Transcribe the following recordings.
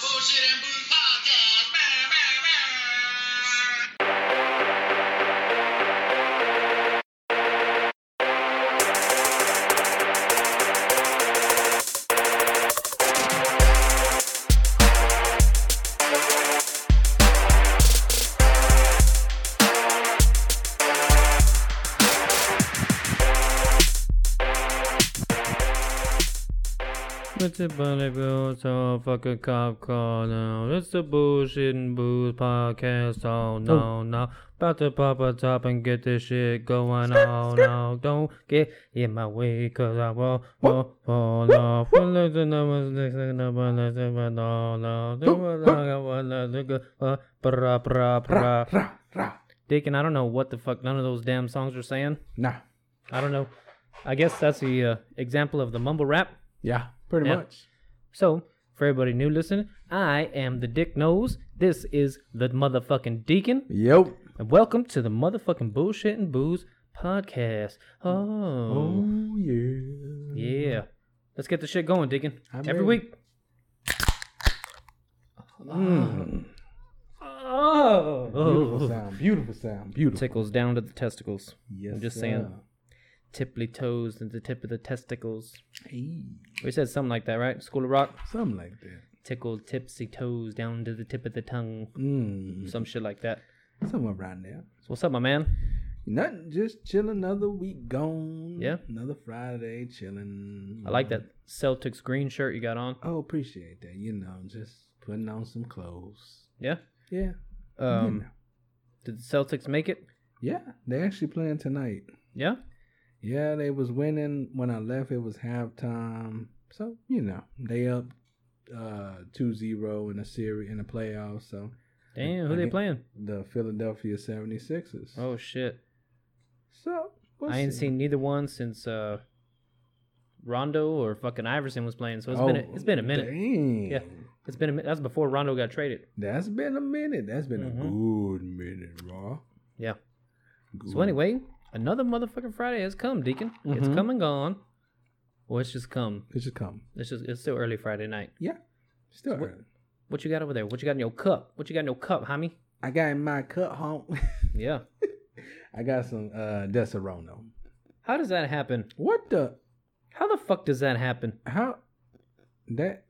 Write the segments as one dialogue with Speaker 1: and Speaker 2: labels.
Speaker 1: Bullshit and Brew Podcast. Bah, bah, bah.
Speaker 2: What's up, Bonneville? So fucking cop call now. It's the bullshit and booze podcast. Oh no, no. About to pop a top and get this shit going. Oh no, don't get in my way, cause I will, will fall off. One less than numbers, next thing the one less than one. Oh no, do what I got, one less than good. Uh, Bra, bra, bra. Deacon, I don't know what the fuck none of those damn songs are saying.
Speaker 3: Nah.
Speaker 2: I don't know. I guess that's the uh, example of the mumble rap.
Speaker 3: Yeah, pretty
Speaker 2: Yeah.
Speaker 3: much.
Speaker 2: So, for everybody new listening, I am the Dick Nose. This is the motherfucking Deacon,
Speaker 3: Yep.
Speaker 2: and welcome to the motherfucking Bullshit and Booze podcast. Oh,
Speaker 3: Oh yeah.
Speaker 2: yeah. Let's get the shit going, Deacon.
Speaker 3: I'm
Speaker 2: Every
Speaker 3: ready.
Speaker 2: week. Oh.
Speaker 3: Beautiful sound. Beautiful sound. Beautiful.
Speaker 2: Tickles down to the testicles.
Speaker 3: yes.
Speaker 2: I'm just
Speaker 3: sir.
Speaker 2: saying. Tipply toes and the tip of the testicles.
Speaker 3: Hey,
Speaker 2: We said something like that, right? School of Rock.
Speaker 3: something like that.
Speaker 2: Tickle tipsy toes down to the tip of the tongue.
Speaker 3: Mm.
Speaker 2: Some shit like that.
Speaker 3: Somewhere around there.
Speaker 2: So what's up, my man?
Speaker 3: Nothing. Just chill another week gone.
Speaker 2: Yeah.
Speaker 3: Another Friday chilling.
Speaker 2: I like that Celtics green shirt you got on.
Speaker 3: Oh, appreciate that. You know, just putting on some clothes.
Speaker 2: Yeah.
Speaker 3: Yeah.
Speaker 2: Um,
Speaker 3: you know.
Speaker 2: Did the Celtics make it?
Speaker 3: Yeah. They actually playing tonight.
Speaker 2: Yeah.
Speaker 3: Yeah, they was winning when I left. It was halftime, so you know they up uh 2-0 in a series in the playoffs. So
Speaker 2: Damn, who
Speaker 3: I
Speaker 2: they
Speaker 3: think-
Speaker 2: playing?
Speaker 3: the Philadelphia 76ers.
Speaker 2: Oh shit!
Speaker 3: so we'll
Speaker 2: I ain't
Speaker 3: see.
Speaker 2: seen neither one since uh, Rondo or fucking Iverson was playing. So it's been a,
Speaker 3: Oh,
Speaker 2: it's been a minute.
Speaker 3: Dang.
Speaker 2: Yeah. It's been a minute. That's before Rondo got traded.
Speaker 3: that's been a minute. That's been
Speaker 2: Mm-hmm.
Speaker 3: a good minute, raw.
Speaker 2: Yeah.
Speaker 3: Good.
Speaker 2: So anyway, another motherfucking Friday has come, Deacon. It's
Speaker 3: Mhm.
Speaker 2: come and gone. Well, it's just come.
Speaker 3: it should come.
Speaker 2: It's just it's still early Friday night.
Speaker 3: Yeah, still.
Speaker 2: So what-
Speaker 3: early.
Speaker 2: What you got over there? What you got in your cup? What you got in your cup, homie?
Speaker 3: I got in my cut home.
Speaker 2: Yeah.
Speaker 3: I got some uh Deserono.
Speaker 2: How does that happen?
Speaker 3: What the?
Speaker 2: How the fuck does that happen?
Speaker 3: How? That?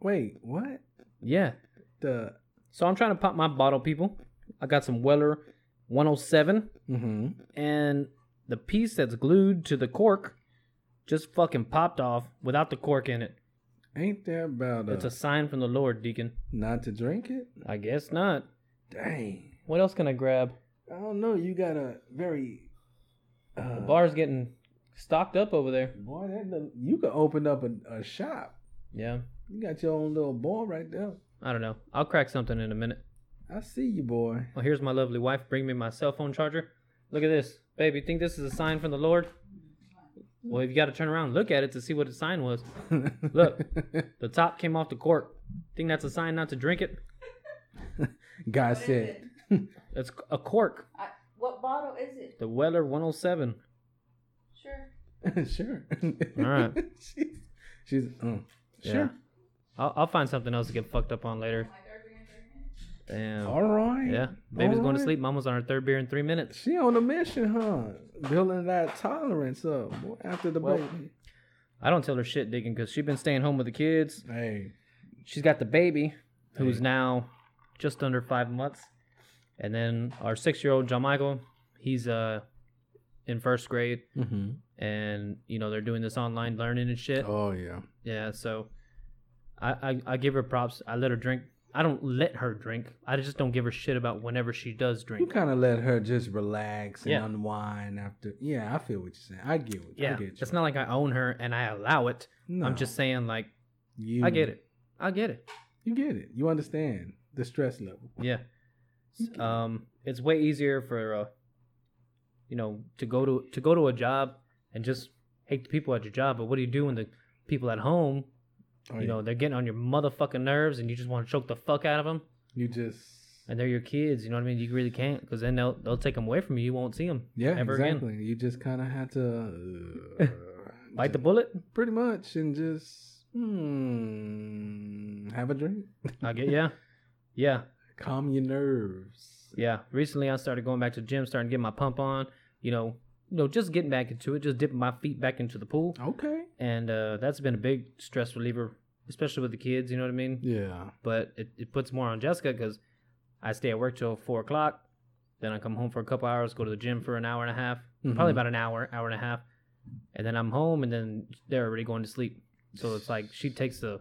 Speaker 3: Wait, what?
Speaker 2: Yeah.
Speaker 3: The?
Speaker 2: So I'm trying to pop my bottle, people. I got some Weller 107,
Speaker 3: Mm-hmm.
Speaker 2: and the piece that's glued to the cork just fucking popped off without the cork in it.
Speaker 3: Ain't that about
Speaker 2: It's
Speaker 3: uh
Speaker 2: a sign from the Lord, Deacon.
Speaker 3: not to drink it?
Speaker 2: I guess not.
Speaker 3: Dang.
Speaker 2: What else can I grab?
Speaker 3: I don't know. You got a very. Uh,
Speaker 2: The bar's getting stocked up over there.
Speaker 3: Boy, that look- you could open up a, a shop.
Speaker 2: Yeah.
Speaker 3: You got your own little bar right there.
Speaker 2: I don't know. I'll crack something in a minute.
Speaker 3: I see you, boy.
Speaker 2: Well, here's my lovely wife. Bring me my cell phone charger. Look at this. Baby, think this is a sign from the Lord? Well, if you got to turn around and look at it to see what the sign was. Look. The top came off the cork. Think that's a sign not to drink it?
Speaker 3: God
Speaker 4: What is
Speaker 3: said,
Speaker 4: it?
Speaker 2: That's a cork.
Speaker 4: I, what bottle is it?
Speaker 2: The Weller 107.
Speaker 4: Sure.
Speaker 3: sure.
Speaker 2: All right.
Speaker 3: she's, she's uh,
Speaker 2: Yeah.
Speaker 3: sure.
Speaker 2: I'll, I'll find something else to get fucked up on later.
Speaker 4: Like every other hand.
Speaker 2: Damn.
Speaker 3: All right.
Speaker 2: Yeah. Baby's going to
Speaker 3: Alright.
Speaker 2: sleep. Mama's on her third beer in three minutes.
Speaker 3: She on a mission, huh? Building that tolerance up boy, after the
Speaker 2: Well-
Speaker 3: baby.
Speaker 2: I don't tell her shit, digging, because she's been staying home with the kids.
Speaker 3: Hey.
Speaker 2: She's got the baby, who's
Speaker 3: Hey.
Speaker 2: now just under five months. And then our six year old, John Michael, he's uh, in first grade.
Speaker 3: Mm-hmm.
Speaker 2: And, you know, they're doing this online learning and shit.
Speaker 3: Oh yeah.
Speaker 2: Yeah, so I, I I give her props. I let her drink. I don't let her drink. I just don't give her shit about whenever she does
Speaker 3: You
Speaker 2: drink.
Speaker 3: kind of let her just relax and
Speaker 2: Yeah.
Speaker 3: unwind after. Yeah, I feel what you're saying. I get what. I
Speaker 2: Yeah,
Speaker 3: get you.
Speaker 2: it's not like I own her and I allow it.
Speaker 3: No,
Speaker 2: I'm just saying, like,
Speaker 3: You,
Speaker 2: I get it. I get it.
Speaker 3: You get it. You understand the stress level.
Speaker 2: Yeah. S- Um, it's way easier for uh, you know, to go to to go to a job and just hate the people at your job. But what do you do when the people at home,
Speaker 3: Oh,
Speaker 2: you
Speaker 3: yeah.
Speaker 2: know, they're getting on your motherfucking nerves and you just want to choke the fuck out of them?
Speaker 3: you just.
Speaker 2: and they're your kids. You know what I mean? You really can't because then they'll they'll take them away from you. You won't see them.
Speaker 3: Yeah,
Speaker 2: ever again.
Speaker 3: exactly. You just kind of had to uh,
Speaker 2: Bite the
Speaker 3: just-
Speaker 2: bullet.
Speaker 3: pretty much and just Hmm. Have a drink.
Speaker 2: I get yeah, yeah,
Speaker 3: Calm your nerves.
Speaker 2: yeah. Recently, I started going back to the gym, starting to get my pump on. You know, you know, just getting back into it, just dipping my feet back into the pool,
Speaker 3: Okay.
Speaker 2: and uh, that's been a big stress reliever, especially with the kids. You know what I mean?
Speaker 3: Yeah.
Speaker 2: but it, it puts more on Jessica because I stay at work till four o'clock. Then I come home for a couple hours, go to the gym for an hour and a half,
Speaker 3: Mhm.
Speaker 2: probably about an hour, hour and a half, and then I'm home, and then they're already going to sleep. So it's like she takes a,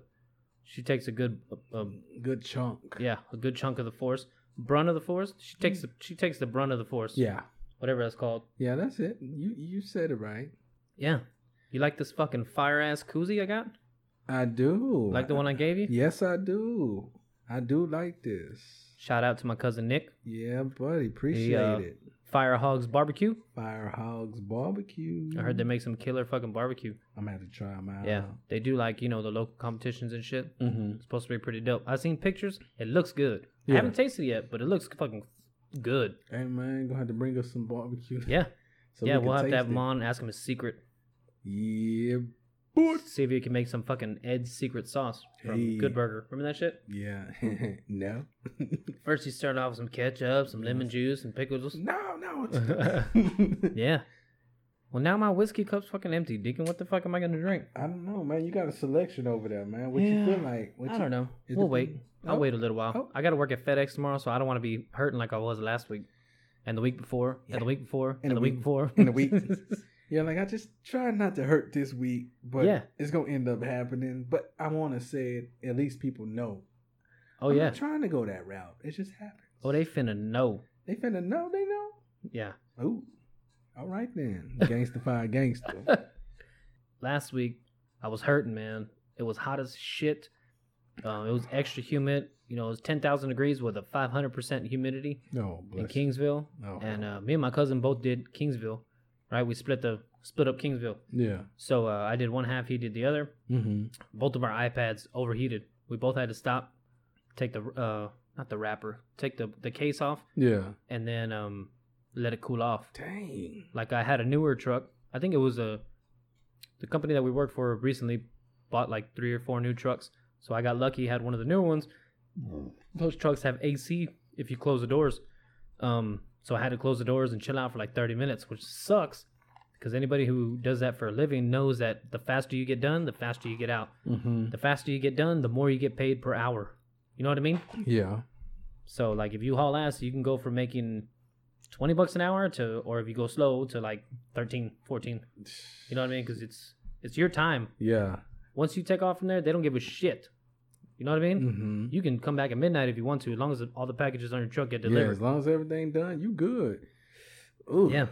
Speaker 2: she takes a good, um,
Speaker 3: good chunk.
Speaker 2: yeah, a good chunk of the force, brunt of the force. She takes the, she takes the brunt of the force.
Speaker 3: Yeah.
Speaker 2: whatever that's called.
Speaker 3: Yeah, that's it. You you said it right.
Speaker 2: Yeah, you like this fucking fire ass koozie I got?
Speaker 3: I do.
Speaker 2: Like the one I gave you?
Speaker 3: Yes, I do. I do like this.
Speaker 2: Shout out to my cousin Nick,
Speaker 3: Yeah, buddy. Appreciate
Speaker 2: uh,
Speaker 3: it.
Speaker 2: Fire Hogs Barbecue.
Speaker 3: Fire Hogs Barbecue.
Speaker 2: I heard they make some killer fucking barbecue.
Speaker 3: I'm gonna have to try them out.
Speaker 2: Yeah, they do like you know the local competitions and shit.
Speaker 3: Mm-hmm.
Speaker 2: It's supposed to be pretty dope. I seen pictures. It looks good. I
Speaker 3: Yeah.
Speaker 2: haven't tasted it yet, but it looks fucking good.
Speaker 3: Hey man, gonna have to bring us some barbecue.
Speaker 2: Yeah,
Speaker 3: So
Speaker 2: yeah.
Speaker 3: we
Speaker 2: We'll have
Speaker 3: can
Speaker 2: to have
Speaker 3: taste
Speaker 2: him
Speaker 3: it.
Speaker 2: on. Ask him his secret.
Speaker 3: Yeah, but
Speaker 2: See if he can make some fucking Ed's secret sauce from
Speaker 3: Hey.
Speaker 2: Good Burger. Remember that shit?
Speaker 3: yeah, no,
Speaker 2: First, he started off with some ketchup, some lemon juice, and pickles.
Speaker 3: no, no. It's...
Speaker 2: Yeah. Well, now my whiskey cup's fucking empty, Deacon. What the fuck am I gonna drink?
Speaker 3: I don't know, man. You got a selection over there, man. What you
Speaker 2: Yeah.
Speaker 3: feel like? What
Speaker 2: I
Speaker 3: you...
Speaker 2: don't know.
Speaker 3: it
Speaker 2: We'll
Speaker 3: depend-
Speaker 2: wait. I'll
Speaker 3: Oh.
Speaker 2: wait a little while.
Speaker 3: Oh.
Speaker 2: I got to work at FedEx tomorrow, so I don't want to be hurting like I was last week, and the week before,
Speaker 3: Yeah.
Speaker 2: and the week before,
Speaker 3: And
Speaker 2: and
Speaker 3: the
Speaker 2: the week
Speaker 3: week-
Speaker 2: before,
Speaker 3: in a week. yeah, like I just try not to hurt this week, but
Speaker 2: Yeah.
Speaker 3: it's gonna end up happening. But I want to say it at least people know.
Speaker 2: oh
Speaker 3: I'm
Speaker 2: yeah.
Speaker 3: not trying to go that route. It just happens.
Speaker 2: Oh, they finna know.
Speaker 3: They finna know. They know.
Speaker 2: Yeah.
Speaker 3: Ooh, all right then. Gangstified gangster.
Speaker 2: Last week, I was hurting, man. It was hot as shit. Um, it was extra humid. You know, it was ten thousand degrees with a five hundred percent humidity
Speaker 3: No,
Speaker 2: in
Speaker 3: bless.
Speaker 2: Kingsville.
Speaker 3: Oh.
Speaker 2: And uh, me and my cousin both did Kingsville, right? We split the split up Kingsville.
Speaker 3: yeah.
Speaker 2: So uh, I did one half, he did the other.
Speaker 3: Mm-hmm.
Speaker 2: both of our iPads overheated. We both had to stop, take the uh not the wrapper, take the the case off,
Speaker 3: Yeah.
Speaker 2: and then um let it cool off.
Speaker 3: Dang.
Speaker 2: Like I had a newer truck. I think it was a the company that we worked for recently bought like three or four new trucks. So I got lucky, had one of the newer ones. Those trucks have AC if you close the doors. Um, so I had to close the doors and chill out for like 30 minutes, which sucks because anybody who does that for a living knows that the faster you get done, the faster you get out.
Speaker 3: Mm-hmm.
Speaker 2: The faster you get done, the more you get paid per hour. You know what I mean?
Speaker 3: Yeah.
Speaker 2: So like if you haul ass, you can go from making 20 bucks an hour to or if you go slow to like 13, 14. You know what I mean? Cuz it's it's your time.
Speaker 3: Yeah.
Speaker 2: Once you take off from there, they don't give a shit. You know what I mean?
Speaker 3: Mm-hmm.
Speaker 2: You can come back at midnight if you want to, as long as all the packages on your truck get
Speaker 3: Yeah.
Speaker 2: delivered.
Speaker 3: As long as everything done, you good. Ooh.
Speaker 2: Yeah.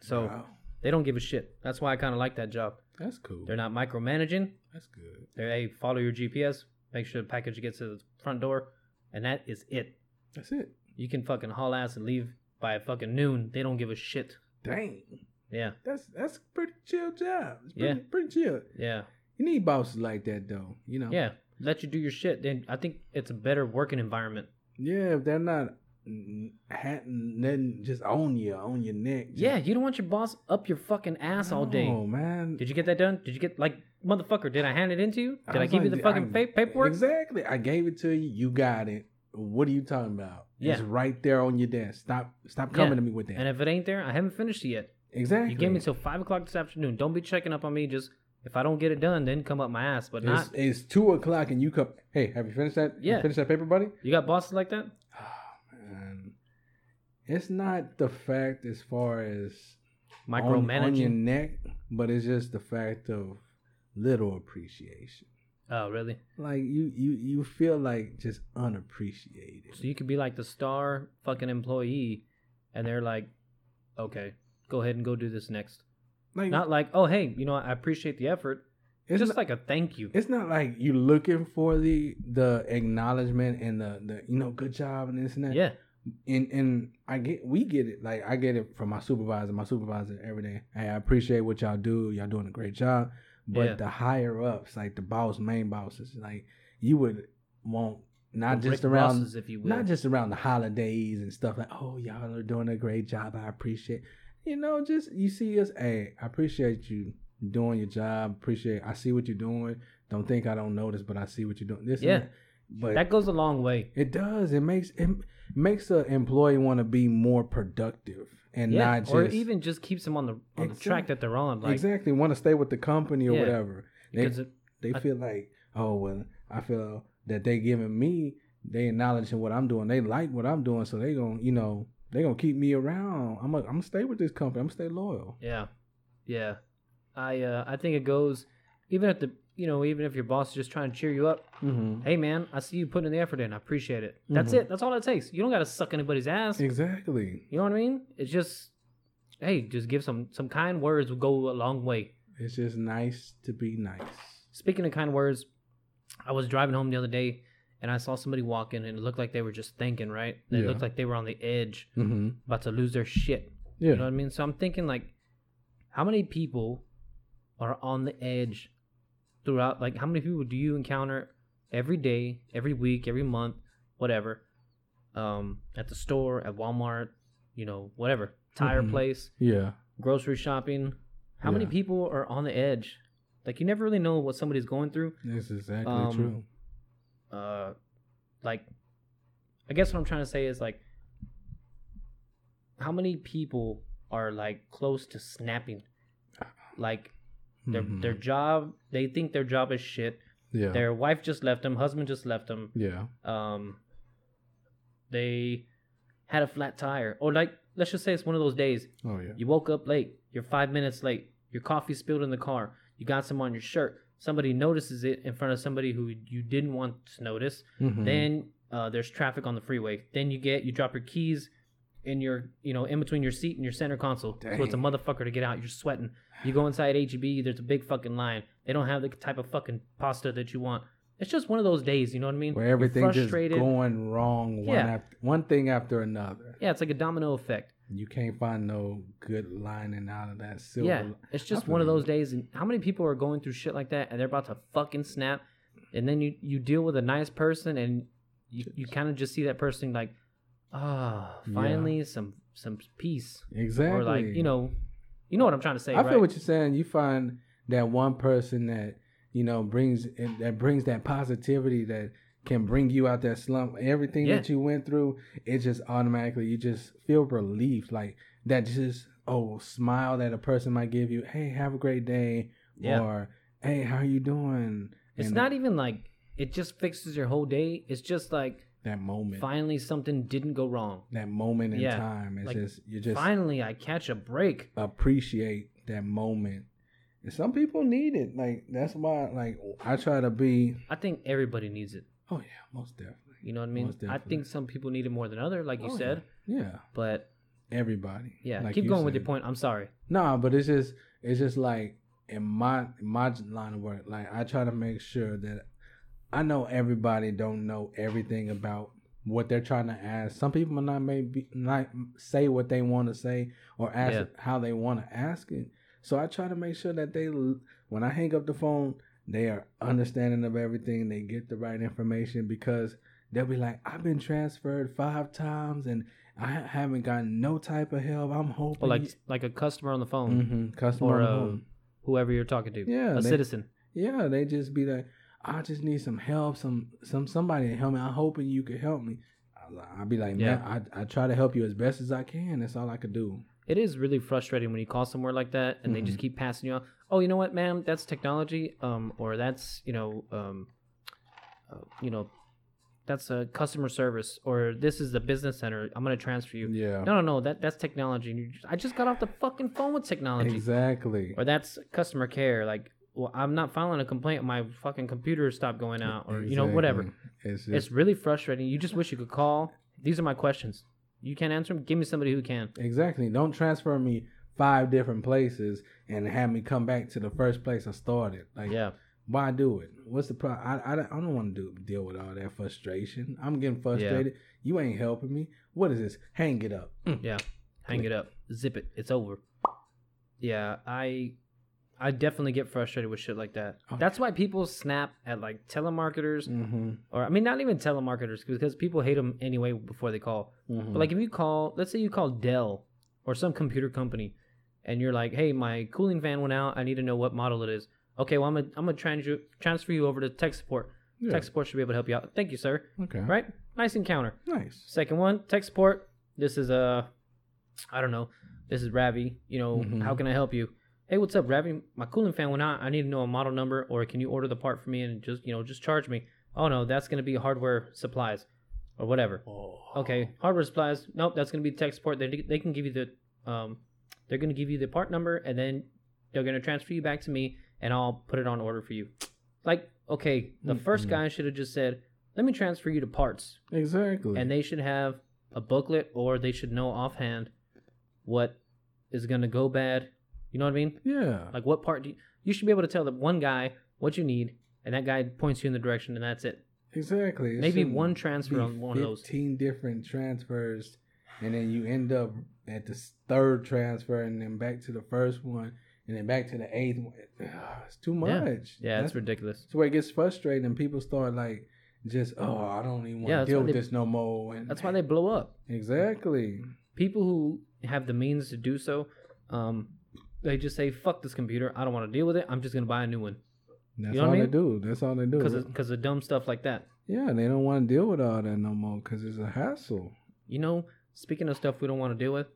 Speaker 2: So
Speaker 3: Wow.
Speaker 2: they don't give a shit. That's why I kind of like that job.
Speaker 3: that's cool.
Speaker 2: They're not micromanaging.
Speaker 3: That's good.
Speaker 2: They're hey, follow your GPS, make sure the package gets to the front door, and that is it.
Speaker 3: That's it.
Speaker 2: You can fucking haul ass and leave by fucking noon. They don't give a shit.
Speaker 3: Dang.
Speaker 2: Yeah,
Speaker 3: That's that's a pretty chill job. It's
Speaker 2: Yeah.
Speaker 3: pretty, pretty chill.
Speaker 2: yeah,
Speaker 3: You need bosses like that though. You know.
Speaker 2: yeah. Let you do your shit. Then I think it's a better working environment.
Speaker 3: Yeah. If they're not mm, hatting nothing just on you, on your neck. just-
Speaker 2: Yeah, you don't want your boss up your fucking ass all
Speaker 3: Oh
Speaker 2: day.
Speaker 3: man.
Speaker 2: Did you get that done? Did you get like motherfucker? Did I hand it in to you? Did I,
Speaker 3: was
Speaker 2: give you
Speaker 3: like,
Speaker 2: the fucking
Speaker 3: I-
Speaker 2: pa- paperwork?
Speaker 3: Exactly. I gave it to you. You got it. What are you talking about? It's
Speaker 2: Yeah.
Speaker 3: right there on your desk. Stop stop
Speaker 2: Yeah.
Speaker 3: coming to me with that.
Speaker 2: And if it ain't there, I haven't finished it yet.
Speaker 3: exactly.
Speaker 2: You gave me till five o'clock this afternoon. Don't be checking up on me. Just if I don't get it done, then come up my ass. But
Speaker 3: it's,
Speaker 2: not.
Speaker 3: it's two o'clock and you come hey, have you finished that? you
Speaker 2: Yeah.
Speaker 3: finished that paper, buddy?
Speaker 2: You got bosses like that?
Speaker 3: Man. It's not the fact as far as on-
Speaker 2: Micromanaging.
Speaker 3: on your neck, but it's just the fact of little appreciation.
Speaker 2: Oh, really?
Speaker 3: Like you you you feel like just unappreciated.
Speaker 2: So you could be like the star fucking employee, and they're like, okay, go ahead and go do this next.
Speaker 3: Like
Speaker 2: Not like, oh, hey, you know, I appreciate the effort.
Speaker 3: it's
Speaker 2: just
Speaker 3: not-
Speaker 2: like a thank you.
Speaker 3: it's not like you looking for the the acknowledgement and the, the you know good job and this and that.
Speaker 2: Yeah.
Speaker 3: And and I get we get it like I get it from my supervisor. My supervisor every day. Hey, I appreciate what y'all do. Y'all doing a great job. But
Speaker 2: Yeah.
Speaker 3: the higher ups, like the boss, main bosses, like you would want not
Speaker 2: Rick
Speaker 3: just around
Speaker 2: Ross's, if you will.
Speaker 3: not just around the holidays and stuff like oh y'all are doing a great job i appreciate you know just you see us hey i appreciate you doing your job appreciate i see what you're doing Don't think I don't notice, but I see what you're doing. This, and
Speaker 2: Yeah.
Speaker 3: that. but
Speaker 2: That goes a long way.
Speaker 3: it does. It makes it makes an employee want to be more productive and
Speaker 2: Yeah,
Speaker 3: not just
Speaker 2: or even just keeps them on the on the track
Speaker 3: Exact-
Speaker 2: that they're on. Like
Speaker 3: exactly want to stay with the company or
Speaker 2: Yeah.
Speaker 3: whatever. They,
Speaker 2: because it-
Speaker 3: they
Speaker 2: I-
Speaker 3: feel like, oh well, I feel that they giving me, they acknowledging what I'm doing, they like what I'm doing, so they gonna, you know, they gonna keep me around. I'm gonna, I'm gonna stay with this company. I'm gonna stay loyal.
Speaker 2: yeah, yeah. I uh, I think it goes even if the you know even if your boss is just trying to cheer you up.
Speaker 3: Mm-hmm.
Speaker 2: Hey man, I see you putting the effort in. I appreciate it. That's
Speaker 3: Mhm.
Speaker 2: it. That's all it takes. You don't got to suck anybody's ass.
Speaker 3: Exactly.
Speaker 2: You know what I mean? It's just hey, just give some some kind words will go a long way.
Speaker 3: It's just nice to be nice.
Speaker 2: Speaking of kind words, I was driving home the other day and I saw somebody walking and it looked like they were just thinking, right? They
Speaker 3: Yeah.
Speaker 2: looked like they were on the edge,
Speaker 3: Mm-hmm.
Speaker 2: about to lose their shit.
Speaker 3: Yeah.
Speaker 2: You know what I mean? So I'm thinking like how many people are on the edge throughout like how many people do you encounter every day, every week, every month, whatever. Um at the store, at Walmart, you know, whatever. Tire
Speaker 3: Mhm.
Speaker 2: place,
Speaker 3: yeah.
Speaker 2: grocery shopping. How many
Speaker 3: Yeah.
Speaker 2: people are on the edge? Like you never really know what somebody's going through.
Speaker 3: That's exactly
Speaker 2: Um,
Speaker 3: true.
Speaker 2: uh like i guess what i'm trying to say is like how many people are like close to snapping like their
Speaker 3: Mhm.
Speaker 2: their job they think their job is shit
Speaker 3: yeah.
Speaker 2: their wife just left them husband just left them
Speaker 3: yeah.
Speaker 2: um they had a flat tire or like let's just say it's one of those days
Speaker 3: Oh yeah.
Speaker 2: you woke up late. You're five minutes late. Your coffee spilled in the car. You got some on your shirt. Somebody notices it in front of somebody who you didn't want to notice.
Speaker 3: Mhm.
Speaker 2: Then uh, there's traffic on the freeway. Then you get you drop your keys in your you know in between your seat and your center console. So it's a
Speaker 3: Dang.
Speaker 2: motherfucker to get out. You're sweating. You go inside HEB. There's a big fucking line. They don't have the type of fucking pasta that you want. It's just one of those days. You know what I mean?
Speaker 3: where
Speaker 2: You're
Speaker 3: everything's just
Speaker 2: frustrated.
Speaker 3: going wrong one
Speaker 2: Yeah.
Speaker 3: after one thing after another.
Speaker 2: Yeah, it's like a domino effect.
Speaker 3: You can't find no good lining out of that silver.
Speaker 2: Yeah, it's just
Speaker 3: feel
Speaker 2: one of
Speaker 3: you.
Speaker 2: those days. And how many people are going through shit like that, and they're about to fucking snap, and then you you deal with a nice person, and you, you kind of just see that person like, ah,
Speaker 3: Yeah.
Speaker 2: finally some some peace,
Speaker 3: Exactly.
Speaker 2: or like you know, you know what I'm trying to say.
Speaker 3: I
Speaker 2: right?
Speaker 3: feel what you're saying. You find that one person that you know brings eh, that brings that positivity that can bring you out that slump. Everything
Speaker 2: Yeah.
Speaker 3: that you went through, it just automatically you just feel relief. Like that just oh smile that a person might give you. Hey, have a great day.
Speaker 2: Yeah.
Speaker 3: Or hey, how you doing?
Speaker 2: it's
Speaker 3: And
Speaker 2: not even like it just fixes your whole day. It's just like
Speaker 3: that moment.
Speaker 2: finally something didn't go wrong.
Speaker 3: That moment in
Speaker 2: Yeah.
Speaker 3: time. It's
Speaker 2: Like,
Speaker 3: just you just
Speaker 2: finally, I catch a break.
Speaker 3: appreciate that moment. And some people need it. Like that's why like I try to be
Speaker 2: I think everybody needs it.
Speaker 3: Oh yeah, most definitely.
Speaker 2: You know what I mean?
Speaker 3: Most
Speaker 2: I
Speaker 3: definitely.
Speaker 2: think some people need it more than other, like you
Speaker 3: Oh, yeah.
Speaker 2: said.
Speaker 3: Yeah,
Speaker 2: But
Speaker 3: everybody.
Speaker 2: yeah,
Speaker 3: Like
Speaker 2: keep
Speaker 3: you
Speaker 2: going with
Speaker 3: said.
Speaker 2: your point. I'm sorry.
Speaker 3: Nah, but it's just it's just like in my in my line of work, like I try to make sure that I know everybody don't know everything about what they're trying to ask. Some people might not maybe not say what they want to say or ask
Speaker 2: Yeah.
Speaker 3: it how they want to ask it. So I try to make sure that they l- when I hang up the phone, they are understanding of everything. They get the right information because they'll be like, "I've been transferred five times and I haven't gotten no type of help. I'm hoping."
Speaker 2: Or like
Speaker 3: you-
Speaker 2: like a customer on the phone,
Speaker 3: hmm Customer
Speaker 2: Or,
Speaker 3: on the
Speaker 2: uh,
Speaker 3: phone.
Speaker 2: whoever you're talking to,
Speaker 3: Yeah,
Speaker 2: a
Speaker 3: they-
Speaker 2: citizen.
Speaker 3: Yeah, they just be like, I just need some help, some some somebody to help me. I'm hoping you could help me. I- I'll be like, man, I, I try to help you as best as I can. That's all I could do.
Speaker 2: It is really frustrating when you call somewhere like that and they
Speaker 3: Mm-hmm.
Speaker 2: just keep passing you off. Oh, you know what, ma'am? That's technology, um, or that's you know, um, uh, you know, that's a customer service, or this is the business center. I'm gonna transfer you.
Speaker 3: Yeah,
Speaker 2: No, no, no. That that's technology. And you just- I just got off the fucking phone with technology.
Speaker 3: exactly.
Speaker 2: Or that's customer care. Like, well, I'm not filing a complaint. My fucking computer stopped going out, or you know, whatever.
Speaker 3: Exactly. It's just,
Speaker 2: It's really frustrating. You just wish you could call. These are my questions. You can't answer them. Give me somebody who can.
Speaker 3: exactly. Don't transfer me five different places and have me come back to the first place I started. Like,
Speaker 2: Yeah,
Speaker 3: why do it? What's the problem? I, I, don't- I don't want to do, deal with all that frustration. I'm getting frustrated. You ain't helping me. What is this? Hang it up. Mm.
Speaker 2: yeah. Hang it up. Zip it. It's over. Yeah, I, I definitely get frustrated with shit like that.
Speaker 3: Oh,
Speaker 2: That's why people snap at like telemarketers,
Speaker 3: Mm-hmm.
Speaker 2: or I mean, not even telemarketers, because people hate them anyway before they call.
Speaker 3: Mm-hmm.
Speaker 2: But like, if you call, let's say you call Dell or some computer company, and you're like, "Hey, my cooling fan went out. I need to know what model it is." okay, well, I'm gonna I'm gonna trans- you- transfer you over to tech support.
Speaker 3: Yeah.
Speaker 2: Tech support should be able to help you out. Thank you, sir.
Speaker 3: Okay.
Speaker 2: Right? Nice encounter.
Speaker 3: Nice.
Speaker 2: Second one, tech support. This is uh, I don't know. This is Ravi. You know,
Speaker 3: Mhm.
Speaker 2: how can I help you? Hey, what's up, Ravi? My cooling fan went out. I need to know a model number, or can you order the part for me and just you know just charge me? Oh no, that's gonna be hardware supplies, or whatever. Okay, hardware supplies. Nope, that's gonna be tech support. They they can give you the um, they're gonna give you the part number, and then they're gonna transfer you back to me, and I'll put it on order for you. Like, okay, the first
Speaker 3: Mhm.
Speaker 2: guy should have just said, "Let me transfer you to parts."
Speaker 3: Exactly.
Speaker 2: and they should have a booklet or they should know offhand what is going to go bad you know what i mean
Speaker 3: yeah.
Speaker 2: like what part do you, you should be able to tell the one guy what you need and that guy points you in the direction and that's it
Speaker 3: Exactly. It
Speaker 2: maybe
Speaker 3: shouldn't
Speaker 2: one
Speaker 3: be
Speaker 2: transfer on one of those
Speaker 3: Fifteen different transfers, and then you end up at the s- third transfer, and then back to the first one, and then back to the eighth one. Ugh, it's too much.
Speaker 2: Yeah. yeah
Speaker 3: that's
Speaker 2: it's ridiculous
Speaker 3: that's where it gets frustrating, and people start like, just oh, I don't even want
Speaker 2: Yeah,
Speaker 3: to
Speaker 2: that's
Speaker 3: deal
Speaker 2: why
Speaker 3: with
Speaker 2: they-
Speaker 3: this no more. And
Speaker 2: that's why they blow up
Speaker 3: exactly.
Speaker 2: people who have the means to do so um they just say fuck this computer i don't want to deal with it i'm just going to buy a new one
Speaker 3: That's
Speaker 2: know what
Speaker 3: all
Speaker 2: I
Speaker 3: they
Speaker 2: mean?
Speaker 3: do. That's all they do.
Speaker 2: because because of dumb stuff like that
Speaker 3: yeah, they don't want to deal with all that no more because it's a hassle.
Speaker 2: you know speaking of stuff we don't want to deal with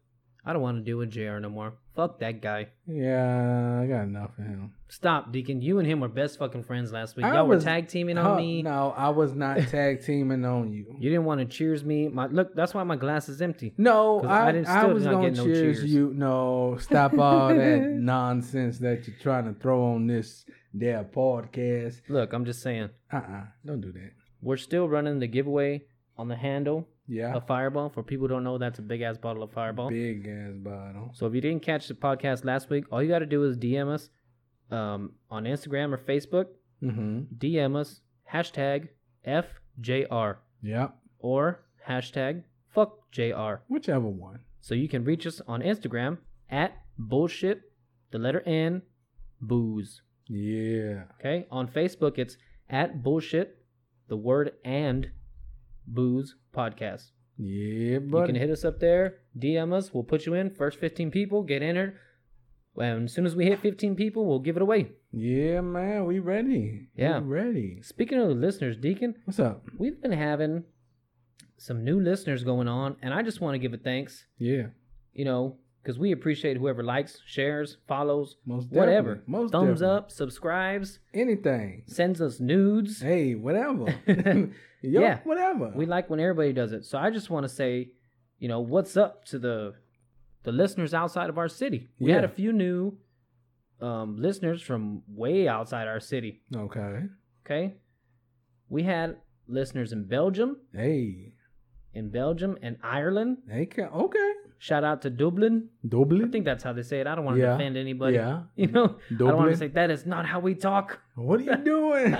Speaker 2: i don't want to deal with jr no more fuck that guy
Speaker 3: Yeah, I got enough of him.
Speaker 2: Stop, Deacon. You and him were best fucking friends last week.
Speaker 3: I
Speaker 2: Y'all were
Speaker 3: was-
Speaker 2: tag teaming on
Speaker 3: Huh,
Speaker 2: me.
Speaker 3: No, I was not tag teaming on you.
Speaker 2: You didn't want to cheers me. My look, that's why my glass is empty.
Speaker 3: No,
Speaker 2: 'Cause
Speaker 3: I,
Speaker 2: I
Speaker 3: I,
Speaker 2: didn't- still
Speaker 3: was
Speaker 2: did not
Speaker 3: gonna
Speaker 2: get no
Speaker 3: cheers,
Speaker 2: cheers.
Speaker 3: you. No, stop all that nonsense that you're trying to throw on this damn podcast.
Speaker 2: Look, I'm just saying,
Speaker 3: Uh uh-uh, uh, do not do that.
Speaker 2: we're still running the giveaway on the handle
Speaker 3: Yeah,
Speaker 2: of Fireball. For people who don't know, that's a big ass bottle of Fireball.
Speaker 3: big ass bottle.
Speaker 2: So if you didn't catch the podcast last week, all you got to do is DM us um, on Instagram or Facebook.
Speaker 3: Mm-hmm.
Speaker 2: DM us hashtag FJR
Speaker 3: Yep,
Speaker 2: or hashtag FuckJR.
Speaker 3: whichever one.
Speaker 2: So you can reach us on Instagram at bullshit, the letter N, booze.
Speaker 3: Yeah,
Speaker 2: Okay. On Facebook, it's at bullshit, the word and booze podcast.
Speaker 3: yeah,
Speaker 2: you
Speaker 3: buddy.
Speaker 2: can hit us up there, DM us. We'll put you in. First 15 people get entered. And as soon as we hit 15 people, we'll give it away.
Speaker 3: yeah, man, we ready.
Speaker 2: Yeah.
Speaker 3: we ready.
Speaker 2: Speaking of the listeners, Deacon,
Speaker 3: What's up?
Speaker 2: we've been having some new listeners going on, and I just want to give a thanks,
Speaker 3: Yeah,
Speaker 2: you know, because we appreciate whoever likes, shares, follows,
Speaker 3: most
Speaker 2: whatever.
Speaker 3: definitely. most
Speaker 2: thumbs
Speaker 3: definitely.
Speaker 2: up, subscribes,
Speaker 3: anything.
Speaker 2: sends us nudes.
Speaker 3: Hey, whatever. Yo,
Speaker 2: Yeah.
Speaker 3: whatever.
Speaker 2: We like when everybody does it. So I just want to say, you know, what's up to the the listeners outside of our city. We had
Speaker 3: Yeah.
Speaker 2: a few new um, listeners from way outside our city.
Speaker 3: okay.
Speaker 2: Okay, we had listeners in Belgium,
Speaker 3: Hey,
Speaker 2: in Belgium and Ireland.
Speaker 3: hey, ca- okay.
Speaker 2: Shout out to Dublin. I
Speaker 3: Dublin.
Speaker 2: think that's how they say it. I don't want to
Speaker 3: Yeah.
Speaker 2: offend anybody.
Speaker 3: Yeah.
Speaker 2: You know, I don't want
Speaker 3: Dublin.
Speaker 2: to say that is not how we talk.
Speaker 3: What are you doing?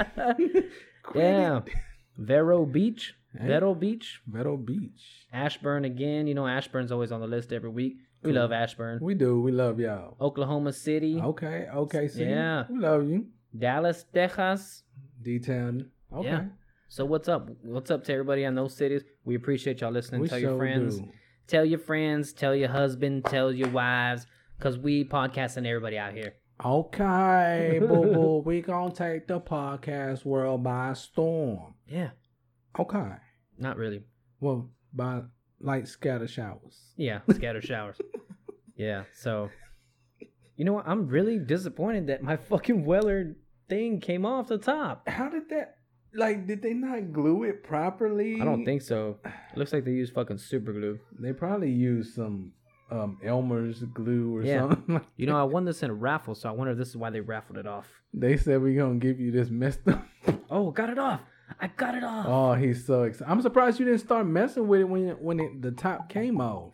Speaker 3: Quit
Speaker 2: yeah.
Speaker 3: it.
Speaker 2: Vero Beach,
Speaker 3: Hey.
Speaker 2: Vero Beach,
Speaker 3: Meadow Beach.
Speaker 2: Ashburn again. You know, Ashburn's always on the list every week. We
Speaker 3: Cool.
Speaker 2: love Ashburn.
Speaker 3: We do. We love y'all.
Speaker 2: Oklahoma City,
Speaker 3: Okay. Okay. See.
Speaker 2: Yeah.
Speaker 3: We love you.
Speaker 2: Dallas, Texas.
Speaker 3: D Town. Okay.
Speaker 2: Yeah. So what's up? What's up to everybody in those cities? We appreciate y'all listening.
Speaker 3: We
Speaker 2: tell
Speaker 3: sure
Speaker 2: your friends.
Speaker 3: do.
Speaker 2: Tell your friends. Tell your husband. Tell your wives. Cause we podcasting everybody out here.
Speaker 3: Okay, boo boo. We gonna take the podcast world by storm.
Speaker 2: Yeah.
Speaker 3: Okay.
Speaker 2: Not really.
Speaker 3: Well, by light scatter showers.
Speaker 2: Yeah. Scatter showers. Yeah. So, you know what? I'm really disappointed that my fucking Weller thing came off the top.
Speaker 3: How did that? Like, did they not glue it properly?
Speaker 2: I don't think so. It looks like they used fucking super glue.
Speaker 3: they probably used some um Elmer's glue or
Speaker 2: Yeah.
Speaker 3: something.
Speaker 2: You know, I won this in a raffle, so I wonder if this is why they raffled it off.
Speaker 3: They said we gonna give you this messed up.
Speaker 2: Oh, got it off. I got it off.
Speaker 3: Oh, he's so excited. I'm surprised you didn't start messing with it when when it, the top came off.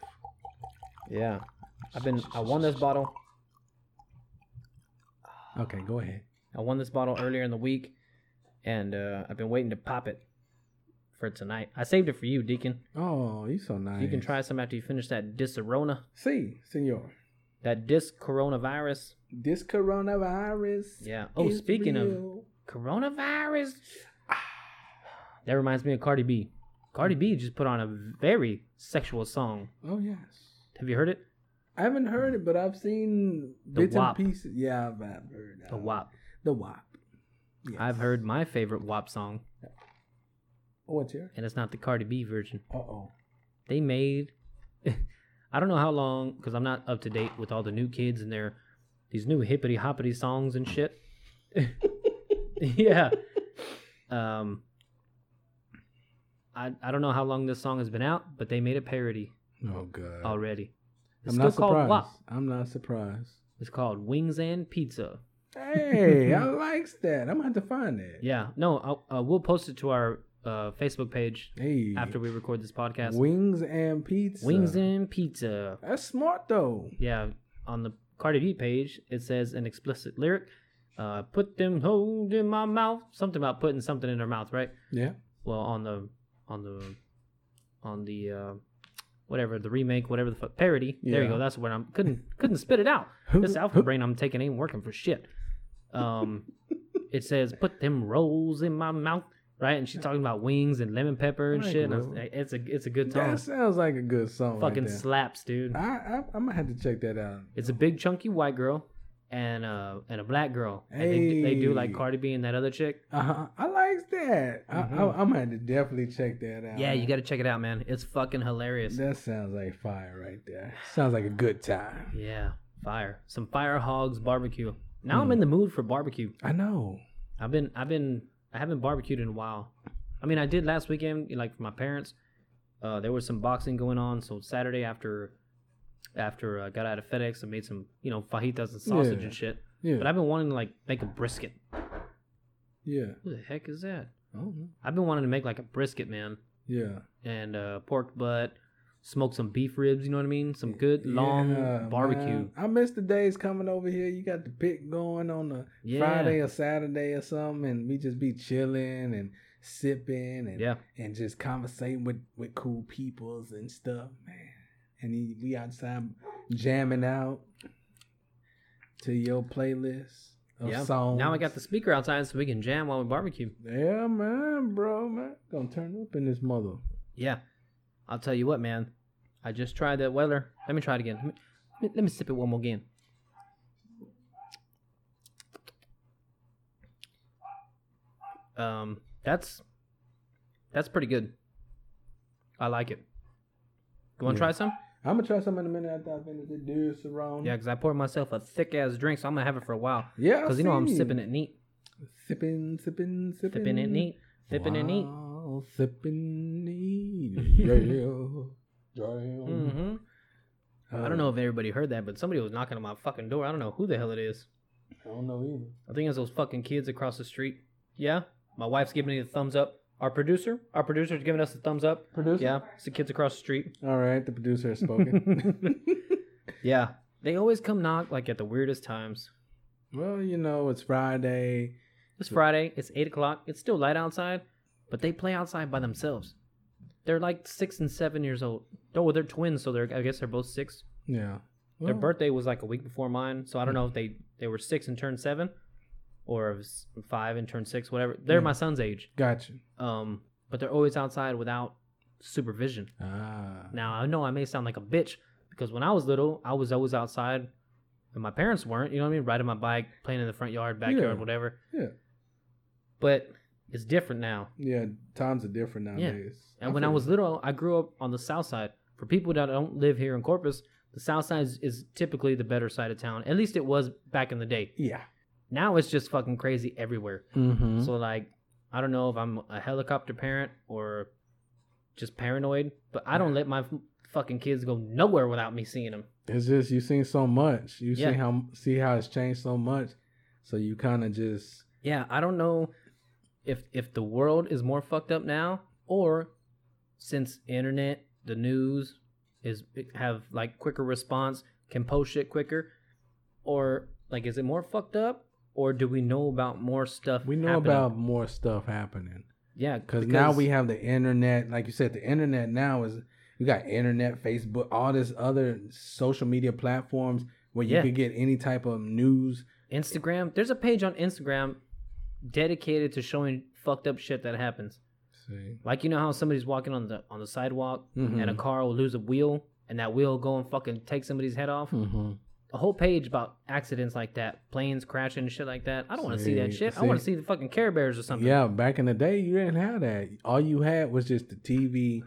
Speaker 2: Yeah. I've been I won this bottle.
Speaker 3: Okay, go ahead.
Speaker 2: I won this bottle earlier in the week and uh, I've been waiting to pop it for tonight. I saved it for you, Deacon.
Speaker 3: Oh, you so nice.
Speaker 2: You can try some after you finish that Disarona,
Speaker 3: See, senor,
Speaker 2: that Dis coronavirus.
Speaker 3: this coronavirus.
Speaker 2: Yeah. Oh, speaking of coronavirus, that reminds me of Cardi B. Cardi B just put on a very sexual song.
Speaker 3: of. Oh yes,
Speaker 2: Have you heard it?
Speaker 3: I haven't heard it, but I've seen
Speaker 2: The
Speaker 3: bits
Speaker 2: WAP.
Speaker 3: and pieces. Yeah, I've I've heard that.
Speaker 2: The WAP.
Speaker 3: The WAP. Yes.
Speaker 2: I've heard my favorite WAP song,
Speaker 3: Oh, what's here?
Speaker 2: and it's not the Cardi B version.
Speaker 3: Uh oh.
Speaker 2: They made, I don't know how long, because I'm not up to date with all the new kids and their these new hippity hoppity songs and shit. yeah. Um. I I don't know how long this song has been out, but they made a parody
Speaker 3: Oh god.
Speaker 2: already. It's
Speaker 3: I'm
Speaker 2: still
Speaker 3: not
Speaker 2: called
Speaker 3: surprised.
Speaker 2: WAP.
Speaker 3: I'm not surprised.
Speaker 2: It's called Wings and Pizza.
Speaker 3: Hey, I likes that. I'm gonna have to find that.
Speaker 2: Yeah. No, I'll, uh, we'll post it to our uh, Facebook page
Speaker 3: Hey.
Speaker 2: after we record this podcast.
Speaker 3: Wings uh, and pizza.
Speaker 2: Wings and Pizza.
Speaker 3: That's smart though.
Speaker 2: Yeah. On the Cardi B page, it says an explicit lyric. Uh, put them hold in my mouth. Something about putting something in her mouth, right?
Speaker 3: Yeah.
Speaker 2: Well, on the on the on the uh, whatever the remake, whatever the fuck parody. There you
Speaker 3: Yeah.
Speaker 2: go. That's what I'm couldn't couldn't spit it out. This alpha brain I'm taking ain't working for shit. Um, it says put them rolls in my mouth, right? And she's talking about wings and lemon pepper and
Speaker 3: Like,
Speaker 2: shit. And I was-
Speaker 3: well,
Speaker 2: it's a it's a good song.
Speaker 3: That sounds like a good song.
Speaker 2: Fucking
Speaker 3: right there.
Speaker 2: slaps, dude.
Speaker 3: I, I I'm gonna have to check that out.
Speaker 2: It's a big chunky white girl and uh and a black girl. And they, they do like
Speaker 3: Hey.
Speaker 2: Cardi B and that other chick.
Speaker 3: Uh huh. I likes that. I,
Speaker 2: Mhm.
Speaker 3: I, I'm gonna have to definitely check that out.
Speaker 2: Yeah, you got to check it out, man. It's fucking hilarious.
Speaker 3: That sounds like fire right there. Sounds like a good time.
Speaker 2: Yeah, fire. Some fire hogs barbecue. Now
Speaker 3: Hmm.
Speaker 2: I'm in the mood for barbecue.
Speaker 3: I know.
Speaker 2: I've been I've been I haven't barbecued in a while. I mean, I did last weekend like for my parents. Uh, there was some boxing going on, so Saturday after after I got out of FedEx, I made some you know fajitas and sausage
Speaker 3: Yeah.
Speaker 2: and shit.
Speaker 3: Yeah.
Speaker 2: But I've been wanting to like make a brisket.
Speaker 3: yeah.
Speaker 2: Who the heck is that?
Speaker 3: I don't know.
Speaker 2: I've been wanting to make like a brisket, man,
Speaker 3: Yeah.
Speaker 2: and uh, pork butt, smoke some beef ribs. You know what I mean? Some good long
Speaker 3: Yeah,
Speaker 2: barbecue.
Speaker 3: man. I miss the days coming over here. You got the pick going on a
Speaker 2: Yeah.
Speaker 3: Friday or Saturday or something, and we just be chilling and sipping and
Speaker 2: Yeah,
Speaker 3: and just conversating with with cool peoples and stuff, man. And then we outside jamming out to your playlist of
Speaker 2: yeah.
Speaker 3: songs.
Speaker 2: Now I got the speaker outside, so we can jam while we barbecue.
Speaker 3: Yeah, man, bro, man. Gonna turn up in this mother.
Speaker 2: Yeah. I'll tell you what, man. I just tried that Weller. Let me try it again. Let me, let me- let me sip it one more again. Um, that's that's pretty good. I like it. You want to
Speaker 3: Yeah.
Speaker 2: try some?
Speaker 3: I'm gonna try some in a minute after I finish the dude surround.
Speaker 2: Yeah, because I poured myself a thick ass drink, so I'm gonna have it for a while.
Speaker 3: yeah.
Speaker 2: Because Oh, you know I'm sipping it neat,
Speaker 3: Sipping, sipping, sipping.
Speaker 2: sipping it neat, sipping it neat.
Speaker 3: Wow, Sipping neat. Yeah. Damn.
Speaker 2: hmm
Speaker 3: Uh,
Speaker 2: I don't know if everybody heard that, but somebody was knocking on my fucking door. I don't know who the hell it is.
Speaker 3: I don't know either.
Speaker 2: I think it's those fucking kids across the street. Yeah, my wife's giving me the thumbs up. Our producer, our producer's giving us the thumbs up.
Speaker 3: Producer.
Speaker 2: Yeah, it's the kids across the street.
Speaker 3: All right, the producer has spoken.
Speaker 2: Yeah, they always come knock like at the weirdest times.
Speaker 3: well, you know, it's Friday.
Speaker 2: It's Friday. It's eight o'clock. It's still light outside, but they play outside by themselves. They're like six and seven years old. Oh, well, they're twins, so they're I guess they're both six.
Speaker 3: Yeah.
Speaker 2: Their
Speaker 3: Well,
Speaker 2: birthday was like a week before mine, so I don't know if they they were six and turned seven, or if it's five and turned six, whatever. They're
Speaker 3: Yeah.
Speaker 2: my son's age.
Speaker 3: Gotcha.
Speaker 2: um, but they're always outside without supervision.
Speaker 3: Ah.
Speaker 2: Now I know I may sound like a bitch because when I was little, I was always outside, and my parents weren't. You know what I mean? Riding my bike, playing in the front yard, backyard,
Speaker 3: Yeah.
Speaker 2: whatever.
Speaker 3: Yeah.
Speaker 2: But it's different now.
Speaker 3: Yeah, times are different
Speaker 2: Yeah.
Speaker 3: nowadays.
Speaker 2: And when I
Speaker 3: feel
Speaker 2: was
Speaker 3: you.
Speaker 2: little, I grew up on the south side. For people that don't live here in Corpus, the south side is, is typically the better side of town. At least it was back in the day.
Speaker 3: Yeah.
Speaker 2: Now it's just fucking crazy everywhere.
Speaker 3: Mm-hmm.
Speaker 2: So like, I don't know if I'm a helicopter parent or just paranoid, but I don't let my f- fucking kids go nowhere without me seeing them.
Speaker 3: It's just you seen so much. You
Speaker 2: Yeah.
Speaker 3: see how see how it's changed so much. So you kind of just
Speaker 2: Yeah, I don't know if if the world is more fucked up now or since internet, the news is have like quicker response, can post shit quicker, or like is it more fucked up or do we know about more stuff?
Speaker 3: we know
Speaker 2: happening?
Speaker 3: about more stuff happening
Speaker 2: yeah,
Speaker 3: because now we have the internet. Like you said, the internet now is you got internet, Facebook, all this other social media platforms where you
Speaker 2: Yeah.
Speaker 3: can get any type of news.
Speaker 2: Instagram. There's a page on Instagram dedicated to showing fucked up shit that happens.
Speaker 3: See,
Speaker 2: Like you know how somebody's walking on the on the sidewalk
Speaker 3: Mhm.
Speaker 2: and a car will lose a wheel and that wheel will go and fucking take somebody's head off.
Speaker 3: mm-hmm.
Speaker 2: a whole page about accidents like that, planes crashing and shit like that. I don't want to see that
Speaker 3: See,
Speaker 2: shit. I want to
Speaker 3: see.
Speaker 2: see the fucking Care Bears or something.
Speaker 3: Yeah, back in the day, you didn't have that. All you had was just the TV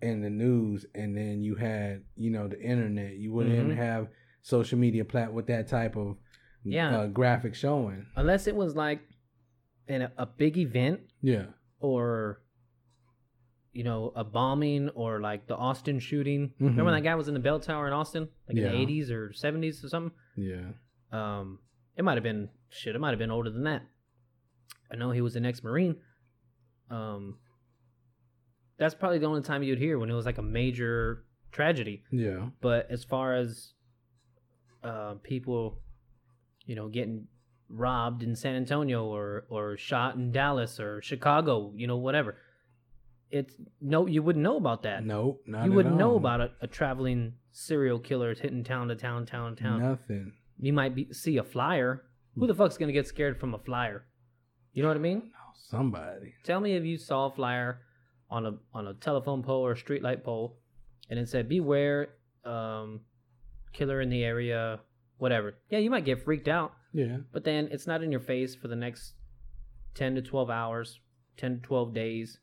Speaker 3: and the news, and then you had, you know, the internet. You wouldn't
Speaker 2: Mhm.
Speaker 3: have social media plat with that type of
Speaker 2: Yeah.
Speaker 3: uh, graphic showing.
Speaker 2: Unless it was like in a, a big event
Speaker 3: Yeah,
Speaker 2: or you know a bombing or like the Austin shooting. Remember
Speaker 3: Mhm.
Speaker 2: when that guy was in the bell tower in Austin, like
Speaker 3: Yeah.
Speaker 2: in the 80s or 70s or something.
Speaker 3: yeah.
Speaker 2: Um, it might have been shit. It might have been older than that. I know he was an ex-marine. Um, that's probably the only time you'd hear when it was like a major tragedy.
Speaker 3: Yeah.
Speaker 2: But as far as uh, people, you know, getting robbed in San Antonio or or shot in Dallas or Chicago, you know, whatever, it's no, you wouldn't know about that.
Speaker 3: Nope. Not
Speaker 2: you
Speaker 3: at
Speaker 2: wouldn't know
Speaker 3: all.
Speaker 2: about a, a traveling serial killer hitting town to town, town to town
Speaker 3: Nothing.
Speaker 2: you might be, see a flyer. Who the fuck's gonna get scared from a flyer? You know what I mean?
Speaker 3: Oh, somebody.
Speaker 2: Tell me if you saw a flyer on a on a telephone pole or a streetlight pole, and it said "Beware, um, killer in the area, whatever." Yeah, you might get freaked out,
Speaker 3: Yeah.
Speaker 2: but then it's not in your face for the next ten to twelve hours, ten to twelve days.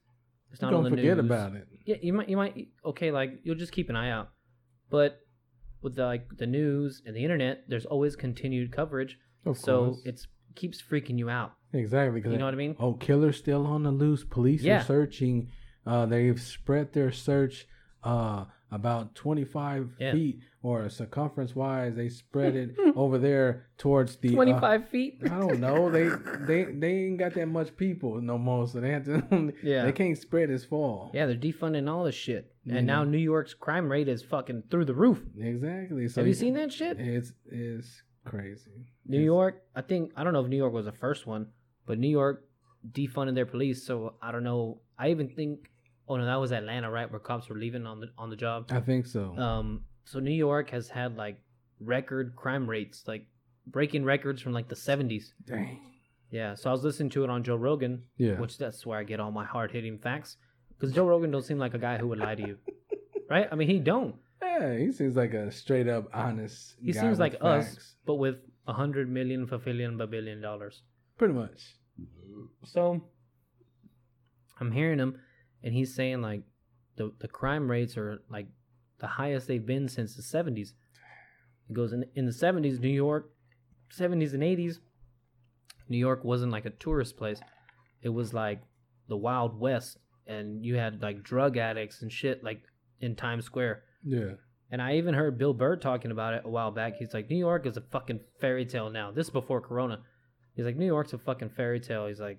Speaker 2: It's
Speaker 3: You
Speaker 2: not on
Speaker 3: don't
Speaker 2: the
Speaker 3: forget
Speaker 2: news.
Speaker 3: about it.
Speaker 2: Yeah, you might you might okay, like you'll just keep an eye out. But with the, like the news and the internet, there's always continued coverage,
Speaker 3: Of
Speaker 2: so
Speaker 3: course.
Speaker 2: it's keeps freaking you out.
Speaker 3: exactly
Speaker 2: You
Speaker 3: because
Speaker 2: know what I mean?
Speaker 3: Oh, killer's still on the loose. Police
Speaker 2: Yeah.
Speaker 3: are searching. Uh, they've spread their search uh, about 25
Speaker 2: Yeah.
Speaker 3: feet or circumference wise. They spread it over there towards the. uh,
Speaker 2: Twenty five feet.
Speaker 3: I don't know. They they they ain't got that much people no more, so they have to.
Speaker 2: Yeah.
Speaker 3: They can't spread as far.
Speaker 2: Yeah, they're defunding all this shit,
Speaker 3: Yeah.
Speaker 2: and now New York's crime rate is fucking through the roof.
Speaker 3: Exactly. So
Speaker 2: Have you seen that shit?
Speaker 3: It's it's crazy.
Speaker 2: New
Speaker 3: It's-
Speaker 2: York, I think I don't know if New York was the first one, but New York defunded their police, so I don't know. I even think, oh no, that was Atlanta, right, where cops were leaving on the on the job.
Speaker 3: I think so.
Speaker 2: Um, so New York has had like record crime rates, like breaking records from like the seventies.
Speaker 3: Dang.
Speaker 2: Yeah. So I was listening to it on Joe Rogan,
Speaker 3: Yeah.
Speaker 2: which that's where I get all my hard hitting facts, because Joe Rogan don't seem like a guy who would lie to you, right? I mean, he don't,
Speaker 3: yeah. He seems like a straight up honest.
Speaker 2: He
Speaker 3: guy
Speaker 2: seems
Speaker 3: with
Speaker 2: like us.
Speaker 3: facts.
Speaker 2: but with a hundred million, fulfillion, babillion dollars.
Speaker 3: Pretty much.
Speaker 2: So I'm hearing him, and he's saying like the the crime rates are like the highest they've been since the 70s. It goes in in the 70s, New York, 70s and 80s, New York wasn't like a tourist place. It was like the Wild West, and you had like drug addicts and shit like in Times Square.
Speaker 3: Yeah.
Speaker 2: And I even heard Bill Burr talking about it a while back. He's like, New York is a fucking fairy tale now. This is before Corona. He's like, New York's a fucking fairy tale. He's like,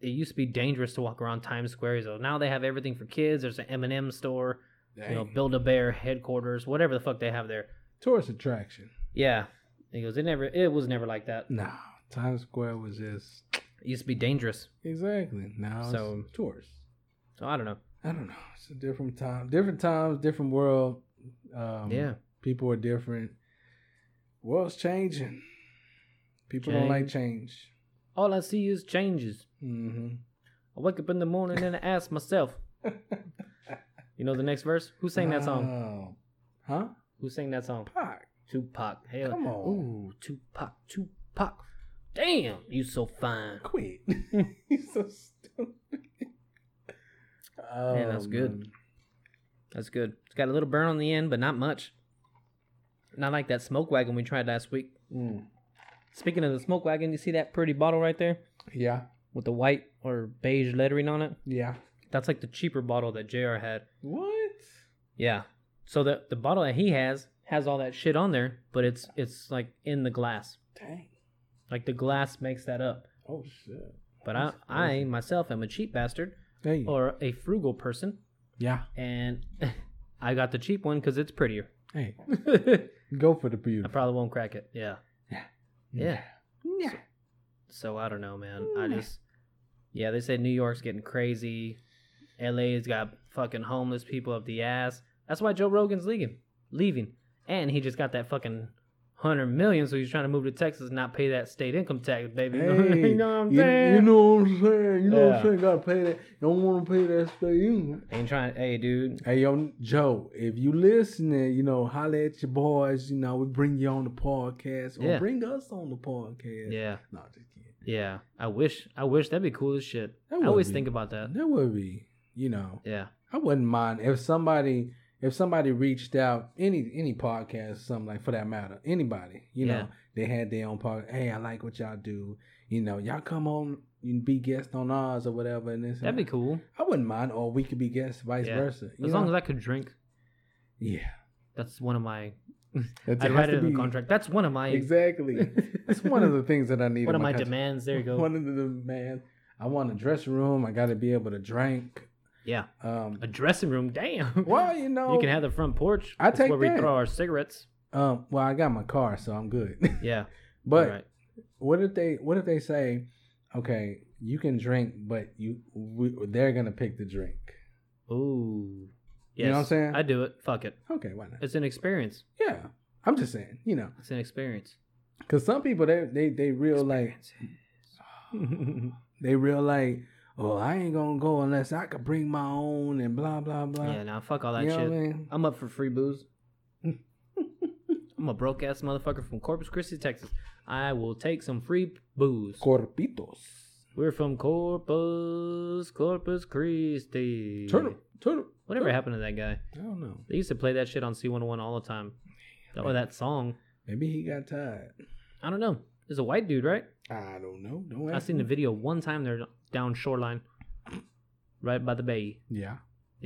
Speaker 2: it used to be dangerous to walk around Times Square. He's like, now they have everything for kids. There's an M&M store, you know,
Speaker 3: Dang.
Speaker 2: Build a Bear headquarters, whatever the fuck they have there.
Speaker 3: tourist attraction.
Speaker 2: Yeah. He goes, it never, it was never like that.
Speaker 3: No, Times Square was just
Speaker 2: It used to be dangerous.
Speaker 3: exactly now. So
Speaker 2: So-
Speaker 3: it's tourists.
Speaker 2: So I don't know.
Speaker 3: I don't know. It's a different time, different times, different world. Um,
Speaker 2: yeah.
Speaker 3: people are different. World's changing. People don't like change.
Speaker 2: All I see is changes.
Speaker 3: hmm
Speaker 2: I wake up in the morning and I ask myself. you know the next verse? Who sang that
Speaker 3: Uh,
Speaker 2: song?
Speaker 3: huh?
Speaker 2: Who sang that song?
Speaker 3: Pac.
Speaker 2: Tupac. Hell,
Speaker 3: Come on.
Speaker 2: Ooh, Tupac, Tupac. Damn, you so fine.
Speaker 3: Quit. He's so stupid. Oh,
Speaker 2: that's good.
Speaker 3: man.
Speaker 2: That's good. It's got a little burn on the end, but not much. Not like that smoke wagon we tried last week.
Speaker 3: Mm.
Speaker 2: Speaking of the smoke wagon, you see that pretty bottle right there
Speaker 3: Yeah.
Speaker 2: with the white or beige lettering on it?
Speaker 3: Yeah.
Speaker 2: That's like the cheaper bottle that JR had.
Speaker 3: What?
Speaker 2: Yeah. So the the bottle that he has has all that shit on there, but it's it's like in the glass.
Speaker 3: Dang.
Speaker 2: Like the glass makes that up.
Speaker 3: Oh shit.
Speaker 2: But I
Speaker 3: That's
Speaker 2: I myself am a cheap bastard
Speaker 3: Hey.
Speaker 2: or a frugal person.
Speaker 3: yeah.
Speaker 2: and I got the cheap one because it's prettier.
Speaker 3: Hey.
Speaker 2: I
Speaker 3: Go for the beauty. Mm.
Speaker 2: probably won't crack it. Yeah, yeah.
Speaker 3: Yeah.
Speaker 2: So I don't know, man. I just, yeah, they say New York's getting crazy. LA's got fucking homeless people up the ass. That's why Joe Rogan's leaving. Leaving, and he just got that fucking hundred million, so he's trying to move to Texas and not pay that state income tax, baby.
Speaker 3: Hey,
Speaker 2: you know what I'm
Speaker 3: you,
Speaker 2: saying?
Speaker 3: you know what I'm saying? You know what
Speaker 2: Yeah.
Speaker 3: I'm saying? Gotta pay that. Don't want to pay that state income.
Speaker 2: Ain't trying. Hey, dude.
Speaker 3: Hey, yo, Joe, if you listening, you know, holler at your boys. You know, we bring you on the podcast or
Speaker 2: Yeah.
Speaker 3: bring us on the podcast.
Speaker 2: Yeah,
Speaker 3: No, just kidding.
Speaker 2: yeah. I wish. I wish that'd be cool as shit.
Speaker 3: That
Speaker 2: I
Speaker 3: would
Speaker 2: always
Speaker 3: be-
Speaker 2: think about that.
Speaker 3: That would be, you know,
Speaker 2: Yeah.
Speaker 3: I wouldn't mind if somebody if somebody reached out any any podcast or something like for that matter anybody you
Speaker 2: Yeah.
Speaker 3: know they had their own podcast hey I like what y'all do you know y'all come on and be guest on ours or whatever and this and
Speaker 2: That'd be
Speaker 3: that.
Speaker 2: cool.
Speaker 3: I wouldn't mind or we could be guests vice
Speaker 2: Yeah.
Speaker 3: versa you
Speaker 2: As long
Speaker 3: know?
Speaker 2: as I could drink,
Speaker 3: yeah
Speaker 2: that's one of my.
Speaker 3: That
Speaker 2: I
Speaker 3: has
Speaker 2: write
Speaker 3: to
Speaker 2: it in
Speaker 3: be-
Speaker 2: the contract. That's one of my.
Speaker 3: exactly that's one of the things that I need
Speaker 2: One
Speaker 3: in
Speaker 2: of my
Speaker 3: country.
Speaker 2: demands. There you go.
Speaker 3: one of the demands I want a dressing room I got to be able to drink
Speaker 2: Yeah,
Speaker 3: um
Speaker 2: a dressing room. Damn.
Speaker 3: well you know
Speaker 2: You can have the front porch.
Speaker 3: I
Speaker 2: That's
Speaker 3: take
Speaker 2: where we
Speaker 3: that.
Speaker 2: throw our cigarettes.
Speaker 3: um well I got my car so I'm good
Speaker 2: Yeah.
Speaker 3: but
Speaker 2: right.
Speaker 3: what if they what if they say okay you can drink but you we, they're gonna pick the drink
Speaker 2: Ooh. Yes.
Speaker 3: You know what I'm saying?
Speaker 2: I do it. Fuck it.
Speaker 3: okay why not
Speaker 2: It's an experience.
Speaker 3: yeah i'm just saying you know
Speaker 2: It's an experience.
Speaker 3: because some people they they they real like they real like oh i ain't gonna go unless i could bring my own and blah blah blah
Speaker 2: yeah, nah, fuck all that
Speaker 3: you know
Speaker 2: shit. Um,
Speaker 3: what i mean
Speaker 2: I'm up for free booze. I'm a broke ass motherfucker from Corpus Christi, Texas. I will take some free booze.
Speaker 3: corpitos
Speaker 2: We're from Corpus, Corpus Christi.
Speaker 3: turtle turtle
Speaker 2: Whatever
Speaker 3: turtle.
Speaker 2: happened to that guy?
Speaker 3: i don't know
Speaker 2: They used to play that shit on C101 all the time. Or that song.
Speaker 3: maybe he got tired
Speaker 2: I don't know. There's a white dude, right?
Speaker 3: i don't know don't
Speaker 2: I
Speaker 3: ask
Speaker 2: seen the
Speaker 3: me.
Speaker 2: video one time. They're down shoreline, right by the bay.
Speaker 3: yeah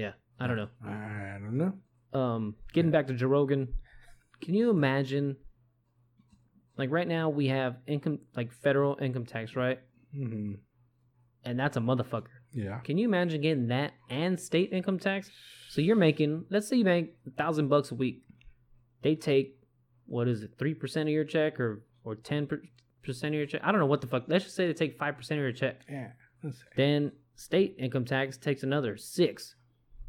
Speaker 2: Yeah, I don't know.
Speaker 3: i don't know
Speaker 2: Um, getting back to Joe Rogan, can you imagine? Like right now, we have income, like federal income tax, right?
Speaker 3: hmm
Speaker 2: And that's a motherfucker.
Speaker 3: yeah
Speaker 2: Can you imagine getting that and state income tax? So you're making, let's say you make a thousand bucks a week. They take, what is it, three percent of your check or or ten percent of your check? I don't know what the fuck. Let's just say they take five percent of your check.
Speaker 3: yeah let's see.
Speaker 2: Then state income tax takes another six.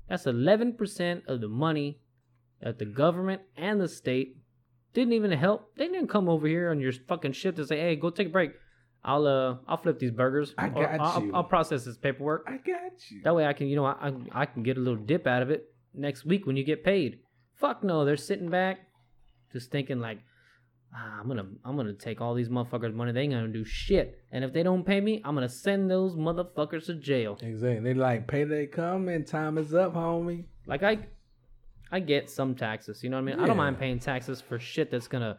Speaker 2: That's eleven percent of the money that the government and the state didn't even help. They didn't come over here on your fucking shift and say, "Hey, go take a break. I'll uh, I'll flip these burgers.
Speaker 3: I
Speaker 2: Or
Speaker 3: got
Speaker 2: I'll,
Speaker 3: you."
Speaker 2: I'll process this paperwork.
Speaker 3: i got you
Speaker 2: That way, I can you know I I- I can get a little dip out of it next week when you get paid. Fuck no, they're sitting back, just thinking like, ah, I'm gonna I'm gonna take all these motherfuckers' money. They ain't gonna do shit. And if they don't pay me, I'm gonna send those motherfuckers to jail.
Speaker 3: Exactly. They like payday come and time is up, homie.
Speaker 2: Like I, I get some taxes. You know what I mean? I don't
Speaker 3: Yeah.
Speaker 2: mind paying taxes for shit that's gonna,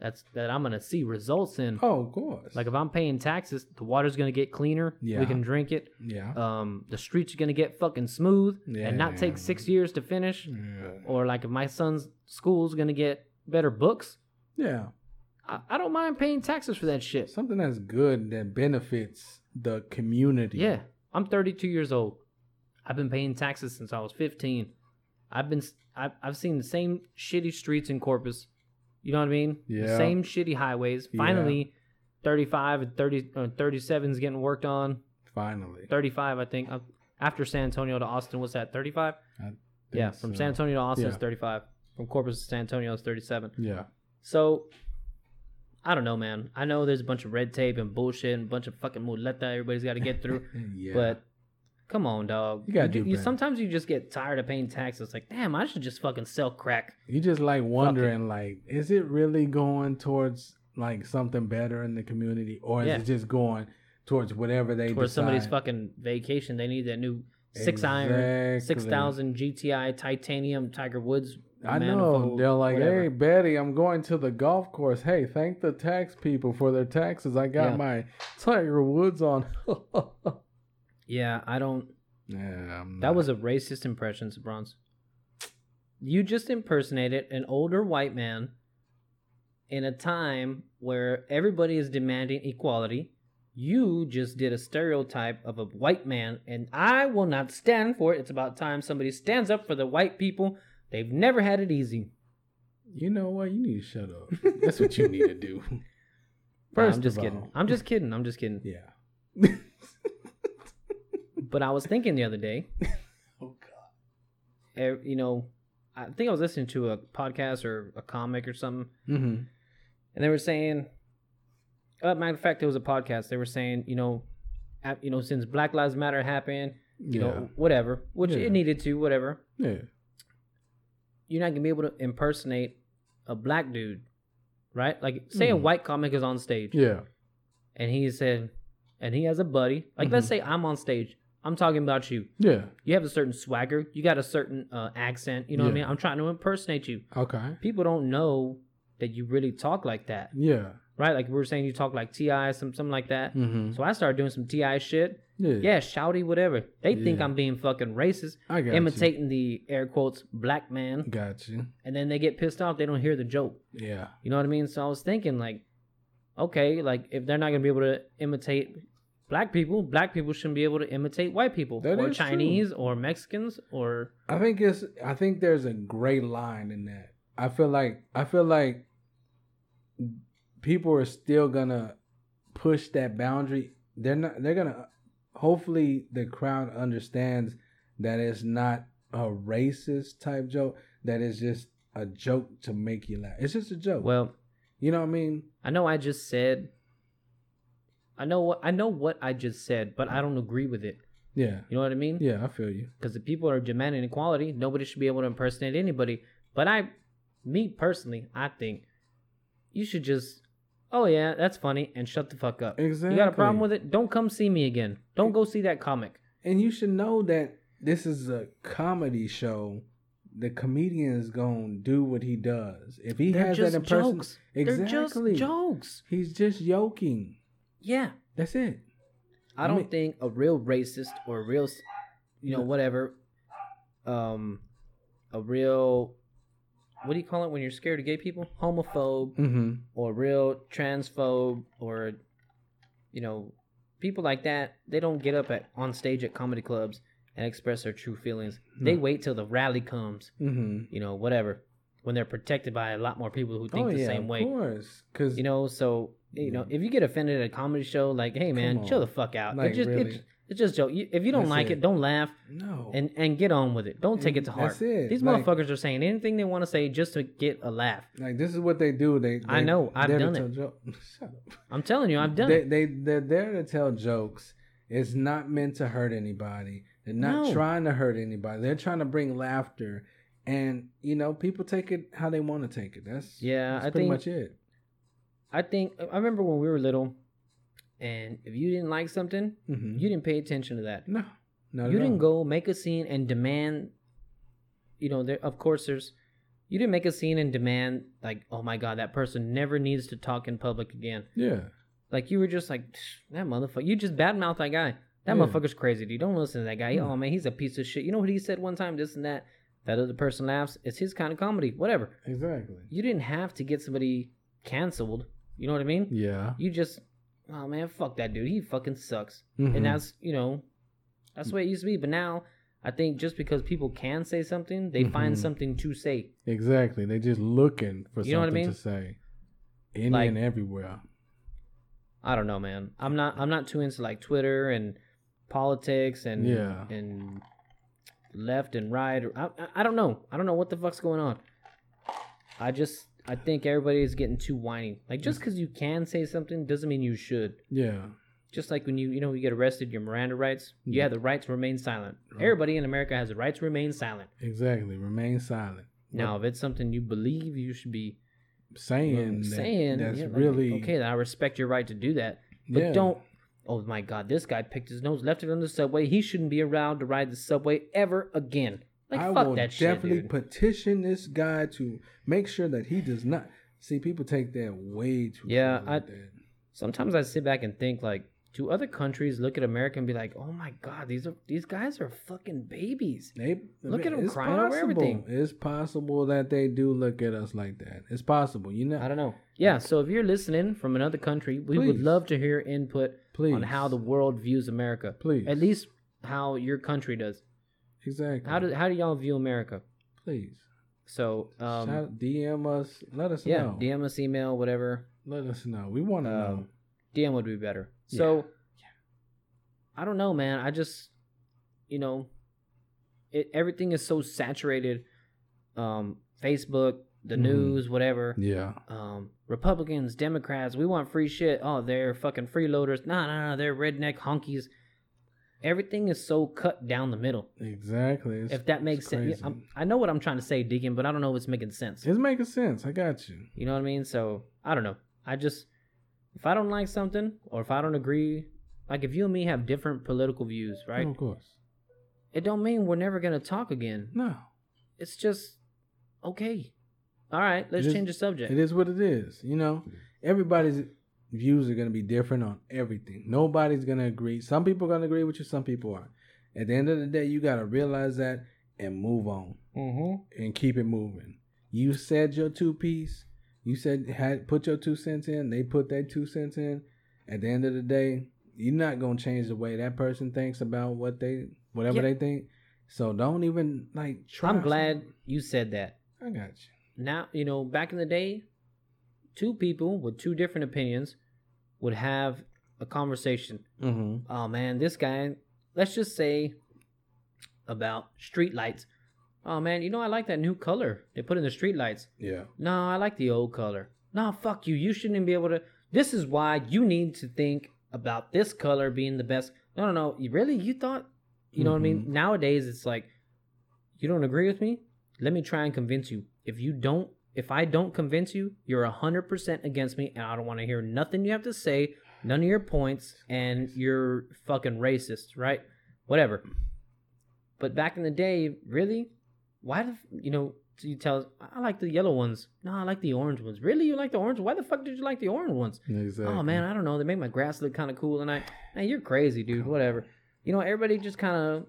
Speaker 2: that's that I'm gonna see results in.
Speaker 3: Oh, of course.
Speaker 2: Mm. Like if I'm paying taxes, the water's gonna get cleaner.
Speaker 3: Yeah.
Speaker 2: We can drink it.
Speaker 3: yeah.
Speaker 2: Um, the streets are gonna get fucking smooth and not
Speaker 3: Yeah.
Speaker 2: take six years to finish.
Speaker 3: yeah.
Speaker 2: Or like if my son's school's gonna get better books,
Speaker 3: Yeah.
Speaker 2: I, I don't mind paying taxes for that shit.
Speaker 3: Something that's good that benefits the community.
Speaker 2: Yeah, I'm 32 years old. I've been paying taxes since I was 15. I've been I've, I've seen the same shitty streets in Corpus. You know what I mean? The
Speaker 3: Yeah.
Speaker 2: same shitty highways.
Speaker 3: Yeah.
Speaker 2: Finally, 35 and 30 uh, 37 is getting worked on.
Speaker 3: Finally.
Speaker 2: 35, I think. Um, After San Antonio to Austin, what's that? 35? Yeah, from
Speaker 3: uh,
Speaker 2: San Antonio to Austin is
Speaker 3: Yeah.
Speaker 2: 35. From Corpus to San Antonio is 37.
Speaker 3: Yeah.
Speaker 2: So I don't know, man. I know there's a bunch of red tape and bullshit and a bunch of fucking muleta everybody's got to get through.
Speaker 3: Yeah.
Speaker 2: But come on, dog.
Speaker 3: You gotta
Speaker 2: get-
Speaker 3: do better.
Speaker 2: Sometimes you just get tired of paying taxes. Like, damn, I should just fucking sell crack.
Speaker 3: you just like wondering like, is it really going towards like something better in the community or
Speaker 2: Yeah.
Speaker 3: is it just going towards whatever they
Speaker 2: Or somebody's
Speaker 3: decide?
Speaker 2: fucking vacation. They need that new six iron, six
Speaker 3: Exactly.
Speaker 2: thousand GTI titanium Tiger Woods.
Speaker 3: I know.
Speaker 2: manifold,
Speaker 3: They're like,
Speaker 2: whatever.
Speaker 3: hey, Betty, I'm going to the golf course. Hey, thank the tax people for their taxes. I got
Speaker 2: Yeah.
Speaker 3: my Tiger Woods on.
Speaker 2: yeah, I don't.
Speaker 3: yeah, I'm
Speaker 2: That
Speaker 3: not-
Speaker 2: was a racist impression, Bronze. You just impersonated an older white man in a time where everybody is demanding equality. You just did a stereotype of a white man, and I will not stand for it. It's about time somebody stands up for the white people. They've never had it easy.
Speaker 3: You know what? You need to shut up. That's what you need to do.
Speaker 2: Nah,
Speaker 3: First
Speaker 2: I'm just
Speaker 3: of
Speaker 2: kidding.
Speaker 3: all-
Speaker 2: I'm just kidding. I'm just kidding.
Speaker 3: Yeah.
Speaker 2: But I was thinking the other day,
Speaker 3: Oh God.
Speaker 2: eh, you know, I think I was listening to a podcast or a comic or something,
Speaker 3: Mm-hmm.
Speaker 2: and they were saying, uh, matter of fact, it was a podcast. They were saying, you know, ap- you know, since Black Lives Matter happened, you
Speaker 3: yeah.
Speaker 2: know, whatever, which
Speaker 3: Yeah.
Speaker 2: it needed to, whatever.
Speaker 3: yeah.
Speaker 2: You're not gonna be able to impersonate a black dude, right? Like, say a
Speaker 3: Mhm.
Speaker 2: white comic is on stage,
Speaker 3: Yeah.
Speaker 2: and he said, and he has a buddy. Like, let's say
Speaker 3: Mm-hmm.
Speaker 2: I'm on stage. I'm talking about you.
Speaker 3: Yeah.
Speaker 2: You have a certain swagger. You got a certain uh, accent. You know what I
Speaker 3: Yeah.
Speaker 2: mean? I'm trying to impersonate you.
Speaker 3: Okay.
Speaker 2: People don't know that you really talk like that,
Speaker 3: Yeah.
Speaker 2: right? Like we were saying, you talk like Ti, some something like that.
Speaker 3: Mm-hmm.
Speaker 2: So I started doing some Ti shit.
Speaker 3: Yeah.
Speaker 2: Yeah, shouty, whatever. They think
Speaker 3: Yeah.
Speaker 2: I'm being fucking racist,
Speaker 3: I got
Speaker 2: imitating the air quotes black
Speaker 3: You.
Speaker 2: man,
Speaker 3: Got you.
Speaker 2: and then they get pissed off. They don't hear the joke.
Speaker 3: Yeah.
Speaker 2: You know what I mean? So I was thinking, like, okay, like if they're not gonna be able to imitate black people, black people shouldn't be able to imitate white people
Speaker 3: That
Speaker 2: or
Speaker 3: is true.
Speaker 2: Chinese or Mexicans or
Speaker 3: I think it's. I think there's a gray line in that. I feel like. I feel like. People are still gonna push that boundary. They're not. They're gonna. Hopefully, the crowd understands that it's not a racist type joke. That it's just a joke to make you laugh. It's just a joke.
Speaker 2: well,
Speaker 3: you know what I mean?
Speaker 2: I know I just said I know what I know what I just said, but I don't agree with it.
Speaker 3: Yeah.
Speaker 2: You know what I mean?
Speaker 3: Yeah, I feel you.
Speaker 2: Because if people are demanding equality, nobody should be able to impersonate anybody. But I me personally, I think you should just oh yeah, that's funny and shut the fuck up.
Speaker 3: Exactly.
Speaker 2: You got a problem with it? Don't come see me again. Don't go see that comic.
Speaker 3: And you should know that this is a comedy show. The comedian is gonna do what he does. If he
Speaker 2: They're
Speaker 3: has
Speaker 2: just
Speaker 3: that in person,
Speaker 2: jokes.
Speaker 3: exactly.
Speaker 2: They're just jokes.
Speaker 3: He's just yoking.
Speaker 2: Yeah.
Speaker 3: That's it.
Speaker 2: I
Speaker 3: I
Speaker 2: don't
Speaker 3: mean-
Speaker 2: think a real racist or a real, s- you know, whatever, um, a real, what do you call it when you're scared of gay people? Homophobe
Speaker 3: Mm-hmm.
Speaker 2: or real transphobe or, you know, people like that. They don't get up at on stage at comedy clubs and express their true feelings. They
Speaker 3: No.
Speaker 2: wait till the rally comes.
Speaker 3: Mm-hmm.
Speaker 2: You know, whatever. When they're protected by a lot more people who think
Speaker 3: oh,
Speaker 2: the
Speaker 3: yeah,
Speaker 2: same
Speaker 3: of
Speaker 2: way.
Speaker 3: course. Because
Speaker 2: You know, so you know,
Speaker 3: Yeah.
Speaker 2: if you get offended at a comedy show, like, hey man,
Speaker 3: Come
Speaker 2: chill
Speaker 3: on.
Speaker 2: the fuck out.
Speaker 3: Like,
Speaker 2: it just,
Speaker 3: really.
Speaker 2: it, it's just joke. You- If you don't
Speaker 3: That's
Speaker 2: like it.
Speaker 3: it.
Speaker 2: don't laugh
Speaker 3: no.
Speaker 2: and and get on with it. Don't take it
Speaker 3: And
Speaker 2: to heart.
Speaker 3: that's it.
Speaker 2: These
Speaker 3: Like-
Speaker 2: motherfuckers are saying anything they want to say just to get a laugh.
Speaker 3: like this is what they do. They. they
Speaker 2: I know, I've
Speaker 3: they're to
Speaker 2: done it.
Speaker 3: tell joke- Shut up.
Speaker 2: I'm telling you, I've done
Speaker 3: they,
Speaker 2: it.
Speaker 3: They they're there to tell jokes. It's not meant to hurt anybody. They're not
Speaker 2: No.
Speaker 3: trying to hurt anybody. They're trying to bring laughter, and you know people take it how they want to take it. That's
Speaker 2: Yeah,
Speaker 3: that's
Speaker 2: I
Speaker 3: pretty
Speaker 2: think-
Speaker 3: much it.
Speaker 2: I think I remember when we were little, and if you didn't like something,
Speaker 3: Mm-hmm.
Speaker 2: you didn't pay attention to that.
Speaker 3: no, no,
Speaker 2: you didn't go make a scene and demand. You know, there of course there's. You didn't make a scene and demand like, oh my god, that person never needs to talk in public again.
Speaker 3: Yeah,
Speaker 2: Like you were just like "Psh, that motherfucker. You just badmouth that guy. That
Speaker 3: Yeah.
Speaker 2: motherfucker's crazy, dude. Don't listen to that guy.
Speaker 3: Yeah.
Speaker 2: Oh man, he's a piece of shit. You know what he said one time? This and that. That other person laughs. It's his kind of comedy. Whatever.
Speaker 3: exactly.
Speaker 2: You didn't have to get somebody canceled. You know what I mean?
Speaker 3: Yeah,
Speaker 2: You just, oh man, fuck that dude. He fucking sucks.
Speaker 3: Mhm.
Speaker 2: And that's you know, that's the way it used to be. But now I think just because people can say something, they find
Speaker 3: Mhm.
Speaker 2: something to say.
Speaker 3: exactly. They just looking for
Speaker 2: You know what I
Speaker 3: something
Speaker 2: mean?
Speaker 3: to say, any
Speaker 2: Like-
Speaker 3: and everywhere.
Speaker 2: I don't know, man. I'm not. I'm not too into like Twitter and politics and
Speaker 3: Yeah.
Speaker 2: and left and right. Or, I I- I don't know. I don't know what the fuck's going on. I just I think everybody is getting too whiny. Like just because you can say something doesn't mean you should.
Speaker 3: Yeah,
Speaker 2: Just like when you you know you get arrested, your Miranda rights. You
Speaker 3: Yeah.
Speaker 2: have the right to remain silent.
Speaker 3: Right.
Speaker 2: Everybody in America has the right to remain silent.
Speaker 3: exactly. Remain silent.
Speaker 2: Now, if it's something you believe you should be
Speaker 3: Saying, that-
Speaker 2: saying,
Speaker 3: that's
Speaker 2: yeah, like,
Speaker 3: really
Speaker 2: okay. Then I respect your right to do that. But
Speaker 3: yeah.
Speaker 2: don't. Oh my God! This guy picked his nose, left it on the subway. He shouldn't be allowed to ride the subway ever again. Like
Speaker 3: I
Speaker 2: fuck
Speaker 3: will
Speaker 2: that shit,
Speaker 3: definitely
Speaker 2: dude.
Speaker 3: petition this guy to make sure that he does not. See, people take that way too.
Speaker 2: Yeah,
Speaker 3: far
Speaker 2: I-
Speaker 3: with that.
Speaker 2: Sometimes I sit back and think, like, do other countries look at America and be like, "Oh my God, these are these guys are fucking babies."
Speaker 3: They,
Speaker 2: Look at 'em
Speaker 3: it's
Speaker 2: crying over everything.
Speaker 3: It's possible that they do look at us like that. It's possible, you know.
Speaker 2: I don't know. Yeah, so if you're listening from another country, we would
Speaker 3: Please.
Speaker 2: love to hear input
Speaker 3: Please,
Speaker 2: on how the world views America.
Speaker 3: please
Speaker 2: At least how your country does.
Speaker 3: exactly
Speaker 2: How do how do y'all view America?
Speaker 3: please
Speaker 2: So, um,
Speaker 3: Shout- DM us. Let us
Speaker 2: yeah,
Speaker 3: know.
Speaker 2: DM us, email, whatever.
Speaker 3: Let us know. We want to
Speaker 2: Um,
Speaker 3: know.
Speaker 2: DM would be better.
Speaker 3: Yeah.
Speaker 2: So I don't know, man. I just you know it everything is so saturated um, Facebook, the
Speaker 3: Mhm.
Speaker 2: news, whatever.
Speaker 3: Yeah.
Speaker 2: Um, Republicans, Democrats, we want free shit. Oh, they're fucking freeloaders. No, no, no, they're redneck honkies. Everything is so cut down the middle.
Speaker 3: Exactly. It's,
Speaker 2: if that makes
Speaker 3: it's
Speaker 2: sense,
Speaker 3: crazy.
Speaker 2: I'm, I know what I'm trying to say, Deacon, but I don't know if it's making sense.
Speaker 3: it's making sense. I got you.
Speaker 2: You know what I mean? So I don't know. I just if I don't like something or if I don't agree, like if you and me have different political views, right?
Speaker 3: of course.
Speaker 2: It don't mean we're never gonna talk again.
Speaker 3: No.
Speaker 2: It's just okay. All right, let's
Speaker 3: is-
Speaker 2: change the subject.
Speaker 3: It is what it is. You know, everybody's views are going to be different on everything. Nobody's going to agree. Some people are going to agree with you, some people aren't. At the end of the day, you got to realize that and move on
Speaker 2: Mm-hmm.
Speaker 3: and keep it moving. You said your two piece. You said had put your two cents in. They put their two cents in. At the end of the day, you're not going to change the way that person thinks about what they whatever
Speaker 2: Yeah.
Speaker 3: they think. So don't even like try.
Speaker 2: I'm glad
Speaker 3: something.
Speaker 2: you said that.
Speaker 3: I got you.
Speaker 2: now you know back in the day two people with two different opinions would have a conversation
Speaker 3: Mm-hmm.
Speaker 2: oh man this guy let's just say about street lights oh man you know i like that new color they put in the street lights
Speaker 3: Yeah.
Speaker 2: no i like the old color no fuck you you shouldn't be able to this is why you need to think about this color being the best no no no you really you thought you know what i
Speaker 3: Mhm.
Speaker 2: mean nowadays it's like you don't agree with me let me try and convince you if you don't if i don't convince you you're 100% against me and i don't want to hear nothing you have to say none of your points and you're fucking racist right whatever but back in the day really why the f- you know you tell us i like the yellow ones no i like the orange ones really you like the orange why the fuck did you like the orange ones
Speaker 3: Exactly.
Speaker 2: Oh man, I don't know. They make my grass look kind of cool, and I, man, you're crazy, dude. Whatever. You know, everybody just kind of,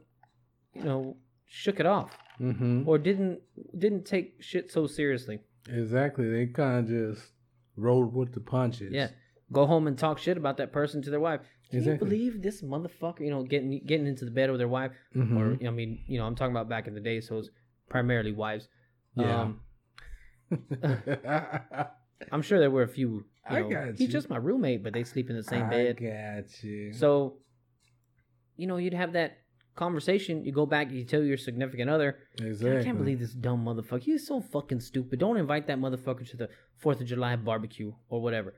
Speaker 2: you know, shook it off
Speaker 3: Mm-hmm.
Speaker 2: or didn't didn't take shit so seriously.
Speaker 3: Exactly. They kind of just rolled with the punches.
Speaker 2: Yeah. Go home and talk shit about that person to their wife. Can
Speaker 3: Exactly.
Speaker 2: you believe this motherfucker? You know, getting getting into the bed with their wife,
Speaker 3: Mhm.
Speaker 2: or I mean, you know, I'm talking about back in the day, so it's primarily wives.
Speaker 3: Yeah.
Speaker 2: Um, I'm sure there were a few. You
Speaker 3: I
Speaker 2: know,
Speaker 3: got
Speaker 2: He's
Speaker 3: you.
Speaker 2: just my roommate, but they sleep in the same
Speaker 3: I
Speaker 2: bed.
Speaker 3: got you.
Speaker 2: So, you know, you'd have that conversation. You go back, you tell your significant other,
Speaker 3: exactly.
Speaker 2: I can't believe this dumb motherfucker. He's so fucking stupid. Don't invite that motherfucker to the 4th of July barbecue or whatever.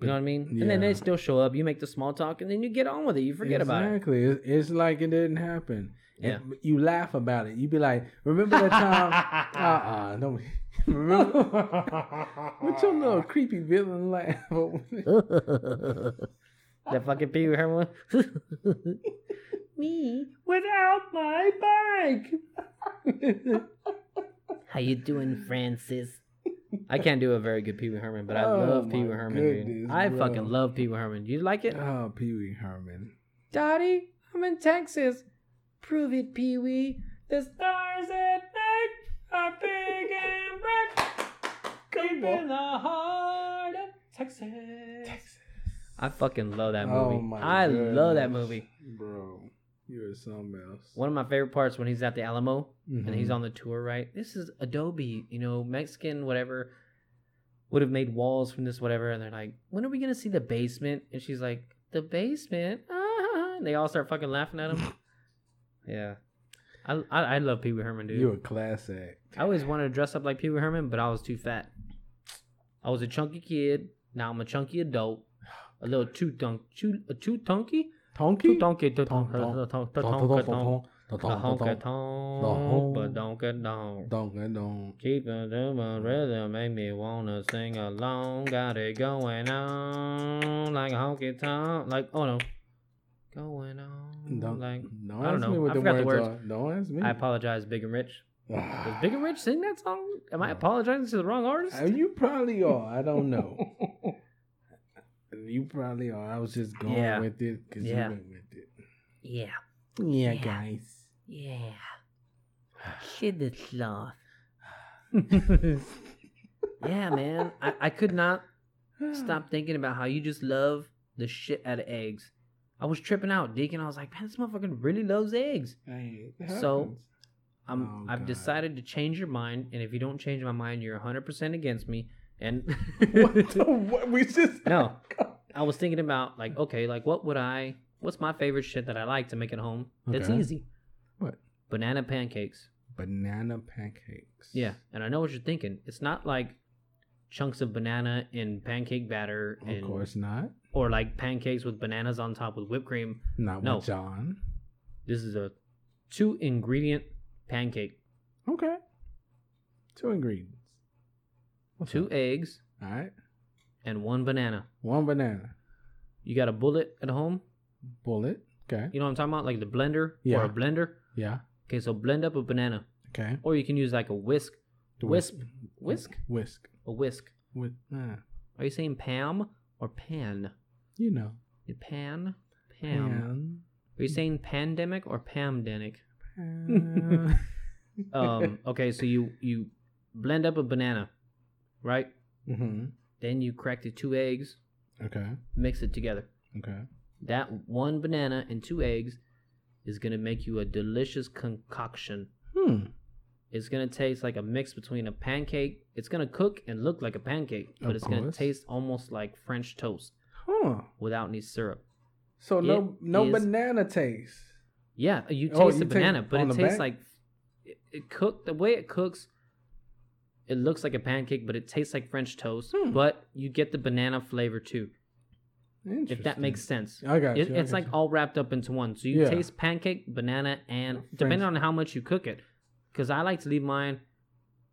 Speaker 2: You know what I mean? And then
Speaker 3: Yeah.
Speaker 2: they still show up. You make the small talk and then you get on with it. You forget about it.
Speaker 3: Exactly. It's- It's like it didn't happen.
Speaker 2: Yeah.
Speaker 3: And you laugh about it. You be like, remember that time? uh uh Don't remember. What's your little creepy villain laugh?
Speaker 2: that fucking Pee Wee Herman. Me without my bike. How you doing, Francis? I can't do a very good Pee Wee Herman, but I
Speaker 3: Oh
Speaker 2: love Pee Wee
Speaker 3: my
Speaker 2: Herman, dude.
Speaker 3: goodness,
Speaker 2: I
Speaker 3: bro.
Speaker 2: fucking love Pee Wee Herman. You like it,
Speaker 3: oh, Pee Wee Herman.
Speaker 2: Dottie? I'm in Texas. Prove it, Pee Wee. The stars at night are big and bright. Come in the heart of Texas. I fucking love that movie.
Speaker 3: Oh my
Speaker 2: I love that
Speaker 3: goodness.
Speaker 2: movie.
Speaker 3: Bro, you are something else.
Speaker 2: One of my favorite parts when he's at the Alamo
Speaker 3: Mhm.
Speaker 2: and he's on the tour, right? This is Adobe, you know, Mexican, whatever, would have made walls from this, whatever. And they're like, when are we going to see the basement? And she's like, the basement? Ah. And they all start fucking laughing at him. yeah. I, I, I love Pee Wee Herman, dude.
Speaker 3: You a class act.
Speaker 2: I always wanted to dress up like Pee Wee Herman, but I was too fat. I was a chunky kid. Now I'm a chunky adult. A little too dunk, too, uh, too tunky, too
Speaker 3: Tonky?
Speaker 2: tunky, too
Speaker 3: Tonk,
Speaker 2: tonk,
Speaker 3: tonk,
Speaker 2: uh, tonk,
Speaker 3: Tonk,
Speaker 2: tonk,
Speaker 3: tonk,
Speaker 2: tonk.
Speaker 3: tonk, tonk,
Speaker 2: The
Speaker 3: tonk,
Speaker 2: honka
Speaker 3: tonk.
Speaker 2: tonk,
Speaker 3: honk.
Speaker 2: but donka donk.
Speaker 3: Dunk and dunk.
Speaker 2: Keep a doom rhythm, make me wanna sing along. Got it going on like honky tonk, like oh no, going on
Speaker 3: Don't,
Speaker 2: like.
Speaker 3: don't
Speaker 2: I
Speaker 3: ask
Speaker 2: don't
Speaker 3: me
Speaker 2: know.
Speaker 3: what
Speaker 2: I
Speaker 3: the
Speaker 2: forgot
Speaker 3: words,
Speaker 2: the
Speaker 3: are. Don't ask me.
Speaker 2: I apologize, Big and Rich. Does
Speaker 3: apologize.
Speaker 2: Big and Rich sing that song? Am I apologizing to the wrong artist?
Speaker 3: Uh, you probably are. I don't know. you probably are. I was just going
Speaker 2: Yeah.
Speaker 3: with it because
Speaker 2: Yeah.
Speaker 3: you went with it.
Speaker 2: Yeah,
Speaker 3: Yeah,
Speaker 2: Yeah.
Speaker 3: guys.
Speaker 2: yeah. Shit, the sloth. yeah, man. I, I could not stop thinking about how you just love the shit out of eggs. I was tripping out, Deacon. I was like, man, this motherfucker really loves eggs.
Speaker 3: Hey, it
Speaker 2: So,
Speaker 3: happens.
Speaker 2: I'm,
Speaker 3: Oh,
Speaker 2: I've
Speaker 3: God.
Speaker 2: decided to change your mind, and if you don't change my mind, you're 100% against me. And
Speaker 3: what, the, what? We just
Speaker 2: no, I was thinking about like, okay, like what would I? What's my favorite shit that I like to make at home? That's
Speaker 3: Okay.
Speaker 2: easy.
Speaker 3: What?
Speaker 2: Banana pancakes.
Speaker 3: banana pancakes.
Speaker 2: Yeah, and I know what you're thinking. It's not like chunks of banana in pancake batter,
Speaker 3: Of
Speaker 2: and,
Speaker 3: course not.
Speaker 2: or like pancakes with bananas on top with whipped cream.
Speaker 3: Not
Speaker 2: No.
Speaker 3: with John.
Speaker 2: This is a two ingredient pancake:
Speaker 3: Okay. Two ingredients. What's
Speaker 2: two
Speaker 3: up?
Speaker 2: eggs
Speaker 3: All right.
Speaker 2: and one banana.
Speaker 3: One banana.
Speaker 2: You got a bullet at home?
Speaker 3: Bullet. Okay.
Speaker 2: You know what I'm talking about, like the blender or
Speaker 3: Yeah.
Speaker 2: a blender.
Speaker 3: Yeah.
Speaker 2: Okay, so blend up a banana,
Speaker 3: Okay.
Speaker 2: or you can use like a whisk,
Speaker 3: The
Speaker 2: Wisp. whisk,
Speaker 3: Whisk.
Speaker 2: a whisk.
Speaker 3: With uh,
Speaker 2: Are you saying Pam or pan?
Speaker 3: you know.
Speaker 2: Pan, Pam. Are you saying pandemic or pamdenic?
Speaker 3: Pam. Pam.
Speaker 2: um okay so you you blend up a banana right
Speaker 3: Mhm.
Speaker 2: then you crack the two eggs
Speaker 3: Okay.
Speaker 2: mix it together
Speaker 3: Okay.
Speaker 2: that one banana and two eggs is gonna make you a delicious concoction
Speaker 3: Hmm.
Speaker 2: it's gonna taste like a mix between a pancake it's gonna cook and look like a pancake but
Speaker 3: Of
Speaker 2: it's gonna
Speaker 3: course.
Speaker 2: taste almost like french toast
Speaker 3: Huh.
Speaker 2: without any syrup
Speaker 3: So no
Speaker 2: It
Speaker 3: no
Speaker 2: is-
Speaker 3: banana taste.
Speaker 2: yeah you taste
Speaker 3: Oh, you
Speaker 2: the
Speaker 3: taste
Speaker 2: banana but
Speaker 3: on
Speaker 2: it
Speaker 3: the
Speaker 2: tastes
Speaker 3: back?
Speaker 2: like it, it cooked the way it cooks it looks like a pancake but it tastes like french toast
Speaker 3: Hmm.
Speaker 2: but you get the banana flavor too
Speaker 3: Interesting.
Speaker 2: if that makes sense.
Speaker 3: I got you.
Speaker 2: It,
Speaker 3: I
Speaker 2: it's
Speaker 3: got
Speaker 2: like
Speaker 3: you.
Speaker 2: all wrapped up into one. So you
Speaker 3: Yeah.
Speaker 2: taste pancake, banana, and depending on how much you cook it, because I like to leave mine.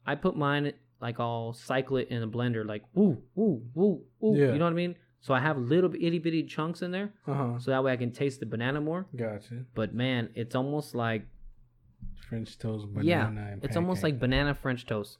Speaker 2: I put mine like I'll cycle it in a blender, like woo woo woo woo.
Speaker 3: Yeah.
Speaker 2: You know what I mean? So I have little itty bitty chunks in there,
Speaker 3: Uh huh.
Speaker 2: so that way I can taste the banana more.
Speaker 3: Gotcha.
Speaker 2: But man, it's almost like
Speaker 3: French toast, banana,
Speaker 2: yeah,
Speaker 3: and pancake.
Speaker 2: it's almost like banana French toast.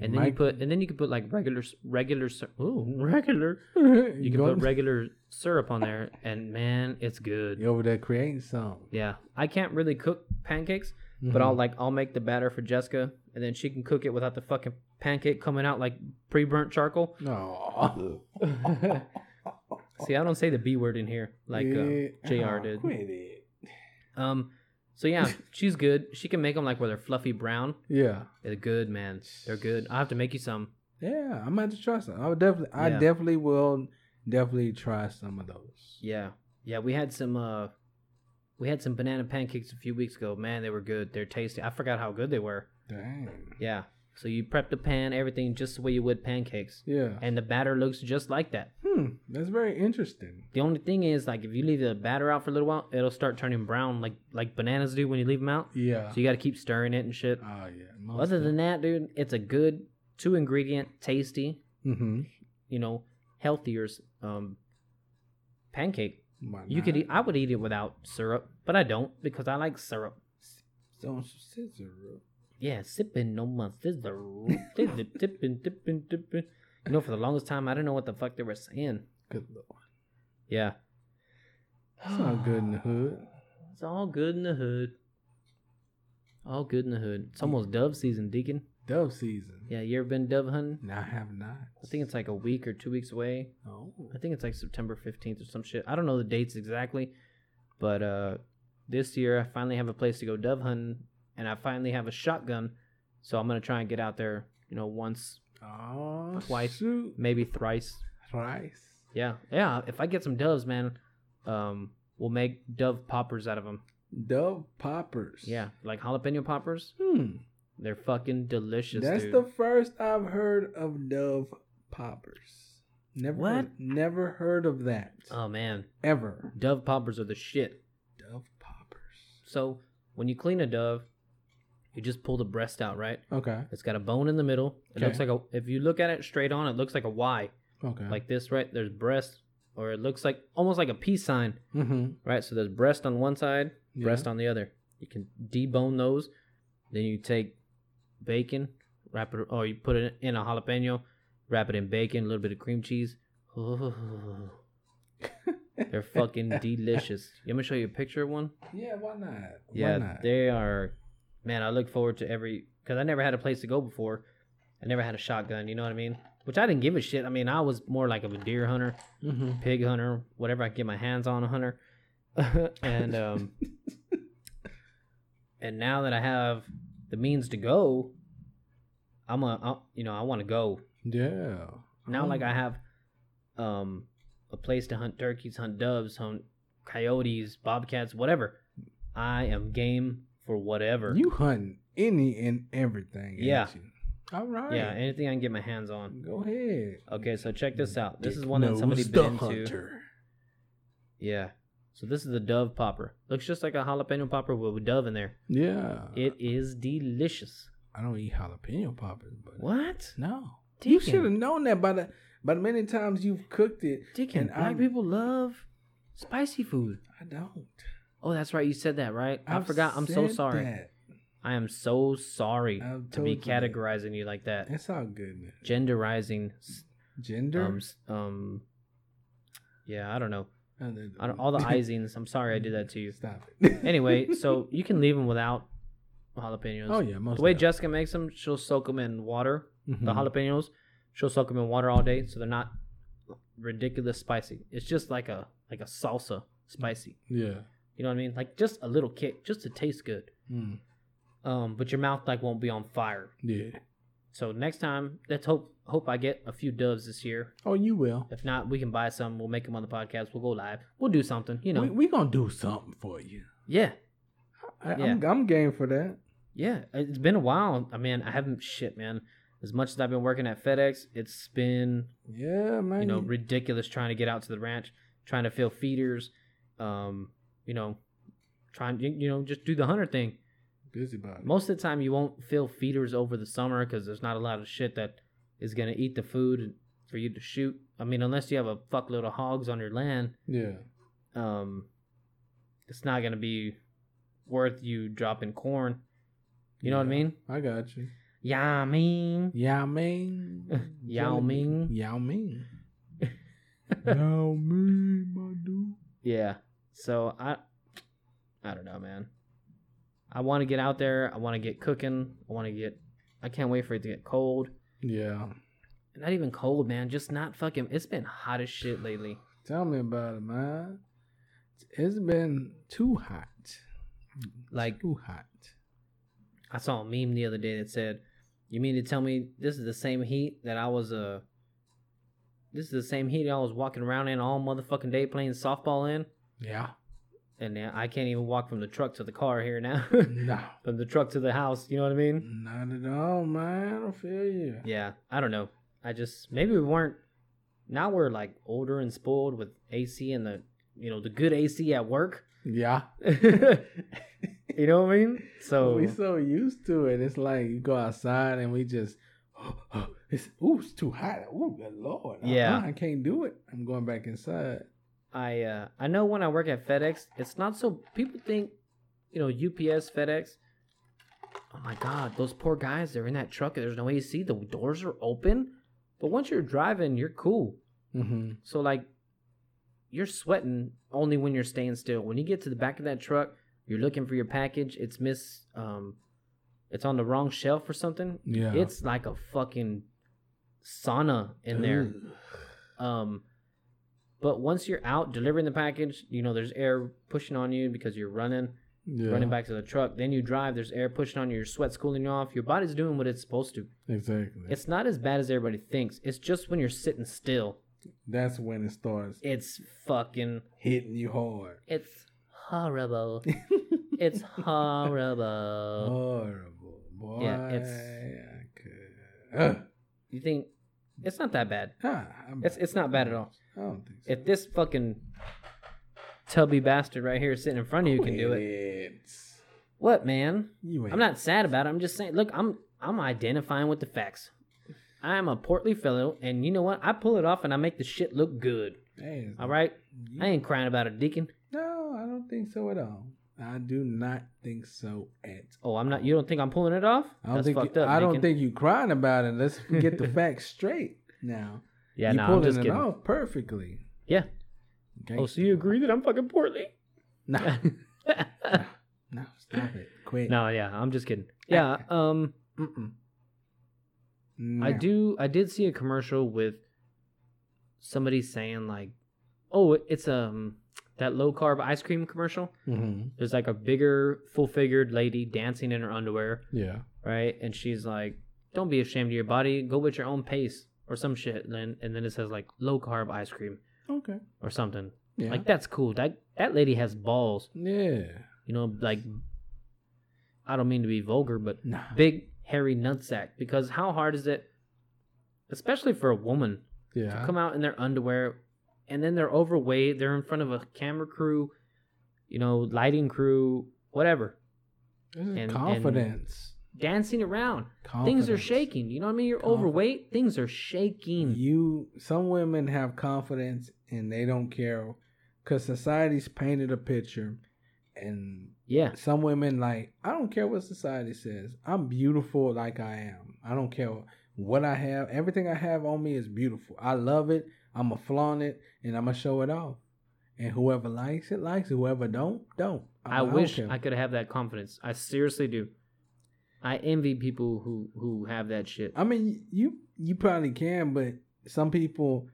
Speaker 2: And then
Speaker 3: Mike-
Speaker 2: you put, and then you can put like regular, s- regular, s- ooh, regular. You can
Speaker 3: go-
Speaker 2: put regular syrup on there, and man, it's good.
Speaker 3: You over there creating something.
Speaker 2: Yeah, I can't really cook pancakes, but
Speaker 3: Mm-hmm.
Speaker 2: I'll like I'll make the batter for Jessica, and then she can cook it without the fucking pancake coming out like pre-burnt charcoal.
Speaker 3: Mm-hmm. no.
Speaker 2: See, I don't say the b word in here like uh, Jr. did.
Speaker 3: Oh, Quit it.
Speaker 2: Um, so yeah, she's good. She can make them like where they're fluffy brown.
Speaker 3: Yeah.
Speaker 2: They're good, man. They're good. I will have to make you some.
Speaker 3: Yeah, I'm about to try some. I would definitely, I
Speaker 2: Yeah.
Speaker 3: definitely will, definitely try some of those.
Speaker 2: Yeah, yeah. We had some. uh we had some banana pancakes a few weeks ago. Man, they were good. They're tasty. I forgot how good they were.
Speaker 3: Dang.
Speaker 2: Yeah. So you prep the pan, everything just the way you would pancakes.
Speaker 3: Yeah.
Speaker 2: and the batter looks just like that.
Speaker 3: Hmm. That's very interesting.
Speaker 2: The only thing is, like, if you leave the batter out for a little while, it'll start turning brown, like like bananas do when you leave them out.
Speaker 3: Yeah.
Speaker 2: So you got to keep stirring it and shit.
Speaker 3: oh yeah.
Speaker 2: Other than that, dude, it's a good two ingredient, tasty,
Speaker 3: Mm-hmm.
Speaker 2: you know, healthier um, pancake. You could, eat, I would eat it without syrup, but I don't because I like syrup.
Speaker 3: So scissor.
Speaker 2: Yeah, sipping no more scissor, scissor, tipping, tipping, tipping. You know, for the longest time, I didn't know what the fuck they were saying.
Speaker 3: Good lord.
Speaker 2: Yeah,
Speaker 3: It's not good in the hood.
Speaker 2: It's all good in the hood. All good in the hood. It's almost dove season, Deacon.
Speaker 3: Dove season.
Speaker 2: Yeah, you ever been dove hunting?
Speaker 3: No, I have not.
Speaker 2: I think it's like a week or two weeks away.
Speaker 3: Oh.
Speaker 2: I think it's like September 15th or some shit. I don't know the dates exactly, but uh this year I finally have a place to go dove hunting and I finally have a shotgun, so I'm going to try and get out there, you know, once,
Speaker 3: Oh.
Speaker 2: Twice.
Speaker 3: Shoot.
Speaker 2: maybe thrice.
Speaker 3: Twice.
Speaker 2: Yeah. Yeah, if I get some doves, man, um we'll make dove poppers out of them.
Speaker 3: Dove poppers.
Speaker 2: Yeah, like jalapeno poppers.
Speaker 3: Hmm.
Speaker 2: They're fucking delicious,
Speaker 3: That's
Speaker 2: dude.
Speaker 3: the first I've heard of Dove poppers. Never.
Speaker 2: What?
Speaker 3: Heard, never heard of that.
Speaker 2: Oh man,
Speaker 3: ever.
Speaker 2: dove poppers are the shit.
Speaker 3: Dove poppers.
Speaker 2: So when you clean a dove, you just pull the breast out, right?
Speaker 3: Okay.
Speaker 2: It's got a bone in the middle. It looks
Speaker 3: Okay.
Speaker 2: like a. If you look at it straight on, it looks like a Y,
Speaker 3: Okay.
Speaker 2: like this, right? There's breast, or it looks like almost like a peace sign,
Speaker 3: mm-hmm.
Speaker 2: right? So there's breast on one side, breast on the other. You can debone those. Then you take bacon, wrap it, or you put it in a jalapeno, wrap it in bacon, a little bit of cream cheese. They're fucking delicious. You want me to show you a picture of one?
Speaker 3: Yeah. Why not?
Speaker 2: Yeah,
Speaker 3: Why not?
Speaker 2: they are. Man, I look forward to every because I never had a place to go before. I never had a shotgun. You know what I mean? Which I didn't give a shit. I mean, I was more like of a deer hunter,
Speaker 3: Mm-hmm.
Speaker 2: pig hunter, whatever I could get my hands on, a hunter. and um, and now that I have the means to go, I'm a I, you know I want to go
Speaker 3: Yeah.
Speaker 2: now. Like
Speaker 3: Oh.
Speaker 2: I have um a place to hunt turkeys, hunt doves, hunt coyotes, bobcats, whatever. I am game for whatever.
Speaker 3: Oh. You hunting any and everything. ain't
Speaker 2: Yeah.
Speaker 3: you? All right.
Speaker 2: yeah, anything I can get my hands on.
Speaker 3: Go ahead.
Speaker 2: Okay, so check this out. This is
Speaker 3: Dick
Speaker 2: one that
Speaker 3: knows
Speaker 2: somebody
Speaker 3: the
Speaker 2: bit into.
Speaker 3: hunter.
Speaker 2: Yeah. So this is the Dove Popper. Looks just like a jalapeno popper with Dove in there.
Speaker 3: Yeah.
Speaker 2: It is delicious.
Speaker 3: I don't eat jalapeno poppers, but
Speaker 2: What?
Speaker 3: No. You
Speaker 2: Deacon.
Speaker 3: should have known that by the by the many times you've cooked it.
Speaker 2: Deacon,
Speaker 3: And
Speaker 2: black
Speaker 3: I'm-
Speaker 2: people love spicy food.
Speaker 3: I don't.
Speaker 2: Oh, that's right. You said that, right? I
Speaker 3: I've
Speaker 2: forgot. I'm so
Speaker 3: said
Speaker 2: sorry.
Speaker 3: that.
Speaker 2: I am so sorry
Speaker 3: I've
Speaker 2: to be
Speaker 3: told you that.
Speaker 2: categorizing you like that.
Speaker 3: It's all good. man.
Speaker 2: Genderizing. s-
Speaker 3: Gender.
Speaker 2: Um, s- um, yeah, I don't know.
Speaker 3: Uh, the-
Speaker 2: I don't, all the isings. I'm sorry I did that to you.
Speaker 3: Stop it.
Speaker 2: Anyway, so you can leave them without jalapenos.
Speaker 3: oh yeah, most Mm-hmm.
Speaker 2: The way Jessica makes them, she'll soak them in water. The jalapenos, she'll soak them in water all day, so they're not ridiculous spicy. It's just like a like a salsa spicy.
Speaker 3: Yeah.
Speaker 2: You know what I mean? Like just a little kick, just to taste good.
Speaker 3: Mm.
Speaker 2: Um, but your mouth like won't be on fire.
Speaker 3: Yeah.
Speaker 2: So next time, let's hope hope I get a few doves this year.
Speaker 3: Oh, you will.
Speaker 2: If not, we can buy some. We'll make them on the podcast. We'll go live. We'll do something. You know?
Speaker 3: we, we gonna do something for you.
Speaker 2: yeah,
Speaker 3: I, I'm, I'm game for that.
Speaker 2: yeah. It's been a while. I mean, I haven't shit, man. As much as I've been working at FedEx, it's been
Speaker 3: Yeah, man.
Speaker 2: you know ridiculous trying to get out to the ranch, trying to fill feeders, um, you know, trying you, you know just do the hunter thing.
Speaker 3: busybody.
Speaker 2: Most of the time, you won't fill feeders over the summer because there's not a lot of shit that is gonna eat the food for you to shoot. I mean, unless you have a fuckload of hogs on your land,
Speaker 3: Yeah.
Speaker 2: um, it's not gonna be worth you dropping corn. You know what I
Speaker 3: Yeah.
Speaker 2: mean?
Speaker 3: I got you.
Speaker 2: Yeah, I mean.
Speaker 3: Yao Ming.
Speaker 2: Yao
Speaker 3: Jelly
Speaker 2: Ming.
Speaker 3: Yao Ming. Yao Ming, my dude.
Speaker 2: Yeah. So I I don't know, man. I want to get out there. I want to get cooking. I want to get I can't wait for it to get cold.
Speaker 3: Yeah.
Speaker 2: Not even cold, man. Just not fucking It's been hot as shit lately.
Speaker 3: Tell me about it, man. It's been too hot.
Speaker 2: Like
Speaker 3: Too hot.
Speaker 2: I saw a meme the other day that said, "You mean to tell me this is the same heat that I was uh this is the same heat I was walking around in all motherfucking day playing softball in?"
Speaker 3: Yeah.
Speaker 2: And now I can't even walk from the truck to the car here now.
Speaker 3: No.
Speaker 2: from the truck to the house, you know what I mean?
Speaker 3: Not at all, man. I feel you.
Speaker 2: Yeah, I don't know. I just maybe we weren't. Now we're like older and spoiled with AC and the you know the good AC at work.
Speaker 3: Yeah.
Speaker 2: you know what I mean? So
Speaker 3: We so used to it. It's like you go outside and we just, it's, ooh, it's too hot. Ooh, good lord. Uh-uh,
Speaker 2: Yeah.
Speaker 3: I can't do it. I'm going back inside.
Speaker 2: I uh, I know when I work at FedEx, it's not so. People think you know UPS, FedEx. Oh my God, those poor guys! They're in that truck. and There's no AC. The doors are open, but once you're driving, you're cool.
Speaker 3: Mm-hmm.
Speaker 2: So like you're sweating only when you're staying still. When you get to the back of that truck, you're looking for your package, it's miss um it's on the wrong shelf or something.
Speaker 3: Yeah.
Speaker 2: It's like a fucking sauna in there. Um but once you're out delivering the package, you know there's air pushing on you because you're running,
Speaker 3: Yeah.
Speaker 2: running back to the truck. Then you drive, there's air pushing on you, your sweat's cooling you off. Your body's doing what it's supposed to.
Speaker 3: Exactly.
Speaker 2: It's not as bad as everybody thinks. It's just when you're sitting still,
Speaker 3: That's when it starts
Speaker 2: it's fucking
Speaker 3: hitting you hard.
Speaker 2: It's horrible. it's horrible.
Speaker 3: Horrible, boy.
Speaker 2: Uh, yeah, it's-
Speaker 3: I could. Ugh.
Speaker 2: You think it's not that bad?
Speaker 3: Huh, I'm-
Speaker 2: It's it's not bad at all.
Speaker 3: I don't think so.
Speaker 2: If this fucking tubby bastard right here sitting in front of you can do it,
Speaker 3: It's-
Speaker 2: what man?
Speaker 3: You ain't.
Speaker 2: I'm not sad about it. I'm just saying. Look, I'm I'm identifying with the facts. I'm a portly fellow, and you know what? I pull it off, and I make the shit look good.
Speaker 3: Hey,
Speaker 2: All right,
Speaker 3: you-
Speaker 2: I ain't crying about it, Deacon.
Speaker 3: No, I don't think so at all. I do not think so at.
Speaker 2: Oh, I'm not. You don't think I'm pulling it off?
Speaker 3: I don't
Speaker 2: That's
Speaker 3: think.
Speaker 2: fucked
Speaker 3: you,
Speaker 2: up.
Speaker 3: I don't
Speaker 2: Deacon.
Speaker 3: think you crying about it. Let's get the facts straight now.
Speaker 2: Yeah,
Speaker 3: you
Speaker 2: no,
Speaker 3: pulling
Speaker 2: I'm just
Speaker 3: it
Speaker 2: kidding.
Speaker 3: off perfectly.
Speaker 2: Yeah.
Speaker 3: Okay.
Speaker 2: Oh, so you agree that I'm fucking portly?
Speaker 3: No, no, stop it. Quit.
Speaker 2: No, yeah, I'm just kidding. Yeah, um,
Speaker 3: Mm-mm.
Speaker 2: I
Speaker 3: No.
Speaker 2: do. I did see a commercial with somebody saying like, "Oh, it- it's um that low carb ice cream commercial."
Speaker 3: Mhm.
Speaker 2: There's like a bigger, full figured lady dancing in her underwear,
Speaker 3: Yeah.
Speaker 2: right? And she's like, "Don't be ashamed of your body. Go at your own pace." Or some shit, and then and then it says like low carb ice cream
Speaker 3: Okay.
Speaker 2: or something.
Speaker 3: Yeah.
Speaker 2: Like that's cool. That that lady has balls,
Speaker 3: yeah.
Speaker 2: you know. Like I don't mean to be vulgar, but
Speaker 3: Nah.
Speaker 2: big hairy nutsack. Because how hard is it, especially for a woman, to
Speaker 3: Yeah.
Speaker 2: come out in their underwear and then they're overweight, they're in front of a camera crew, you know, lighting crew, whatever,
Speaker 3: This is
Speaker 2: and-
Speaker 3: confidence.
Speaker 2: dancing around. Things are
Speaker 3: Confidence.
Speaker 2: shaking. You know what I mean? You're
Speaker 3: Confidence.
Speaker 2: overweight, things are shaking.
Speaker 3: You some women have confidence and they don't care because society's painted a picture and
Speaker 2: yeah.
Speaker 3: some women like I don't care what society says. I'm beautiful like I am. I don't care what I have. Everything I have on me is beautiful. I love it. I'm gonna flaunt it and I'm gonna show it off. And whoever likes it likes it. Whoever don't don't.
Speaker 2: I,
Speaker 3: don't
Speaker 2: wish
Speaker 3: care.
Speaker 2: I could have that confidence. I seriously do. I envy people who who have that shit.
Speaker 3: I mean, you you probably can, but some people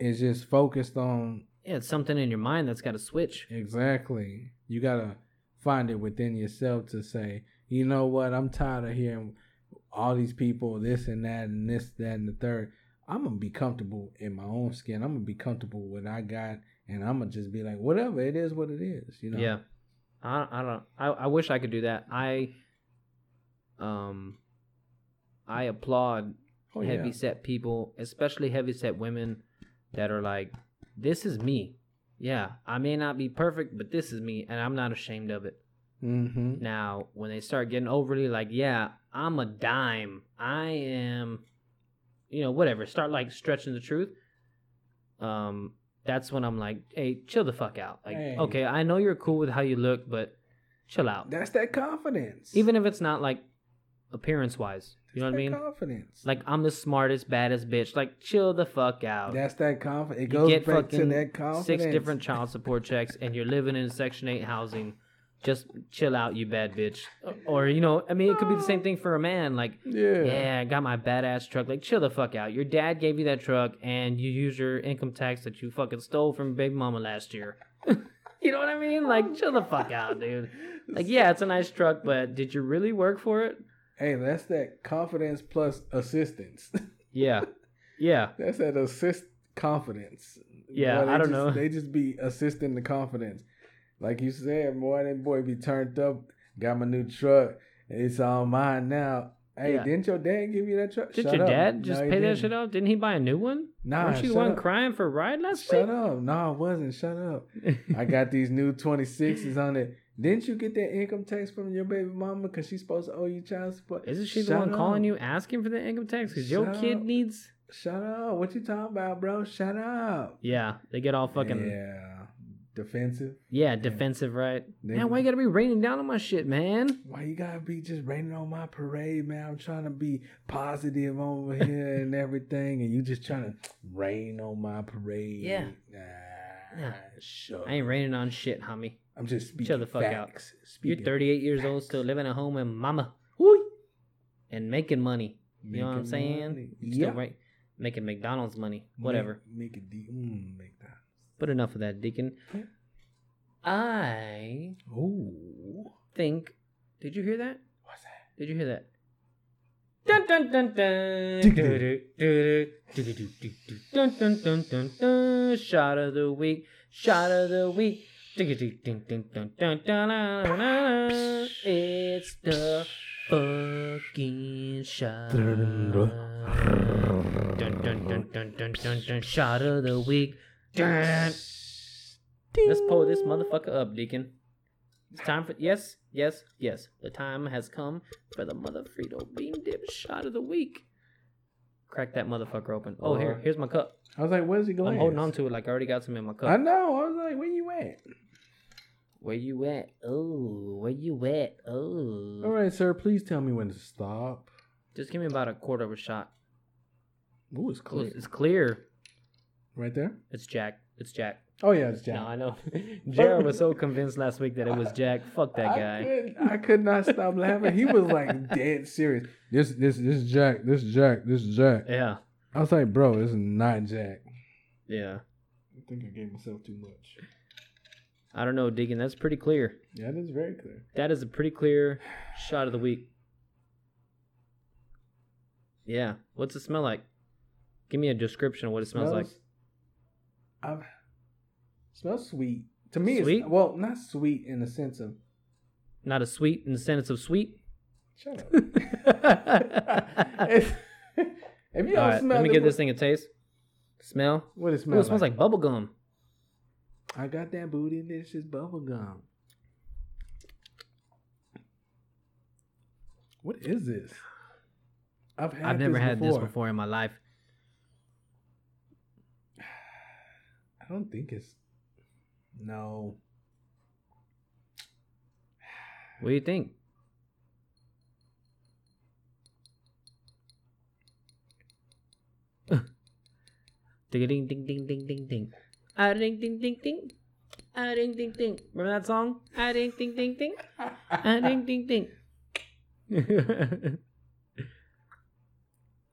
Speaker 3: is just focused on
Speaker 2: yeah, it's something in your mind that's got to switch.
Speaker 3: Exactly. You gotta find it within yourself to say, you know what, I'm tired of hearing all these people, this and that, and this, that, and the third. I'm gonna be comfortable in my own skin. I'm gonna be comfortable with what I got, and I'm gonna just be like, whatever, it is what it is. You know.
Speaker 2: Yeah, I I don't. I, I wish I could do that. I um I applaud
Speaker 3: Oh, yeah.
Speaker 2: heavy set people, especially heavy set women that are like, this is me. Yeah, I may not be perfect, but this is me, and I'm not ashamed of it.
Speaker 3: Mm-hmm.
Speaker 2: Now, when they start getting overly like, yeah, I'm a dime. I am, you know, whatever. Start like stretching the truth. Um, that's when I'm like, hey, chill the fuck out. Like,
Speaker 3: Hey.
Speaker 2: okay, I know you're cool with how you look, but chill out.
Speaker 3: That's that confidence.
Speaker 2: Even if it's not like appearance wise, you know
Speaker 3: That's
Speaker 2: what I mean?
Speaker 3: that Confidence.
Speaker 2: Like, I'm the smartest, baddest bitch. Like, chill the fuck out.
Speaker 3: That's that confidence. It
Speaker 2: You
Speaker 3: goes
Speaker 2: get
Speaker 3: back to
Speaker 2: fucking
Speaker 3: that confidence.
Speaker 2: Six different child support checks, and you're living in Section 8 housing. Just chill out, you bad bitch. Or, you know, I mean, it could be the same thing for a man. Like,
Speaker 3: Yeah.
Speaker 2: yeah, I got my badass truck. Like, chill the fuck out. Your dad gave you that truck, and you use your income tax that you fucking stole from Big Mama last year. you know what I mean? Like, chill the fuck out, dude. Like, yeah, it's a nice truck, but did you really work for it?
Speaker 3: Hey, that's that confidence plus assistance.
Speaker 2: Yeah. Yeah.
Speaker 3: That's that assist confidence.
Speaker 2: Yeah,
Speaker 3: they
Speaker 2: I don't
Speaker 3: just-
Speaker 2: know.
Speaker 3: They just be assisting the confidence. Like you said, boy, that boy be turned up. Got my new truck. It's all mine now. Hey,
Speaker 2: Yeah.
Speaker 3: didn't your dad give you that truck?
Speaker 2: Did
Speaker 3: Shut
Speaker 2: your
Speaker 3: up.
Speaker 2: dad
Speaker 3: No,
Speaker 2: just
Speaker 3: he
Speaker 2: pay that
Speaker 3: didn't.
Speaker 2: shit off? Didn't he buy a new one?
Speaker 3: Nah,
Speaker 2: Weren't you the
Speaker 3: shut
Speaker 2: one
Speaker 3: up.
Speaker 2: crying for a ride last
Speaker 3: Shut
Speaker 2: week?
Speaker 3: up. No, I wasn't. Shut up. I got these new 26s on it. Didn't you get that income tax from your baby mama because she's supposed to owe you child support?
Speaker 2: Isn't she the
Speaker 3: Shut
Speaker 2: one calling
Speaker 3: up.
Speaker 2: you asking for the income tax? Because your
Speaker 3: Shut
Speaker 2: kid
Speaker 3: up.
Speaker 2: needs.
Speaker 3: Shut up. What you talking about, bro? Shut up.
Speaker 2: Yeah, they get all fucking. Yeah,
Speaker 3: Yeah. Defensive.
Speaker 2: defensive, right?
Speaker 3: They-
Speaker 2: Man, why you gotta be raining down on my shit, man?
Speaker 3: Why you gotta be just raining on my parade, man? I'm trying to be positive over here and everything, and you just trying to rain on my parade.
Speaker 2: Yeah.
Speaker 3: Nah,
Speaker 2: Yeah.
Speaker 3: sure.
Speaker 2: I ain't raining on shit, homie.
Speaker 3: I'm just speaking
Speaker 2: Chill the fuck out.
Speaker 3: facts.
Speaker 2: You're
Speaker 3: Speaking
Speaker 2: 38 years old, still living at home and mama,
Speaker 3: Woo!
Speaker 2: and making money. You know what I'm
Speaker 3: Making
Speaker 2: saying?
Speaker 3: money.
Speaker 2: You're still
Speaker 3: Yeah.
Speaker 2: right, making McDonald's money, whatever.
Speaker 3: Make, make a deal. Mm, make that.
Speaker 2: But enough of that, Deacon.
Speaker 3: Yeah.
Speaker 2: I
Speaker 3: Ooh.
Speaker 2: think. Did you hear that?
Speaker 3: What's that?
Speaker 2: Did you hear that? Dun dun dun dun.
Speaker 3: Dig
Speaker 2: Doo-doo, doo-doo, doo-doo, doo-doo, Dun dun dun dun dun. Shot of the week. Shot of the week. Dig-a-doo, dun, dun, dun, dun, dun, dun, dun, dun. It's the fucking shot. Dun dun dun dun dun dun dun. Shot of the week. Dun. Let's pull this motherfucker up, Deacon. It's time for yes, yes, yes. The time has come for the mother Frito bean dip shot of the week. Crack that motherfucker open. Oh, here,
Speaker 3: Alright.
Speaker 2: here's my cup.
Speaker 3: I was like, where's he going?
Speaker 2: I'm holding on to it like I already got some in my cup.
Speaker 3: I know. I was like, where you at?
Speaker 2: Where you at? Oh, where you at? Oh.
Speaker 3: All right, sir. Please tell me when to stop.
Speaker 2: Just give me about a quarter of a shot.
Speaker 3: Ooh, it's
Speaker 2: Close.
Speaker 3: clear.
Speaker 2: It's clear.
Speaker 3: Right there.
Speaker 2: It's Jack. It's Jack.
Speaker 3: Oh yeah, it's Jack.
Speaker 2: No, I know. Jared was so convinced last week that it was Jack. Fuck that
Speaker 3: I
Speaker 2: guy.
Speaker 3: could, I could not stop laughing. He was like dead serious. This this this Jack. This Jack. This Jack.
Speaker 2: Yeah.
Speaker 3: I was like, bro, this is not Jack.
Speaker 2: Yeah.
Speaker 3: I think I gave myself too much.
Speaker 2: I don't know, Deacon. That's pretty clear.
Speaker 3: Yeah, that's very clear.
Speaker 2: That is a pretty clear shot of the week. Yeah. What's it smell like? Give me a description of what it smells like.
Speaker 3: I've, smells sweet to me.
Speaker 2: Sweet?
Speaker 3: It's, well, not sweet in the sense of
Speaker 2: Not a sweet in the sense of sweet.
Speaker 3: Shut up.
Speaker 2: All
Speaker 3: if you don't
Speaker 2: right,
Speaker 3: smell
Speaker 2: let me
Speaker 3: the-
Speaker 2: give this thing a taste. Smell.
Speaker 3: What it
Speaker 2: Ooh,
Speaker 3: smells
Speaker 2: it smells
Speaker 3: like?
Speaker 2: like bubble gum.
Speaker 3: I got that booty and this is bubble gum. What is this? I've had
Speaker 2: I've never
Speaker 3: this
Speaker 2: had
Speaker 3: before.
Speaker 2: this before in my life.
Speaker 3: I don't think it's. No.
Speaker 2: What do you think? ding ding ding ding ding ding ding. Ah ding ding ding ding. Ah ding ding ding. Remember that song? Ah ding ding ding ding. Ah ding ding ding.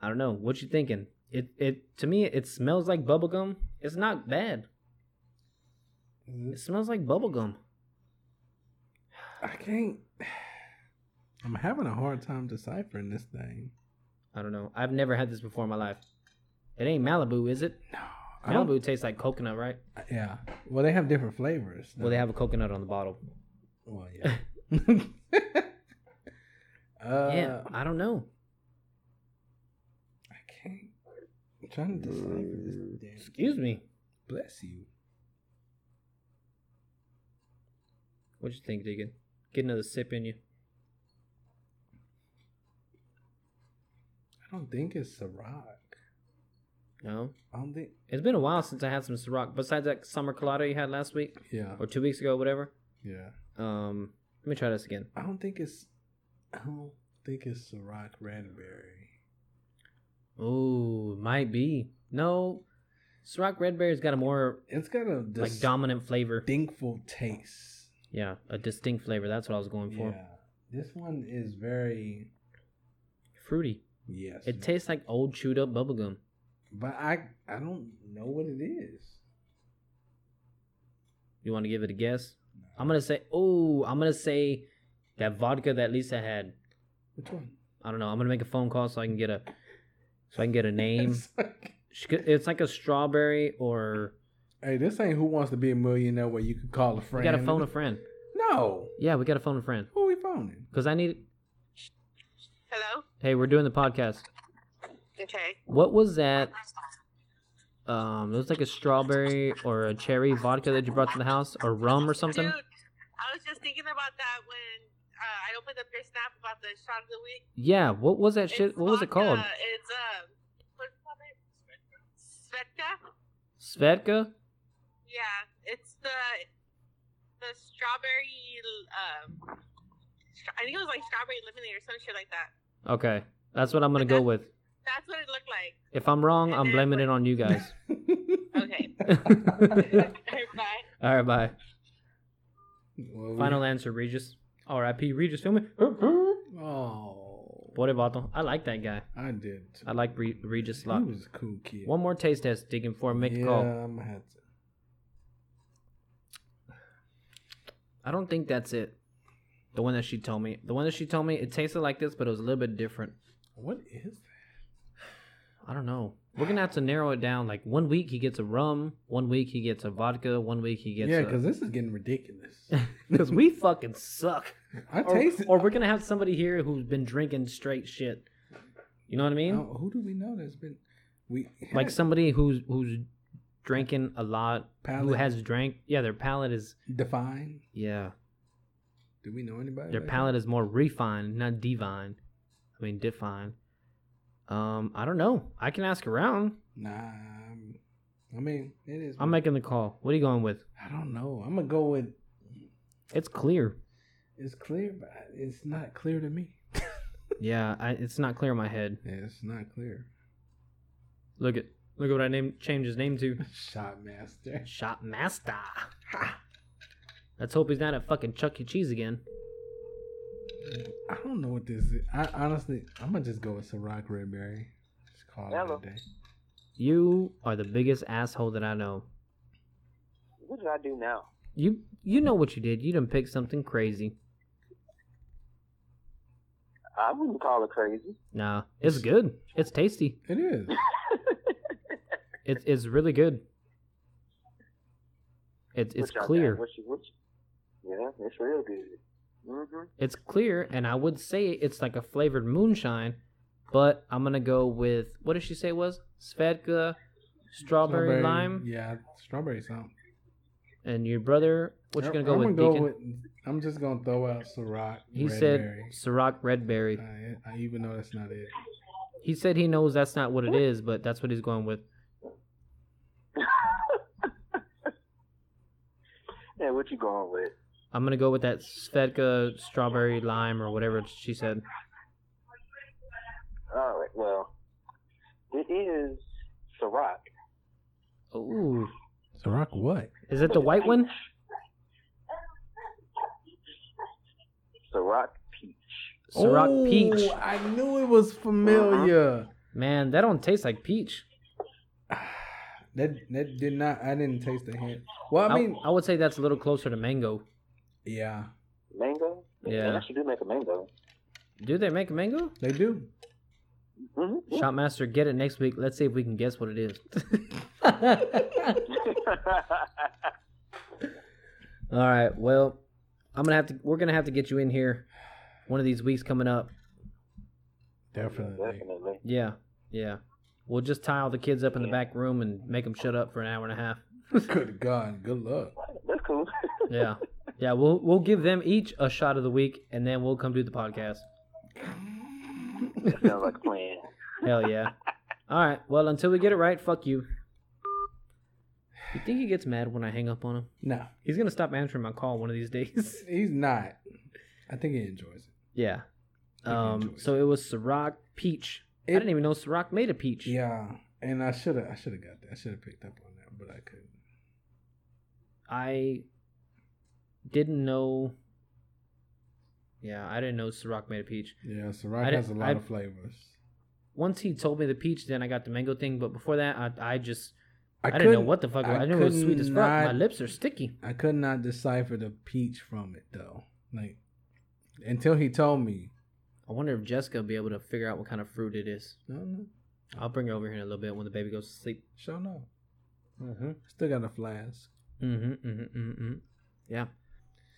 Speaker 2: I don't know. What you thinking? It it to me it smells like bubblegum. It's not bad. It smells like bubblegum.
Speaker 3: I can't. I'm having a hard time deciphering this thing.
Speaker 2: I don't know. I've never had this before in my life. It ain't Malibu, is it?
Speaker 3: No. I don't,
Speaker 2: Malibu tastes like coconut, right?
Speaker 3: yeah. Well, they have different flavors.
Speaker 2: Well, they have a coconut on the bottle.
Speaker 3: Well, yeah. uh,
Speaker 2: yeah, I don't know.
Speaker 3: I can't. I'm trying to decipher this damn.
Speaker 2: Mm, Excuse me.
Speaker 3: Bless you.
Speaker 2: What you think, Deacon? Get another sip in you.
Speaker 3: I don't think it's Ciroc.
Speaker 2: No,
Speaker 3: I don't think.
Speaker 2: it's been a while since I had some Ciroc. Besides that summer colada you had last week
Speaker 3: Yeah.
Speaker 2: or two weeks ago, whatever.
Speaker 3: Yeah.
Speaker 2: Um, let me try this again.
Speaker 3: I don't think it's. I don't think it's Ciroc Redberry.
Speaker 2: Ooh, might be. No, Ciroc Red Berry's got a more
Speaker 3: It's got a
Speaker 2: like dominant flavor.
Speaker 3: distinctful taste.
Speaker 2: Yeah, a distinct flavor. That's what I was going for.
Speaker 3: Yeah. This one is very.
Speaker 2: Fruity.
Speaker 3: Yes.
Speaker 2: It tastes like old chewed up bubblegum.
Speaker 3: but I I don't know what it is.
Speaker 2: You want to give it a guess? I'm gonna say, oh, I'm gonna say that vodka that Lisa had.
Speaker 3: Which one?
Speaker 2: I don't know. I'm gonna make a phone call so I can get a, so I can get a name. She could- It's like a strawberry or
Speaker 3: hey, this ain't who wants to be a millionaire where you could call a
Speaker 2: we
Speaker 3: friend.
Speaker 2: gotta phone a friend.
Speaker 3: No.
Speaker 2: Yeah, we gotta phone a friend
Speaker 3: Who we phoning?
Speaker 2: because I need.
Speaker 5: Hello?
Speaker 2: Hey, we're doing the podcast.
Speaker 5: Okay.
Speaker 2: What was that? Um, it was like a strawberry or a cherry vodka that you brought to the house, or rum or something.
Speaker 5: Dude, I was just thinking about that when uh, I opened up your snap about the shot of the week.
Speaker 2: Yeah, what was that shit?
Speaker 5: It's
Speaker 2: What was it
Speaker 5: vodka.
Speaker 2: called?
Speaker 5: It's, um, what's it called? Svetka?
Speaker 2: Svetka.
Speaker 5: Yeah, it's the the strawberry, um, stra- I think it was like strawberry lemonade or some shit like that.
Speaker 2: Okay, that's what I'm gonna go with.
Speaker 5: That's what it looked like.
Speaker 2: If I'm wrong, I'm blaming it on you guys.
Speaker 5: Okay.
Speaker 2: All
Speaker 5: Bye.
Speaker 2: right, bye.
Speaker 3: Well, we-
Speaker 2: Final answer, Regis. R.I.P. Regis Philbin.
Speaker 3: Oh,
Speaker 2: Pobre vato. I like that guy.
Speaker 3: I did. Too.
Speaker 2: I like Re- Regis a lot.
Speaker 3: He was a cool kid.
Speaker 2: One more taste test, digging for make
Speaker 3: yeah,
Speaker 2: a call.
Speaker 3: I'm gonna have to.
Speaker 2: I don't think that's it. The one that she told me. The one that she told me, it tasted like this, but it was a little bit different.
Speaker 3: What is that?
Speaker 2: I don't know. We're gonna have to narrow it down. Like one week he gets a rum, one week he gets a vodka, one week he gets
Speaker 3: yeah,
Speaker 2: a-
Speaker 3: because this is getting ridiculous.
Speaker 2: because we fucking suck.
Speaker 3: I
Speaker 2: Or,
Speaker 3: tasted.
Speaker 2: or we're gonna have somebody here who's been drinking straight shit. You know what I mean?
Speaker 3: Oh, who do we know that's been? We
Speaker 2: like
Speaker 3: had
Speaker 2: somebody who's who's drinking a lot who
Speaker 3: palate
Speaker 2: has drank yeah their palate is
Speaker 3: defined.
Speaker 2: yeah
Speaker 3: Do we know anybody?
Speaker 2: their
Speaker 3: like that?
Speaker 2: palate is more refined not divine i mean defined um i don't know i can ask around
Speaker 3: Nah. I'm- I mean, it is.
Speaker 2: i'm making the call what are you going with
Speaker 3: I don't know. I'm gonna go with.
Speaker 2: it's clear
Speaker 3: It's clear, but it's not clear to me.
Speaker 2: yeah I, it's not clear in my head
Speaker 3: Yeah, it's not clear.
Speaker 2: look at look at what i named changed his name to
Speaker 3: Shot master.
Speaker 2: shop master let's hope he's not at fucking chuck e cheese again
Speaker 3: I don't know what this is. I honestly, I'm gonna just go with Ciroc Redberry. Just call
Speaker 6: Hello.
Speaker 3: it a day.
Speaker 2: you are the biggest asshole that i know
Speaker 6: What did I do now?
Speaker 2: you you know what you did you done picked something crazy
Speaker 6: I wouldn't call it crazy.
Speaker 2: Nah, it's good. It's tasty.
Speaker 3: It is.
Speaker 2: It's it's really good. It's it's
Speaker 6: What y'all got?
Speaker 2: clear.
Speaker 6: What you, what you, yeah, it's real good. Mm-hmm.
Speaker 2: It's clear, and I would say it's like a flavored moonshine, but I'm gonna go with what did she say it was Svedka, strawberry, lime,
Speaker 3: Yeah, strawberry something.
Speaker 2: and your brother. What you
Speaker 3: I'm-
Speaker 2: gonna go with,
Speaker 3: I'm gonna
Speaker 2: Deacon?
Speaker 3: with- I'm just gonna throw out Ciroc.
Speaker 2: he
Speaker 3: Red
Speaker 2: said
Speaker 3: Berry.
Speaker 2: Ciroc Red Berry.
Speaker 3: I, I even know that's not it.
Speaker 2: He said he knows that's not what it is, but that's what he's going with.
Speaker 6: Yeah, what you going with?
Speaker 2: I'm gonna go with that Svedka strawberry lime or whatever she said.
Speaker 6: All right, well, it is Ciroc.
Speaker 2: Ooh,
Speaker 3: Ciroc what?
Speaker 2: is it the white one?
Speaker 6: Ciroc Peach.
Speaker 2: Ciroc
Speaker 3: Oh,
Speaker 2: peach. Uh-huh.
Speaker 3: I knew it was familiar.
Speaker 2: Man, that don't taste like peach.
Speaker 3: that that did not. I didn't taste the hint. Well, I
Speaker 2: I,
Speaker 3: mean,
Speaker 2: I would say that's a little closer to mango.
Speaker 3: yeah,
Speaker 6: Mango?
Speaker 2: Yeah.
Speaker 6: Unless you do make a mango.
Speaker 2: Do they make mango?
Speaker 3: they do.
Speaker 6: hmm
Speaker 2: Mm-hmm. Shopmaster, get it next week. Let's see if we can guess what it is. All right. Well, I'm gonna have to. We're gonna have to get you in here one of these weeks coming up.
Speaker 3: Definitely.
Speaker 6: Definitely.
Speaker 2: Yeah, yeah. We'll just tie all the kids up in the back room and make them shut up for an hour and a half.
Speaker 3: Good God. Good luck.
Speaker 6: That's cool.
Speaker 2: Yeah, yeah. We'll we'll give them each a shot of the week, and then we'll come do the podcast.
Speaker 6: that sounds like a plan.
Speaker 2: Hell yeah. All right. Well, until we get it right, fuck you. You think he gets mad when I hang up on him?
Speaker 3: No,
Speaker 2: He's gonna stop answering my call one of these days.
Speaker 3: he's not. I think he enjoys
Speaker 2: Yeah.
Speaker 3: Think he
Speaker 2: Um.
Speaker 3: enjoys
Speaker 2: So it was Ciroc peach.
Speaker 3: It-
Speaker 2: I didn't even know Ciroc made a peach.
Speaker 3: it. Yeah, and I should have. I should have got that. I should have picked up on that, but I couldn't.
Speaker 2: I didn't know. Yeah, I didn't know Ciroc made a peach.
Speaker 3: Yeah,
Speaker 2: I
Speaker 3: Ciroc
Speaker 2: di-
Speaker 3: has a lot
Speaker 2: I-
Speaker 3: of flavors.
Speaker 2: Once he told me the peach, then I got the mango thing. But before that, I I just I, didn't know
Speaker 3: couldn't-
Speaker 2: what the fuck.
Speaker 3: I
Speaker 2: I, knew it was
Speaker 3: could
Speaker 2: sweet as fuck. My
Speaker 3: not-
Speaker 2: lips are sticky.
Speaker 3: I could not decipher the peach from it though. Like until he told me.
Speaker 2: I wonder if Jessica will be able to figure out what kind of fruit it is.
Speaker 3: No, no,
Speaker 2: I'll bring her over here in a little bit when the baby goes to sleep.
Speaker 3: sure no.
Speaker 2: Mm-hmm.
Speaker 3: Still got a flask.
Speaker 2: Mm-hmm. Mm-hmm. Mm-hmm. Yeah,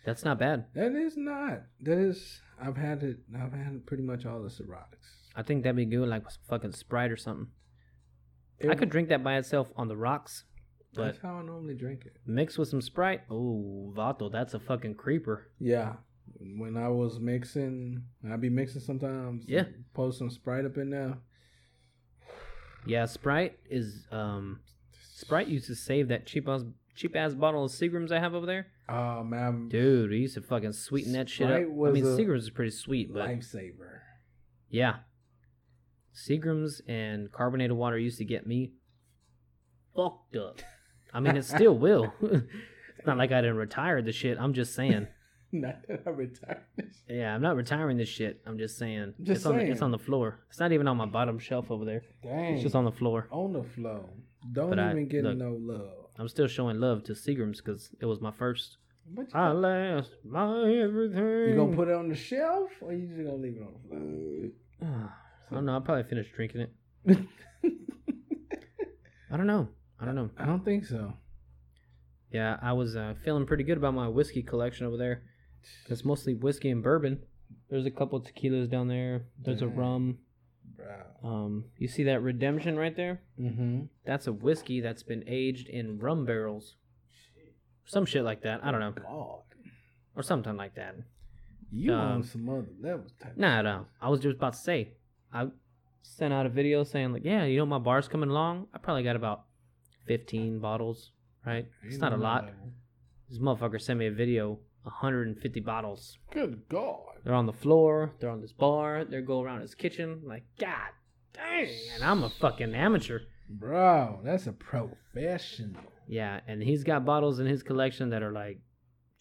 Speaker 2: that's not bad.
Speaker 3: That is not. That is. I've had it. I've had pretty much all the Cirocs.
Speaker 2: I think that'd be good, like with fucking Sprite or something. I
Speaker 3: It-
Speaker 2: could drink that by itself on the rocks, but
Speaker 3: That's how I normally drink it.
Speaker 2: mixed with some Sprite, oh, Vato, that's a fucking creeper.
Speaker 3: Yeah. When I was mixing, I'd be mixing sometimes.
Speaker 2: Yeah.
Speaker 3: Post some Sprite up in there.
Speaker 2: Yeah, Sprite is um, Sprite used to save that cheap ass cheap ass bottle of Seagrams I have over there.
Speaker 3: Oh man,
Speaker 2: Dude, he used to fucking sweeten that shit up.
Speaker 3: Sprite
Speaker 2: I
Speaker 3: was
Speaker 2: mean,
Speaker 3: a
Speaker 2: Seagrams is pretty sweet, but
Speaker 3: lifesaver.
Speaker 2: yeah, Seagrams and carbonated water used to get me fucked up. I mean, it still will. it's not like I didn't retire the shit. I'm just saying.
Speaker 3: Not that I retired.
Speaker 2: Yeah, I'm not retiring this shit. I'm just saying.
Speaker 3: Just
Speaker 2: it's on the, it's
Speaker 3: saying.
Speaker 2: on the floor. It's not even on my bottom shelf over there.
Speaker 3: Dang.
Speaker 2: It's just on the floor.
Speaker 3: on the flow. Don't
Speaker 2: But I-
Speaker 3: even get
Speaker 2: look.
Speaker 3: no love.
Speaker 2: I'm still showing love to Seagrams because it was my first.
Speaker 3: But you,
Speaker 2: I last my everything.
Speaker 3: you gonna put it on the shelf or you just gonna leave it on the floor?
Speaker 2: I don't know. I'll probably finish drinking it. I don't know. I don't know.
Speaker 3: I don't think so.
Speaker 2: Yeah, I was uh, feeling pretty good about my whiskey collection over there. It's mostly whiskey and bourbon. There's a couple tequilas down there. There's a
Speaker 3: Dang.
Speaker 2: rum.
Speaker 3: Bro.
Speaker 2: Um, you see that redemption right there?
Speaker 3: Mm-hmm.
Speaker 2: That's a whiskey that's been aged in rum barrels. Some shit like that. I don't know.
Speaker 3: God.
Speaker 2: Or something like that.
Speaker 3: You
Speaker 2: Um,
Speaker 3: on some other level type.
Speaker 2: Nah, no. I was just about to say. I sent out a video saying, like, yeah, you know, my bar's coming along. I probably got about 15 bottles, right? It's
Speaker 3: Ain't
Speaker 2: not a
Speaker 3: on that
Speaker 2: lot.
Speaker 3: level.
Speaker 2: This motherfucker sent me a video 150 bottles.
Speaker 3: Good God.
Speaker 2: They're on the floor, they're on this bar, they're going around his kitchen. Like, God dang. And I'm a fucking amateur.
Speaker 3: Bro, that's a professional.
Speaker 2: Yeah, and he's got bottles in his collection that are like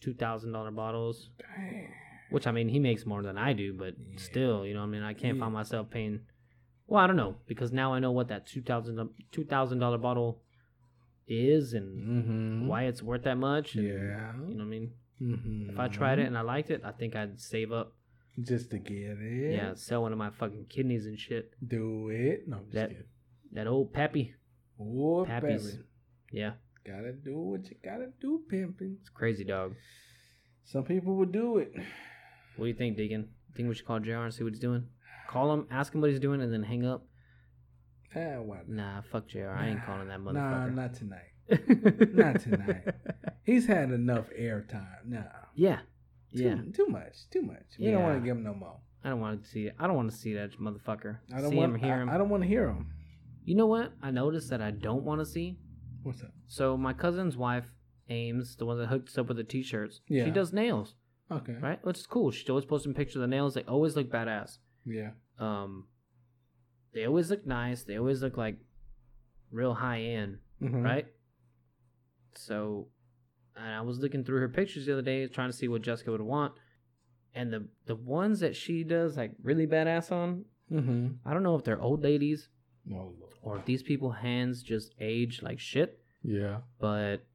Speaker 2: $2,000 bottles.
Speaker 3: Damn.
Speaker 2: Which I mean, he makes more than I do, but
Speaker 3: Yeah.
Speaker 2: still, you know, what I mean, I can't
Speaker 3: Yeah.
Speaker 2: find myself paying. Well, I don't know because now I know what that two thousand two thousand dollar bottle is and
Speaker 3: Mm-hmm.
Speaker 2: why it's worth that much. and,
Speaker 3: Yeah.
Speaker 2: you know, what I mean,
Speaker 3: Mm-hmm.
Speaker 2: if I tried it and I liked it, I think I'd save up.
Speaker 3: just to get
Speaker 2: Yeah,
Speaker 3: it.
Speaker 2: sell one of my fucking kidneys and shit.
Speaker 3: Do it. No, I'm just
Speaker 2: That-
Speaker 3: kidding.
Speaker 2: That old pappy.
Speaker 3: Whoop
Speaker 2: Pappy's.
Speaker 3: it.
Speaker 2: Yeah,
Speaker 3: Gotta do what you gotta do, pimping.
Speaker 2: it's crazy, dog.
Speaker 3: Some people would do it.
Speaker 2: What do you think, Deacon? Think we should call JR and see what he's doing? Call him, ask him what he's doing, and then hang up?
Speaker 3: Ah, what?
Speaker 2: Nah, fuck JR. I ain't calling that
Speaker 3: Nah,
Speaker 2: motherfucker.
Speaker 3: not tonight. not tonight. He's had enough airtime. Nah.
Speaker 2: Yeah.
Speaker 3: Too,
Speaker 2: Yeah.
Speaker 3: Too much. Too much. We don't want
Speaker 2: Yeah.
Speaker 3: to give him no more.
Speaker 2: I don't want to see it. I don't want to see that motherfucker.
Speaker 3: I don't
Speaker 2: see
Speaker 3: want.
Speaker 2: him, hear
Speaker 3: I-
Speaker 2: him.
Speaker 3: I, don't want to hear him.
Speaker 2: you know what? I noticed that I don't want to see.
Speaker 3: What's up?
Speaker 2: So my cousin's wife, Ames, the one that hooked us up with the t-shirts,
Speaker 3: Yeah.
Speaker 2: she does nails,
Speaker 3: Okay.
Speaker 2: right? Which is cool. She's always posting pictures of the nails. They always look badass.
Speaker 3: Yeah.
Speaker 2: Um, they always look nice. They always look like real high end.
Speaker 3: Mhm.
Speaker 2: right? So, and I was looking through her pictures the other day, trying to see what Jessica would want, and the the ones that she does like really badass on,
Speaker 3: Mm-hmm.
Speaker 2: I don't know if they're old ladies
Speaker 3: Oh, Lord.
Speaker 2: or if these people hands just age like shit,
Speaker 3: Yeah.
Speaker 2: but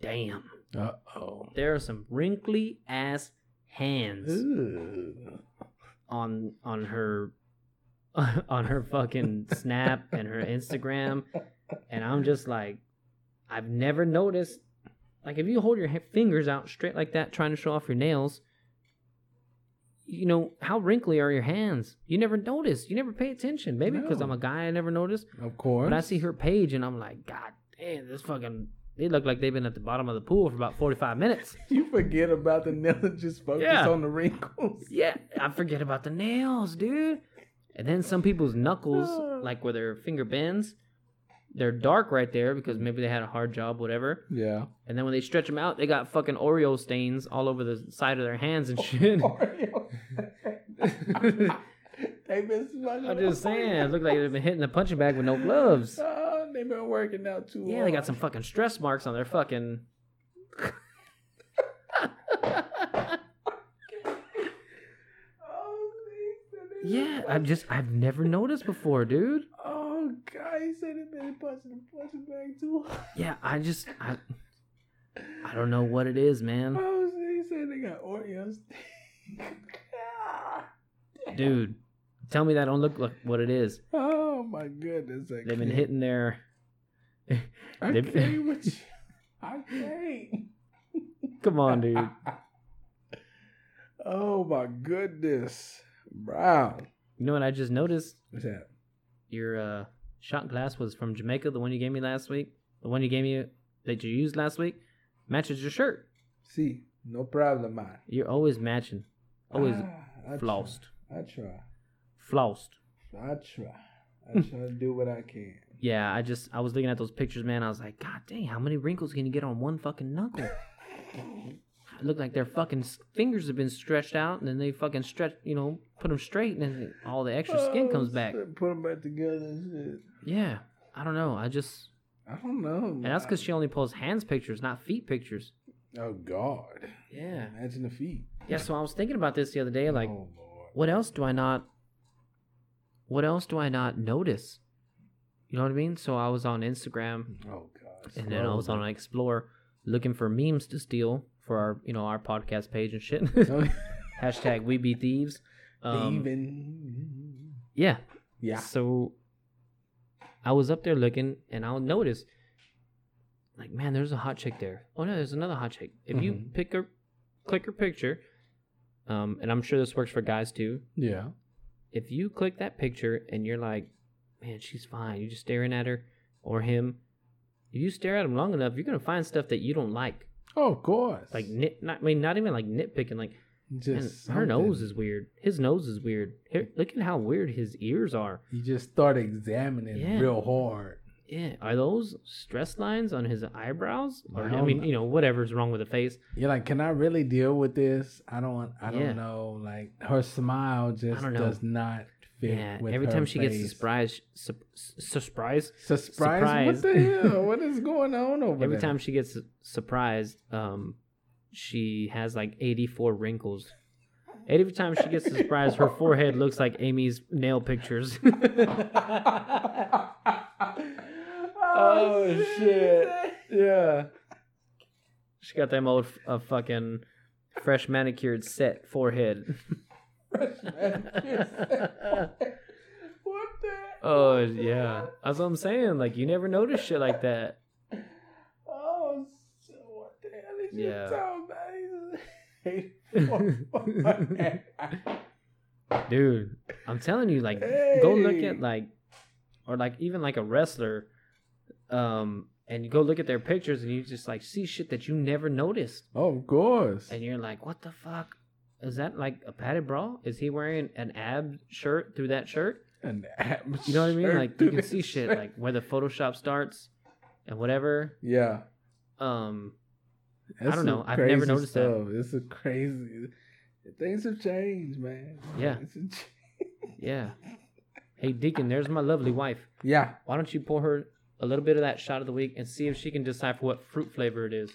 Speaker 2: damn,
Speaker 3: Uh oh.
Speaker 2: there are some wrinkly ass hands on on her on her fucking snap and her instagram and i'm just like i've never noticed like if you hold your he- fingers out straight like that trying to show off your nails you know how wrinkly are your hands you never notice you never pay attention maybe because
Speaker 3: No.
Speaker 2: i'm a guy i never notice
Speaker 3: Of course.
Speaker 2: but i see her page and i'm like god damn this fucking they look like they've been at the bottom of the pool for about 45 minutes
Speaker 3: You forget about the nail and just focus
Speaker 2: Yeah.
Speaker 3: on the wrinkles.
Speaker 2: Yeah, I forget about the nails, dude. And then some people's knuckles, like where their finger bends, they're dark right there because maybe they had a hard job, whatever.
Speaker 3: Yeah.
Speaker 2: And then when they stretch them out, they got fucking Oreo stains all over the side of their hands and shit.
Speaker 3: Oreo. they been smuggling
Speaker 2: I'm just
Speaker 3: Oreo.
Speaker 2: saying, it looked like they've been hitting the punching bag with no gloves.
Speaker 3: Oh, they been working out too
Speaker 2: Yeah, they got
Speaker 3: hard.
Speaker 2: some fucking stress marks on their fucking.
Speaker 3: Oh, they said they
Speaker 2: Yeah,
Speaker 3: been
Speaker 2: I've just I've never noticed before, dude.
Speaker 3: punch- Oh, God, he said they been punching the punching bag too hard.
Speaker 2: Yeah, I just I, I don't know what it is, man.
Speaker 3: Oh, he said they got Oreos.
Speaker 2: dude tell me that don't look like what it is
Speaker 3: oh, my goodness. I
Speaker 2: they've been
Speaker 3: can't.
Speaker 2: hitting their
Speaker 3: I
Speaker 2: they've-
Speaker 3: can't with you. I can't.
Speaker 2: come on dude
Speaker 3: Oh my goodness, Brown.
Speaker 2: you know what i just noticed
Speaker 3: What's that?
Speaker 2: your uh shot glass was from jamaica the one you gave me last week the one you gave me that you used last week matches your shirt
Speaker 3: See, no problem, man.
Speaker 2: you're always matching always
Speaker 3: Ah, I
Speaker 2: flossed
Speaker 3: Try. I try.
Speaker 2: flossed
Speaker 3: I try. I try to do what I can.
Speaker 2: yeah i just i was looking at those pictures man i was like god dang how many wrinkles can you get on one fucking knuckle it looked like their fucking s- fingers have been stretched out and then they fucking stretch you know put them straight and then all the extra skin
Speaker 3: Oh,
Speaker 2: comes back
Speaker 3: shit, Put them back together and shit.
Speaker 2: Yeah, I don't know. I just
Speaker 3: I don't know.
Speaker 2: and that's because she only posts hands pictures, not feet pictures.
Speaker 3: Oh God.
Speaker 2: Yeah.
Speaker 3: Imagine the feet.
Speaker 2: Yeah. So I was thinking about this the other day. Like,
Speaker 3: oh Lord.
Speaker 2: what else do I not? What else do I not notice? You know what I mean? So I was on Instagram
Speaker 3: Oh God.
Speaker 2: and then I was on Explore looking for memes to steal for our you know our podcast page and shit. Hashtag we be thieves. Um,
Speaker 3: Even.
Speaker 2: yeah.
Speaker 3: Yeah.
Speaker 2: So I was up there looking and I'll notice like man, there's a hot chick there. Oh no, there's another hot chick. If you
Speaker 3: Mhm.
Speaker 2: pick her click her picture, um, and I'm sure this works for guys too.
Speaker 3: Yeah.
Speaker 2: If you click that picture and you're like, Man, she's fine, you're just staring at her or him, if you stare at him long enough, you're gonna find stuff that you don't like.
Speaker 3: Oh, of course.
Speaker 2: Like nit not I mean not even like nitpicking, like man,
Speaker 3: just
Speaker 2: her nose
Speaker 3: something.
Speaker 2: is weird. His nose is weird. Here, look at how weird his ears are.
Speaker 3: You just start examining
Speaker 2: Yeah.
Speaker 3: real hard.
Speaker 2: Yeah, are those stress lines on his eyebrows? Or I
Speaker 3: Well,
Speaker 2: mean, you know, whatever's wrong with the face.
Speaker 3: You're like, can I really deal with this? I don't. I don't
Speaker 2: Yeah.
Speaker 3: know. Like her smile just
Speaker 2: don't know.
Speaker 3: does not fit.
Speaker 2: Yeah,
Speaker 3: with
Speaker 2: every
Speaker 3: her
Speaker 2: time she gets
Speaker 3: face.
Speaker 2: surprised, su- su- surprised.
Speaker 3: surprise,
Speaker 2: surprised.
Speaker 3: what the hell? What is going on over
Speaker 2: Every
Speaker 3: there?
Speaker 2: time she gets surprised, um, she has like eighty-four wrinkles. Every time she gets surprised, her forehead looks like Amy's nail pictures.
Speaker 3: oh shit! Yeah.
Speaker 2: she got them old, uh, fucking fresh manicured set forehead.
Speaker 3: what the?
Speaker 2: Oh yeah, that's what I'm saying. Like you never notice shit like that.
Speaker 3: Oh, shit, what the hell is
Speaker 2: Yeah.
Speaker 3: you talking about?
Speaker 2: dude i'm telling you like go look
Speaker 3: Hey.
Speaker 2: at like or like even like a wrestler um and you go look at their pictures and you just like see shit that you never noticed
Speaker 3: of course.
Speaker 2: and you're like what the fuck is that like a padded bra is he wearing an ab shirt through that shirt
Speaker 3: And
Speaker 2: you know what i mean like you can see shit like where the photoshop starts and whatever
Speaker 3: yeah.
Speaker 2: um
Speaker 3: That's
Speaker 2: don't
Speaker 3: some
Speaker 2: know. I've never
Speaker 3: crazy
Speaker 2: noticed that.
Speaker 3: stuff. It's a crazy. Things have changed, man.
Speaker 2: Yeah.
Speaker 3: Things have changed.
Speaker 2: yeah hey deacon there's my lovely wife
Speaker 3: Yeah.
Speaker 2: why don't you pour her a little bit of that shot of the week and see if she can decipher what fruit flavor it is.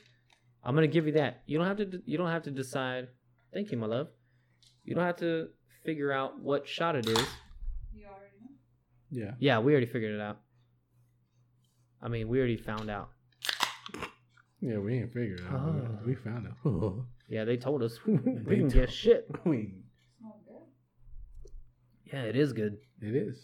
Speaker 2: I'm gonna give you that. You don't have to. You don't have to decide. Thank you, my love. You don't have to figure out what shot it is.
Speaker 4: You already know.
Speaker 3: Yeah.
Speaker 2: Yeah, we already figured it out. I mean, we already found out.
Speaker 3: Yeah. We ain't figured it out.
Speaker 2: Oh.
Speaker 3: We found it.
Speaker 2: Yeah, they told us we
Speaker 3: They
Speaker 2: didn't
Speaker 3: told-
Speaker 2: get shit.
Speaker 3: we.
Speaker 4: Smell good.
Speaker 2: Yeah, it is good.
Speaker 3: It is.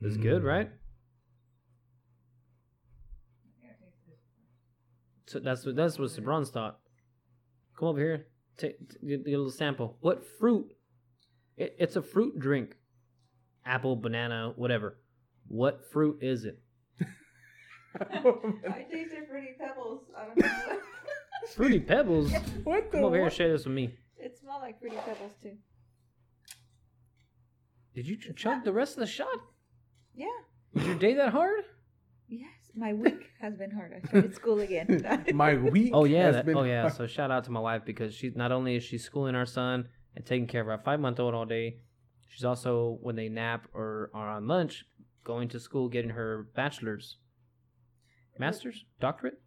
Speaker 2: It's good,
Speaker 3: Mm.
Speaker 2: right?
Speaker 3: Hmm.
Speaker 4: I gotta take this.
Speaker 2: So that's what that's what Sabron's thought. Come over here, take, take get a little sample. What fruit? It, it's a fruit drink. Apple, banana, whatever. What fruit is it?
Speaker 4: I tasted pretty pebbles. I don't know. what-
Speaker 2: Fruity Pebbles.
Speaker 3: what the?
Speaker 2: Come over here and
Speaker 3: What?
Speaker 2: share this with me.
Speaker 4: it smelled like pretty pebbles too.
Speaker 2: Did you chug the rest of the shot?
Speaker 4: Yeah.
Speaker 2: Was your day that hard?
Speaker 4: Yes. My week has been hard. I started school again.
Speaker 3: My week.
Speaker 2: Oh yeah,
Speaker 3: has
Speaker 2: that,
Speaker 3: been
Speaker 2: oh yeah.
Speaker 3: hard.
Speaker 2: So shout out to my wife because she's not only is she schooling our son and taking care of our five month old all day, she's also when they nap or are on lunch, going to school getting her bachelor's, master's, doctorate.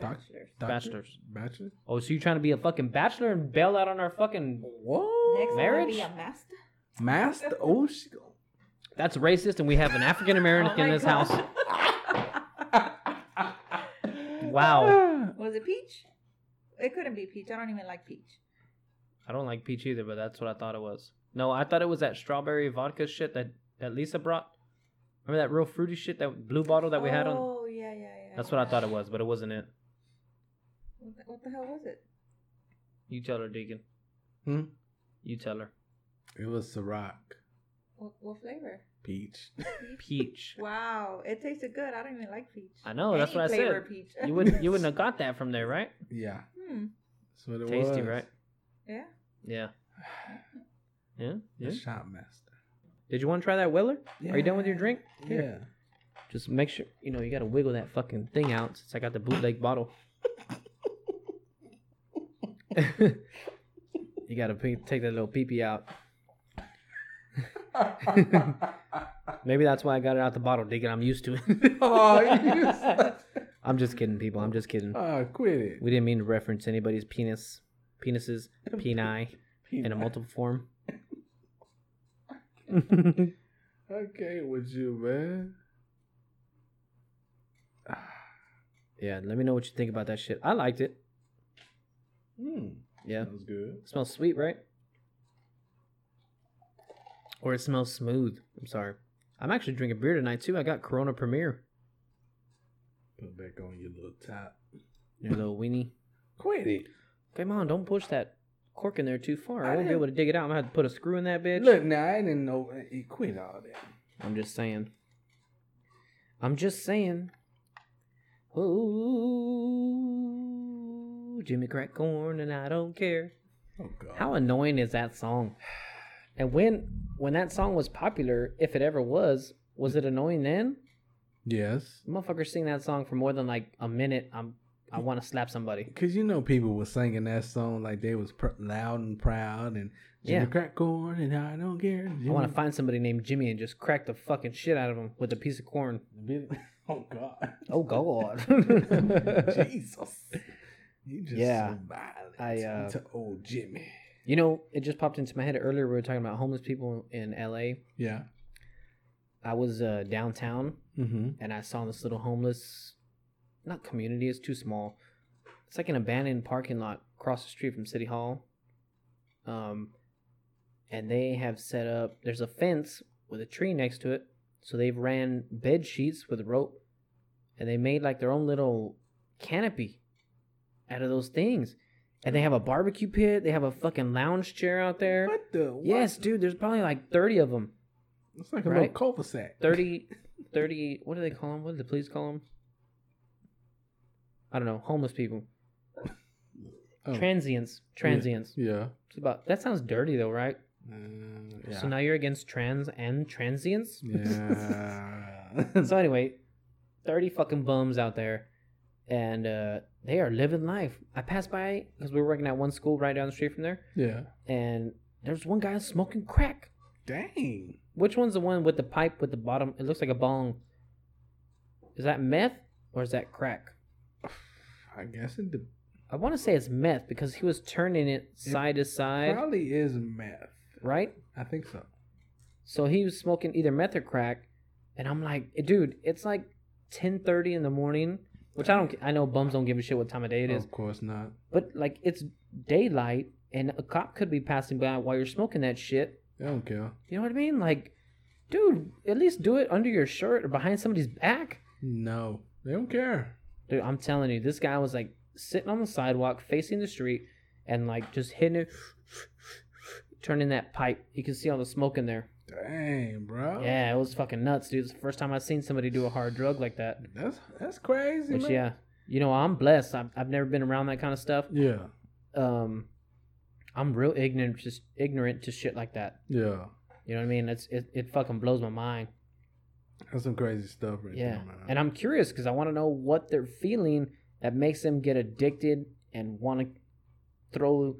Speaker 4: Bachelor's.
Speaker 3: Doctor?
Speaker 2: Bachelor's.
Speaker 3: Bachelor.
Speaker 2: Oh, so you trying to be a fucking bachelor and bail out on our fucking?
Speaker 3: Whoa.
Speaker 4: Next
Speaker 2: Marriage?
Speaker 4: Marriage? will be a master.
Speaker 3: Master. Oh, she.
Speaker 2: That's racist, and we have an African
Speaker 4: Oh
Speaker 2: American
Speaker 4: my
Speaker 2: in this
Speaker 4: gosh.
Speaker 2: house. Wow,
Speaker 4: Was it peach? It couldn't be peach. I don't even like peach.
Speaker 2: I don't like peach either, but that's what I thought it was. No, I thought it was that strawberry vodka shit that that Lisa brought. Remember that real fruity shit, that blue bottle that we had on.
Speaker 4: Oh yeah, yeah, yeah.
Speaker 2: That's what I thought it was, but it wasn't it.
Speaker 4: What the- What the hell was it?
Speaker 2: You tell her, Deacon.
Speaker 3: Hmm?
Speaker 2: You tell her.
Speaker 3: It was Ciroc.
Speaker 4: What, what flavor?
Speaker 3: Peach.
Speaker 2: Peach.
Speaker 4: Wow, it tasted good. I don't even like peach.
Speaker 2: I know. That's
Speaker 4: Any
Speaker 2: what I
Speaker 4: flavor
Speaker 2: said.
Speaker 4: Peach.
Speaker 2: You wouldn't. You wouldn't have got that from there, right?
Speaker 3: Yeah.
Speaker 4: hmm.
Speaker 3: That's what it was.
Speaker 2: Tasty, right?
Speaker 4: Yeah.
Speaker 2: Yeah. Yeah. Yeah.
Speaker 3: The shop master.
Speaker 2: Did you want to try that Weller? Are you done with your drink?
Speaker 3: Yeah.
Speaker 2: Just make sure you know you gotta wiggle that fucking thing out since I got the bootleg bottle. you gotta pe- take that little pee pee out. Maybe that's why I got it out the bottle, Deacon. I'm used to it.
Speaker 3: oh, you suck.
Speaker 2: I'm just kidding, people. I'm just kidding.
Speaker 3: Oh, quit it.
Speaker 2: We didn't mean to reference anybody's penis, penises, peni in a multiple form.
Speaker 3: Okay with you, man.
Speaker 2: yeah, let me know what you think about that shit. I liked it.
Speaker 3: Hmm.
Speaker 2: Yeah,
Speaker 3: That was good.
Speaker 2: It smells sweet, right? Or it smells smooth. I'm sorry. I'm actually drinking beer tonight too. I got Corona Premier.
Speaker 3: Put back on your little top.
Speaker 2: Your little weenie.
Speaker 3: Quit it.
Speaker 2: Come on, don't push that cork in there too far. I,
Speaker 3: I
Speaker 2: won't be
Speaker 3: didn't-
Speaker 2: able to dig it out. I'm gonna have to put a screw in that bitch.
Speaker 3: Look, now I didn't know he quit all that.
Speaker 2: I'm just saying. I'm just saying. Ooh, Jimmy crack corn and I don't care.
Speaker 3: Oh God.
Speaker 2: How annoying is that song? And when when that song was popular, if it ever was, was it annoying then?
Speaker 3: yes.
Speaker 2: Motherfucker sing that song for more than like a minute. I'm I want to slap somebody.
Speaker 3: Cause you know people were singing that song like they was pr- loud and proud and Jimmy
Speaker 2: Yeah.
Speaker 3: crack corn and I don't care.
Speaker 2: I want to find somebody named Jimmy and just crack the fucking shit out of him with a piece of corn.
Speaker 3: Oh God.
Speaker 2: Oh god.
Speaker 3: Jesus. You just
Speaker 2: Yeah.
Speaker 3: so violent
Speaker 2: I, uh,
Speaker 3: to old Jimmy.
Speaker 2: you know, it just popped into my head earlier. We were talking about homeless people in LA.
Speaker 3: Yeah.
Speaker 2: I was uh, downtown
Speaker 3: Mm-hmm.
Speaker 2: and I saw this little homeless, not community, it's too small. It's like an abandoned parking lot across the street from City Hall. Um, and they have set up, there's a fence with a tree next to it. So they've ran bed sheets with rope and they made like their own little canopy out of those things. And they have a barbecue pit. They have a fucking lounge chair out there.
Speaker 3: What the? What?
Speaker 2: Yes, dude. There's probably like thirty of them.
Speaker 3: It's like a
Speaker 2: right.
Speaker 3: little cul-de-sac.
Speaker 2: 30, 30 What do they call them? What do the police call them? I don't know. Homeless people.
Speaker 3: Oh.
Speaker 2: Transients. Transients.
Speaker 3: Yeah.
Speaker 2: It's about. That sounds dirty though, right?
Speaker 3: Uh, yeah.
Speaker 2: So now you're against trans and transients.
Speaker 3: yeah.
Speaker 2: so anyway, thirty fucking bums out there, and uh, they are living life. I passed by because we were working at one school right down the street from there,
Speaker 3: yeah.
Speaker 2: and there's one guy smoking crack.
Speaker 3: Dang.
Speaker 2: Which one's the one with the pipe with the bottom? It looks like a bong. Is that meth or is that crack?
Speaker 3: I guess it de-
Speaker 2: I want to say it's meth because he was turning it side to side,
Speaker 3: probably is meth.
Speaker 2: right?
Speaker 3: I think so.
Speaker 2: So he was smoking either meth or crack, and I'm like, dude, it's like 10:30 in the morning, which I don't. I know bums don't give a shit what time of day it is,
Speaker 3: Oh, Of course not.
Speaker 2: but like it's daylight, and a cop could be passing by while you're smoking that shit.
Speaker 3: They don't care.
Speaker 2: You know what I mean? Like, dude, at least do it under your shirt or behind somebody's back.
Speaker 3: No, they don't care.
Speaker 2: Dude, I'm telling you, this guy was like sitting on the sidewalk, facing the street, and like just hitting it, turning that pipe. You can see all the smoke in there.
Speaker 3: Dang, bro.
Speaker 2: Yeah, it was fucking nuts, dude. It's the first time I've seen somebody do a hard drug like that.
Speaker 3: That's that's crazy,
Speaker 2: Which,
Speaker 3: man.
Speaker 2: yeah, you know, I'm blessed. I've, I've never been around that kind of stuff.
Speaker 3: Yeah.
Speaker 2: Um, I'm real ignorant, just ignorant to shit like that.
Speaker 3: Yeah.
Speaker 2: You know what I mean? It's it, it fucking blows my mind.
Speaker 3: That's some crazy stuff right
Speaker 2: Yeah,
Speaker 3: there, man.
Speaker 2: and I'm curious because I want to know what they're feeling that makes them get addicted and want to throw,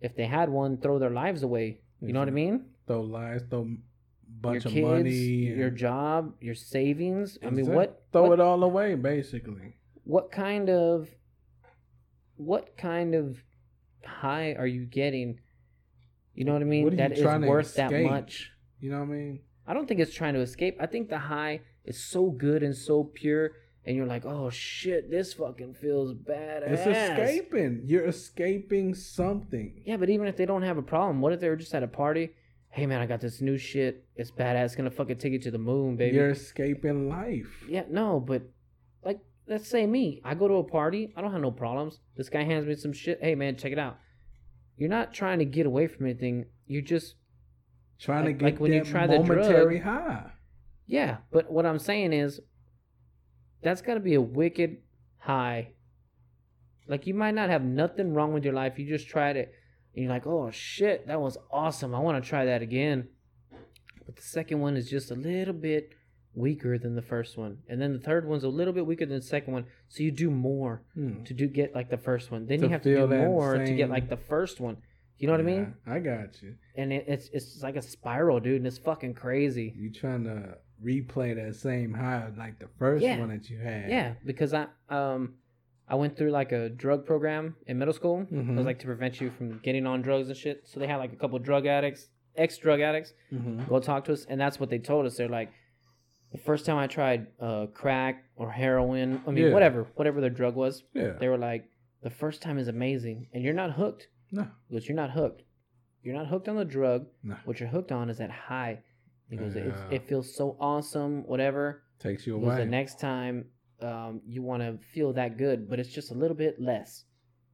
Speaker 2: if they had one, throw their lives away. You know what I mean?
Speaker 3: throw lies, throw bunch
Speaker 2: your
Speaker 3: of
Speaker 2: kids,
Speaker 3: money,
Speaker 2: your
Speaker 3: and-
Speaker 2: job, your savings. I mean,
Speaker 3: Exact-
Speaker 2: what
Speaker 3: Throw
Speaker 2: what,
Speaker 3: it all away, basically.
Speaker 2: what kind of what kind of high are you getting you know what i mean
Speaker 3: What are you
Speaker 2: that is
Speaker 3: trying to
Speaker 2: worth that
Speaker 3: escape?
Speaker 2: much
Speaker 3: You know what I mean?
Speaker 2: i don't think it's trying to escape i think the high is so good and so pure and you're like oh shit this fucking feels bad
Speaker 3: It's escaping. You're escaping something.
Speaker 2: yeah but even if they don't have a problem what if they were just at a party hey man i got this new shit it's badass it's gonna fucking take you to the moon baby
Speaker 3: You're escaping life.
Speaker 2: Yeah, no, but like, let's say me, I go to a party, I don't have no problems. This guy hands me some shit. Hey, man, check it out. You're not trying to get away from anything. You're just,
Speaker 3: Trying
Speaker 2: Like-
Speaker 3: to
Speaker 2: like
Speaker 3: get
Speaker 2: when you
Speaker 3: that
Speaker 2: try the
Speaker 3: momentary high.
Speaker 2: yeah. But what I'm saying is, that's got to be a wicked high. Like, you might not have nothing wrong with your life. You just tried it, and you're like, oh shit, that was awesome. I want to try that again. But the second one is just a little bit weaker than the first one. And then the third one's a little bit weaker than the second one. So you do more.
Speaker 3: Hmm.
Speaker 2: to do get like the first one. Then
Speaker 3: To
Speaker 2: you have to do
Speaker 3: feel that
Speaker 2: more to get
Speaker 3: same-
Speaker 2: like the first one. You know what I mean?
Speaker 3: Yeah, I got you.
Speaker 2: And it, it's it's just like a spiral, dude, and it's fucking crazy.
Speaker 3: You trying to replay that same high like the first
Speaker 2: Yeah.
Speaker 3: one that you had.
Speaker 2: Yeah, because I um I went through like a drug program in middle school. It
Speaker 3: Mhm.
Speaker 2: was like to prevent you from getting on drugs and shit. So they had like a couple drug addicts, ex drug addicts,
Speaker 3: Mhm.
Speaker 2: go talk to us, and that's what they told us. They're like, the first time I tried uh, crack or heroin, I mean
Speaker 3: Yeah.
Speaker 2: whatever, whatever their drug was,
Speaker 3: Yeah.
Speaker 2: they were like, the first time is amazing, and you're not hooked.
Speaker 3: No.
Speaker 2: Because you're not hooked. You're not hooked on the drug.
Speaker 3: No.
Speaker 2: What you're hooked on is that high. He goes, "It's-
Speaker 3: Yeah.
Speaker 2: it feels so awesome, whatever.
Speaker 3: Takes you
Speaker 2: He goes,
Speaker 3: away.
Speaker 2: the next time um, you want to feel that good, but it's just a little bit less.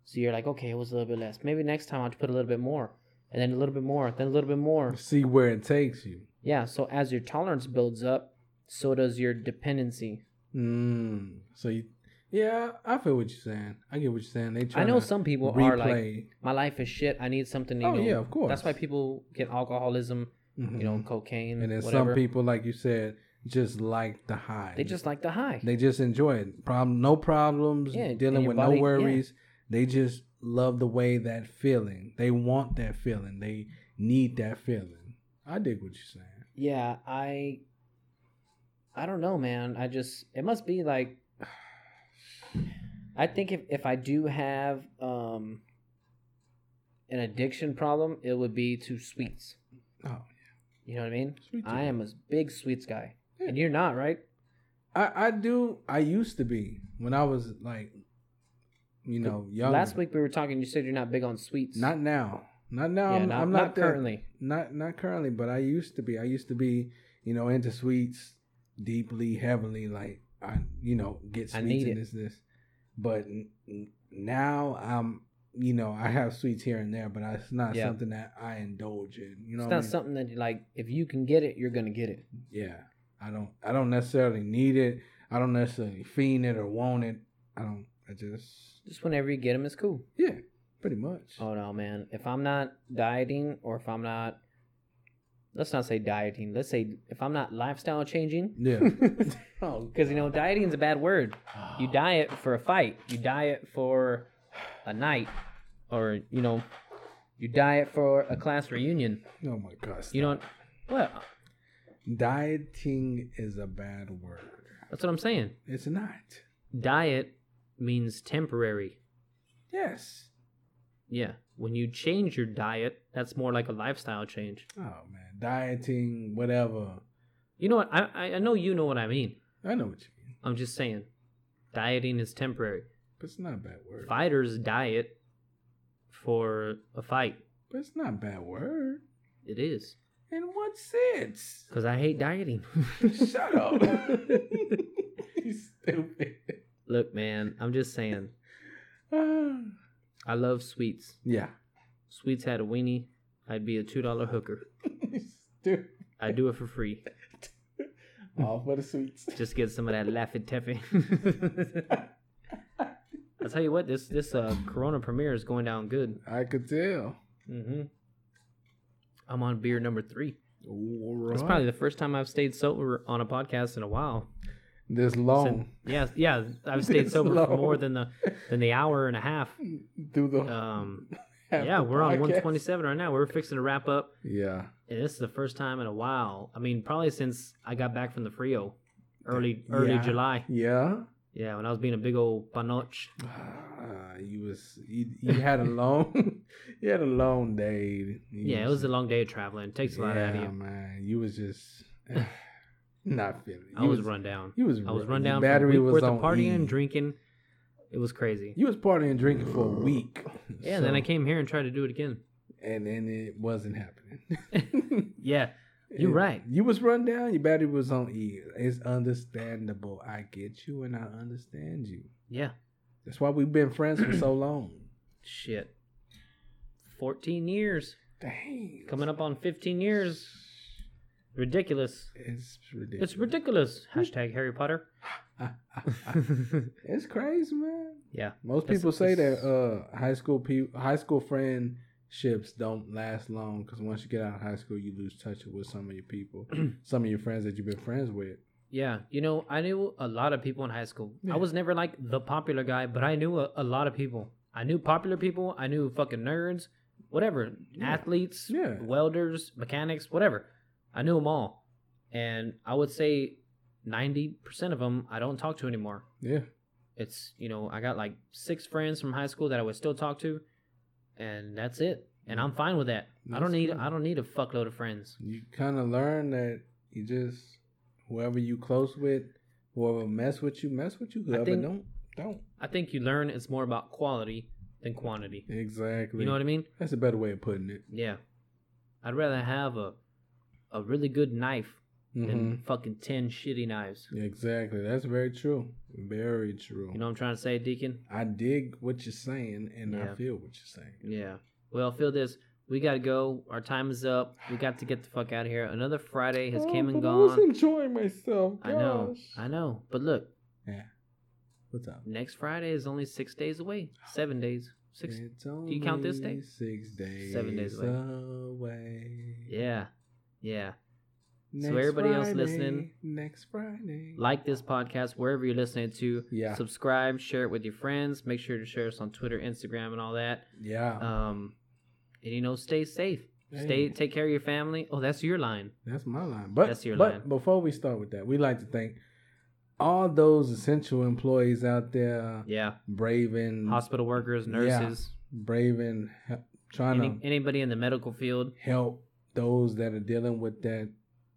Speaker 2: So you're like, okay, it was a little bit less. Maybe next time I'll put a little bit more. And then a little bit more, then a little bit more.
Speaker 3: See where it takes you.
Speaker 2: Yeah, so as your tolerance builds up, so does your dependency.
Speaker 3: Mm. So you, yeah, I feel what you're saying. I get what you're saying. They try.
Speaker 2: I know
Speaker 3: to
Speaker 2: some people are like,
Speaker 3: replay.
Speaker 2: my life is shit. I need something to
Speaker 3: Oh,
Speaker 2: you know.
Speaker 3: yeah, of course.
Speaker 2: That's why people get alcoholism,
Speaker 3: Mhm.
Speaker 2: you know, cocaine,
Speaker 3: and then
Speaker 2: whatever.
Speaker 3: some people, like you said, just like the high.
Speaker 2: They just like the high.
Speaker 3: they just enjoy it. Problem, no problems.
Speaker 2: Yeah, and
Speaker 3: dealing
Speaker 2: your
Speaker 3: with
Speaker 2: body-
Speaker 3: no
Speaker 2: yeah.
Speaker 3: worries. They just love the way that feeling. They want that feeling. They need that feeling. I dig what you're saying.
Speaker 2: yeah, I I don't know, man. I just it must be like I think if, if I do have um an addiction problem, it would be to sweets.
Speaker 3: Oh,
Speaker 2: You know what I mean?
Speaker 3: sweet
Speaker 2: I am a big sweets guy.
Speaker 3: Yeah.
Speaker 2: And you're not, right?
Speaker 3: I, I do. I used to be when I was like, you know, young.
Speaker 2: Last week we were talking, you said you're not big on sweets.
Speaker 3: Not now. Not now.
Speaker 2: yeah,
Speaker 3: I'm,
Speaker 2: not,
Speaker 3: I'm
Speaker 2: not
Speaker 3: not, that-
Speaker 2: currently.
Speaker 3: Not not currently, but I used to be. I used to be, you know, into sweets deeply, heavily, like I you know get
Speaker 2: I
Speaker 3: sweets
Speaker 2: need
Speaker 3: and
Speaker 2: it.
Speaker 3: this this, but n- n- now I'm you know I have sweets here and there, but I- it's not
Speaker 2: Yeah.
Speaker 3: something that I indulge in. You know,
Speaker 2: it's
Speaker 3: what I
Speaker 2: not
Speaker 3: mean?
Speaker 2: something that you like. If you can get it, you're gonna get it.
Speaker 3: Yeah, I don't I don't necessarily need it. I don't necessarily fiend it or want it. I don't. I just
Speaker 2: Just whenever you get them, it's cool.
Speaker 3: yeah, pretty much.
Speaker 2: Oh no, man! If I'm not dieting, or if I'm not, let's not say dieting. Let's say if I'm not lifestyle changing.
Speaker 3: Yeah.
Speaker 2: Oh, because you know dieting is a bad word. You diet for a fight. You diet for a night, or you know, you diet for a class reunion.
Speaker 3: Oh my gosh.
Speaker 2: You don't. What?
Speaker 3: Dieting is a bad word.
Speaker 2: That's what I'm saying.
Speaker 3: It's not.
Speaker 2: Diet means temporary.
Speaker 3: Yes.
Speaker 2: Yeah. When you change your diet, that's more like a lifestyle change.
Speaker 3: Oh man, dieting, whatever.
Speaker 2: You know what? I I- I know you know what I mean.
Speaker 3: I know what you mean,
Speaker 2: I'm just saying, dieting is temporary.
Speaker 3: but it's not a bad word.
Speaker 2: Fighters diet for a fight.
Speaker 3: But it's not a bad word.
Speaker 2: It is
Speaker 3: In what sense?
Speaker 2: because I hate dieting.
Speaker 3: Shut up. you stupid.
Speaker 2: Look, man, I'm just saying.
Speaker 3: Ah.
Speaker 2: I love sweets.
Speaker 3: yeah.
Speaker 2: Sweets had a weenie, I'd be a two dollar hooker.
Speaker 3: You stupid.
Speaker 2: I do it for free.
Speaker 3: All for the sweets.
Speaker 2: Just get some of that Laffy Taffy. I tell you what, this this uh, Corona premiere is going down good.
Speaker 3: I could tell.
Speaker 2: Mm-hmm. I'm on beer number three.
Speaker 3: All
Speaker 2: That's
Speaker 3: right.
Speaker 2: probably the first time I've stayed sober on a podcast in a while.
Speaker 3: this
Speaker 2: Since-
Speaker 3: long
Speaker 2: yeah, yeah. I've stayed
Speaker 3: This
Speaker 2: sober for
Speaker 3: long.
Speaker 2: more than the than the hour and a half.
Speaker 3: through the
Speaker 2: Um,
Speaker 3: half
Speaker 2: yeah,
Speaker 3: the
Speaker 2: we're on
Speaker 3: podcast.
Speaker 2: 127 right now. We're fixing to wrap up.
Speaker 3: Yeah,
Speaker 2: And this is the first time in a while. I mean, probably since I got back from the Frio, early early
Speaker 3: Yeah.
Speaker 2: July.
Speaker 3: yeah.
Speaker 2: Yeah, when I was being a big old panoch.
Speaker 3: Ah, you was you, you had a long you had a long day. You
Speaker 2: Yeah, it was a long day of traveling. It takes a lot out of
Speaker 3: Yeah,
Speaker 2: you.
Speaker 3: man. You was just ah, not feeling. it.
Speaker 2: I
Speaker 3: You
Speaker 2: was run down.
Speaker 3: You was
Speaker 2: I was
Speaker 3: ru-
Speaker 2: run
Speaker 3: your
Speaker 2: down.
Speaker 3: Battery
Speaker 2: for a week
Speaker 3: was
Speaker 2: worth
Speaker 3: on
Speaker 2: of partying,
Speaker 3: E.
Speaker 2: drinking. It was crazy.
Speaker 3: You was partying and drinking for a week.
Speaker 2: Yeah, and then I
Speaker 3: so-
Speaker 2: came here and tried to do it again.
Speaker 3: and then it wasn't happening.
Speaker 2: Yeah, You're
Speaker 3: It-
Speaker 2: right.
Speaker 3: You was run down. Your battery was on E. It's understandable. I get you, and I understand you.
Speaker 2: yeah.
Speaker 3: That's why we've been friends for so long.
Speaker 2: Shit. 14 years.
Speaker 3: Dang,
Speaker 2: Coming up on 15 years. Ridiculous.
Speaker 3: It's ridiculous.
Speaker 2: It's ridiculous. Hashtag Harry Potter.
Speaker 3: It's crazy, man.
Speaker 2: Yeah.
Speaker 3: Most
Speaker 2: It's-
Speaker 3: people say
Speaker 2: it's-
Speaker 3: that uh, high school pe- high school friendships don't last long because once you get out of high school, you lose touch with some of your people, some of your friends that you've been friends with.
Speaker 2: Yeah, you know, I knew a lot of people in high school.
Speaker 3: Yeah.
Speaker 2: I was never like the popular guy, but I knew a, a lot of people. I knew popular people. I knew fucking nerds, whatever,
Speaker 3: Yeah.
Speaker 2: athletes,
Speaker 3: Yeah.
Speaker 2: welders, mechanics, whatever. I knew them all, and I would say ninety percent of them I don't talk to anymore.
Speaker 3: Yeah,
Speaker 2: It's you know I got like six friends from high school that I would still talk to, and that's it. And I'm fine with that. I don't
Speaker 3: That's
Speaker 2: need
Speaker 3: good.
Speaker 2: I don't need a fuckload of friends.
Speaker 3: you kind of learn that you just whoever you close with, whoever mess with you, mess with you. Whoever
Speaker 2: think-
Speaker 3: don't, don't.
Speaker 2: I think you learn it's more about quality than quantity.
Speaker 3: Exactly.
Speaker 2: You know what I mean?
Speaker 3: That's a better way of putting it.
Speaker 2: Yeah. I'd rather have a a really good knife
Speaker 3: hmm
Speaker 2: than fucking 10 shitty knives.
Speaker 3: Mm-hmm. Exactly. That's very true. Very true.
Speaker 2: You know what I'm trying to say, Deacon?
Speaker 3: I dig what you're saying, and I
Speaker 2: Yeah.
Speaker 3: feel what you're saying.
Speaker 2: Yeah. Well, feel this. We got to go. Our time is up. We got to get the fuck out of here. Another Friday has
Speaker 3: Oh,
Speaker 2: came and
Speaker 3: but I was
Speaker 2: gone.
Speaker 3: enjoying myself.
Speaker 2: I know.
Speaker 3: gosh.
Speaker 2: I know. But look,
Speaker 3: What's up?
Speaker 2: next Friday is only 6 days away.
Speaker 3: Oh,
Speaker 2: 7 days. 6
Speaker 3: It's
Speaker 2: do you count this day?
Speaker 3: only Six days.
Speaker 2: Seven days away.
Speaker 3: away.
Speaker 2: Yeah. Yeah.
Speaker 3: Next
Speaker 2: everybody else listening-
Speaker 3: Next Friday.
Speaker 2: Like this podcast wherever you're listening to.
Speaker 3: Yeah.
Speaker 2: Subscribe, share it with your friends. Make sure to share us on Twitter, Instagram, and all that.
Speaker 3: Yeah.
Speaker 2: Um, and you know, stay safe. Stay,
Speaker 3: Oh. Hey.
Speaker 2: take care of your family. Oh, that's your line.
Speaker 3: That's my line. But
Speaker 2: That's your
Speaker 3: but
Speaker 2: line.
Speaker 3: before we start with that, we like to thank all those essential employees out there uh,
Speaker 2: Yeah,
Speaker 3: braving,
Speaker 2: hospital workers,
Speaker 3: Mm. Yeah.
Speaker 2: nurses,
Speaker 3: braving, he- trying
Speaker 2: any,
Speaker 3: to
Speaker 2: anybody in the medical field.
Speaker 3: help those that are dealing with that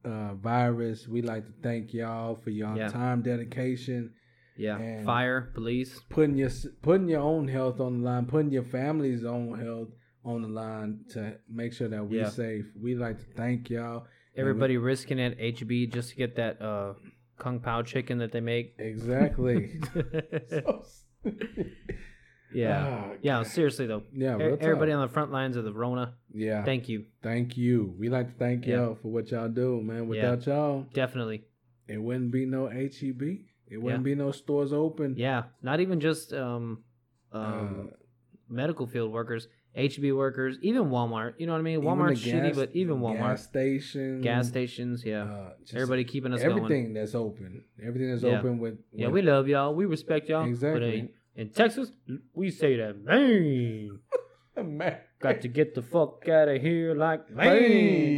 Speaker 3: uh, virus. We like to thank y'all for your
Speaker 2: Yeah.
Speaker 3: time, dedication.
Speaker 2: Yeah,
Speaker 3: And-
Speaker 2: fire, police.
Speaker 3: putting your putting your own health on the line, putting your family's own health on the line to make sure that we're
Speaker 2: Yeah.
Speaker 3: safe. We like to thank y'all.
Speaker 2: Everybody risking it, HB, just to get that uh, kung pao chicken that they make.
Speaker 3: Exactly. So
Speaker 2: yeah.
Speaker 3: Ah,
Speaker 2: yeah,
Speaker 3: God.
Speaker 2: seriously though.
Speaker 3: Yeah.
Speaker 2: E-
Speaker 3: real tough.
Speaker 2: Everybody on the front lines of the Rona,
Speaker 3: Yeah.
Speaker 2: thank you.
Speaker 3: Thank you. We like to thank
Speaker 2: Yeah.
Speaker 3: y'all for what y'all do,
Speaker 2: Yeah.
Speaker 3: man. Without y'all,
Speaker 2: Definitely.
Speaker 3: it wouldn't be no HEB. It wouldn't be no stores open.
Speaker 2: Yeah. Not even just um, um
Speaker 3: Uh,
Speaker 2: medical field workers, HB workers, even Walmart. You know what I mean?
Speaker 3: even
Speaker 2: Walmart's
Speaker 3: the
Speaker 2: shitty,
Speaker 3: gas-
Speaker 2: but even Walmart.
Speaker 3: gas
Speaker 2: Gas,
Speaker 3: station,
Speaker 2: stations, yeah.
Speaker 3: uh, just
Speaker 2: Everybody keeping us
Speaker 3: everything
Speaker 2: going.
Speaker 3: that's open, everything that's
Speaker 2: Yeah.
Speaker 3: open with,
Speaker 2: Yeah,
Speaker 3: with-
Speaker 2: we love y'all. We respect y'all. But uh,
Speaker 3: exactly.
Speaker 2: in, in Texas, we say that man
Speaker 3: Man.
Speaker 2: got to get the fuck out of here like
Speaker 3: Man.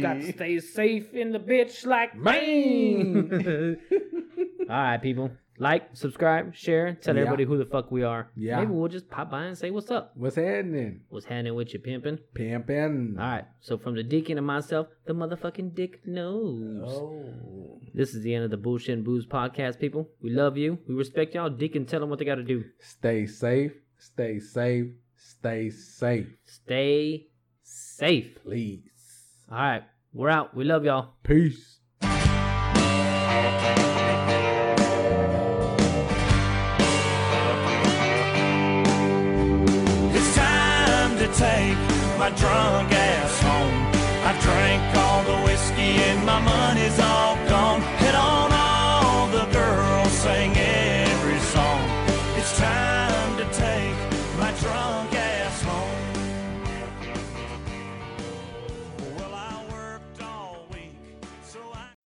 Speaker 2: man. Got to stay safe in the bitch like
Speaker 3: Man.
Speaker 2: man. All right, people. Like, subscribe, share, tell
Speaker 3: Yeah.
Speaker 2: everybody who the fuck we are.
Speaker 3: Yeah.
Speaker 2: Maybe we'll just pop by and say what's up.
Speaker 3: What's happening?
Speaker 2: What's happening with you, pimpin'?
Speaker 3: Pimpin'.
Speaker 2: All right. So from the deacon and myself, the motherfucking dick knows.
Speaker 3: Oh.
Speaker 2: This is the end of the bullshit and booze podcast, people. We love you. We respect y'all. Deacon, tell them what they got to do.
Speaker 3: Stay safe. Stay safe. Stay safe.
Speaker 2: Stay safe.
Speaker 3: Please.
Speaker 2: All right. We're out. We love y'all.
Speaker 3: Peace.
Speaker 7: It's time to take my drunk ass home. I've drank all the whiskey and my money's all gone. Hit on all the girls, singing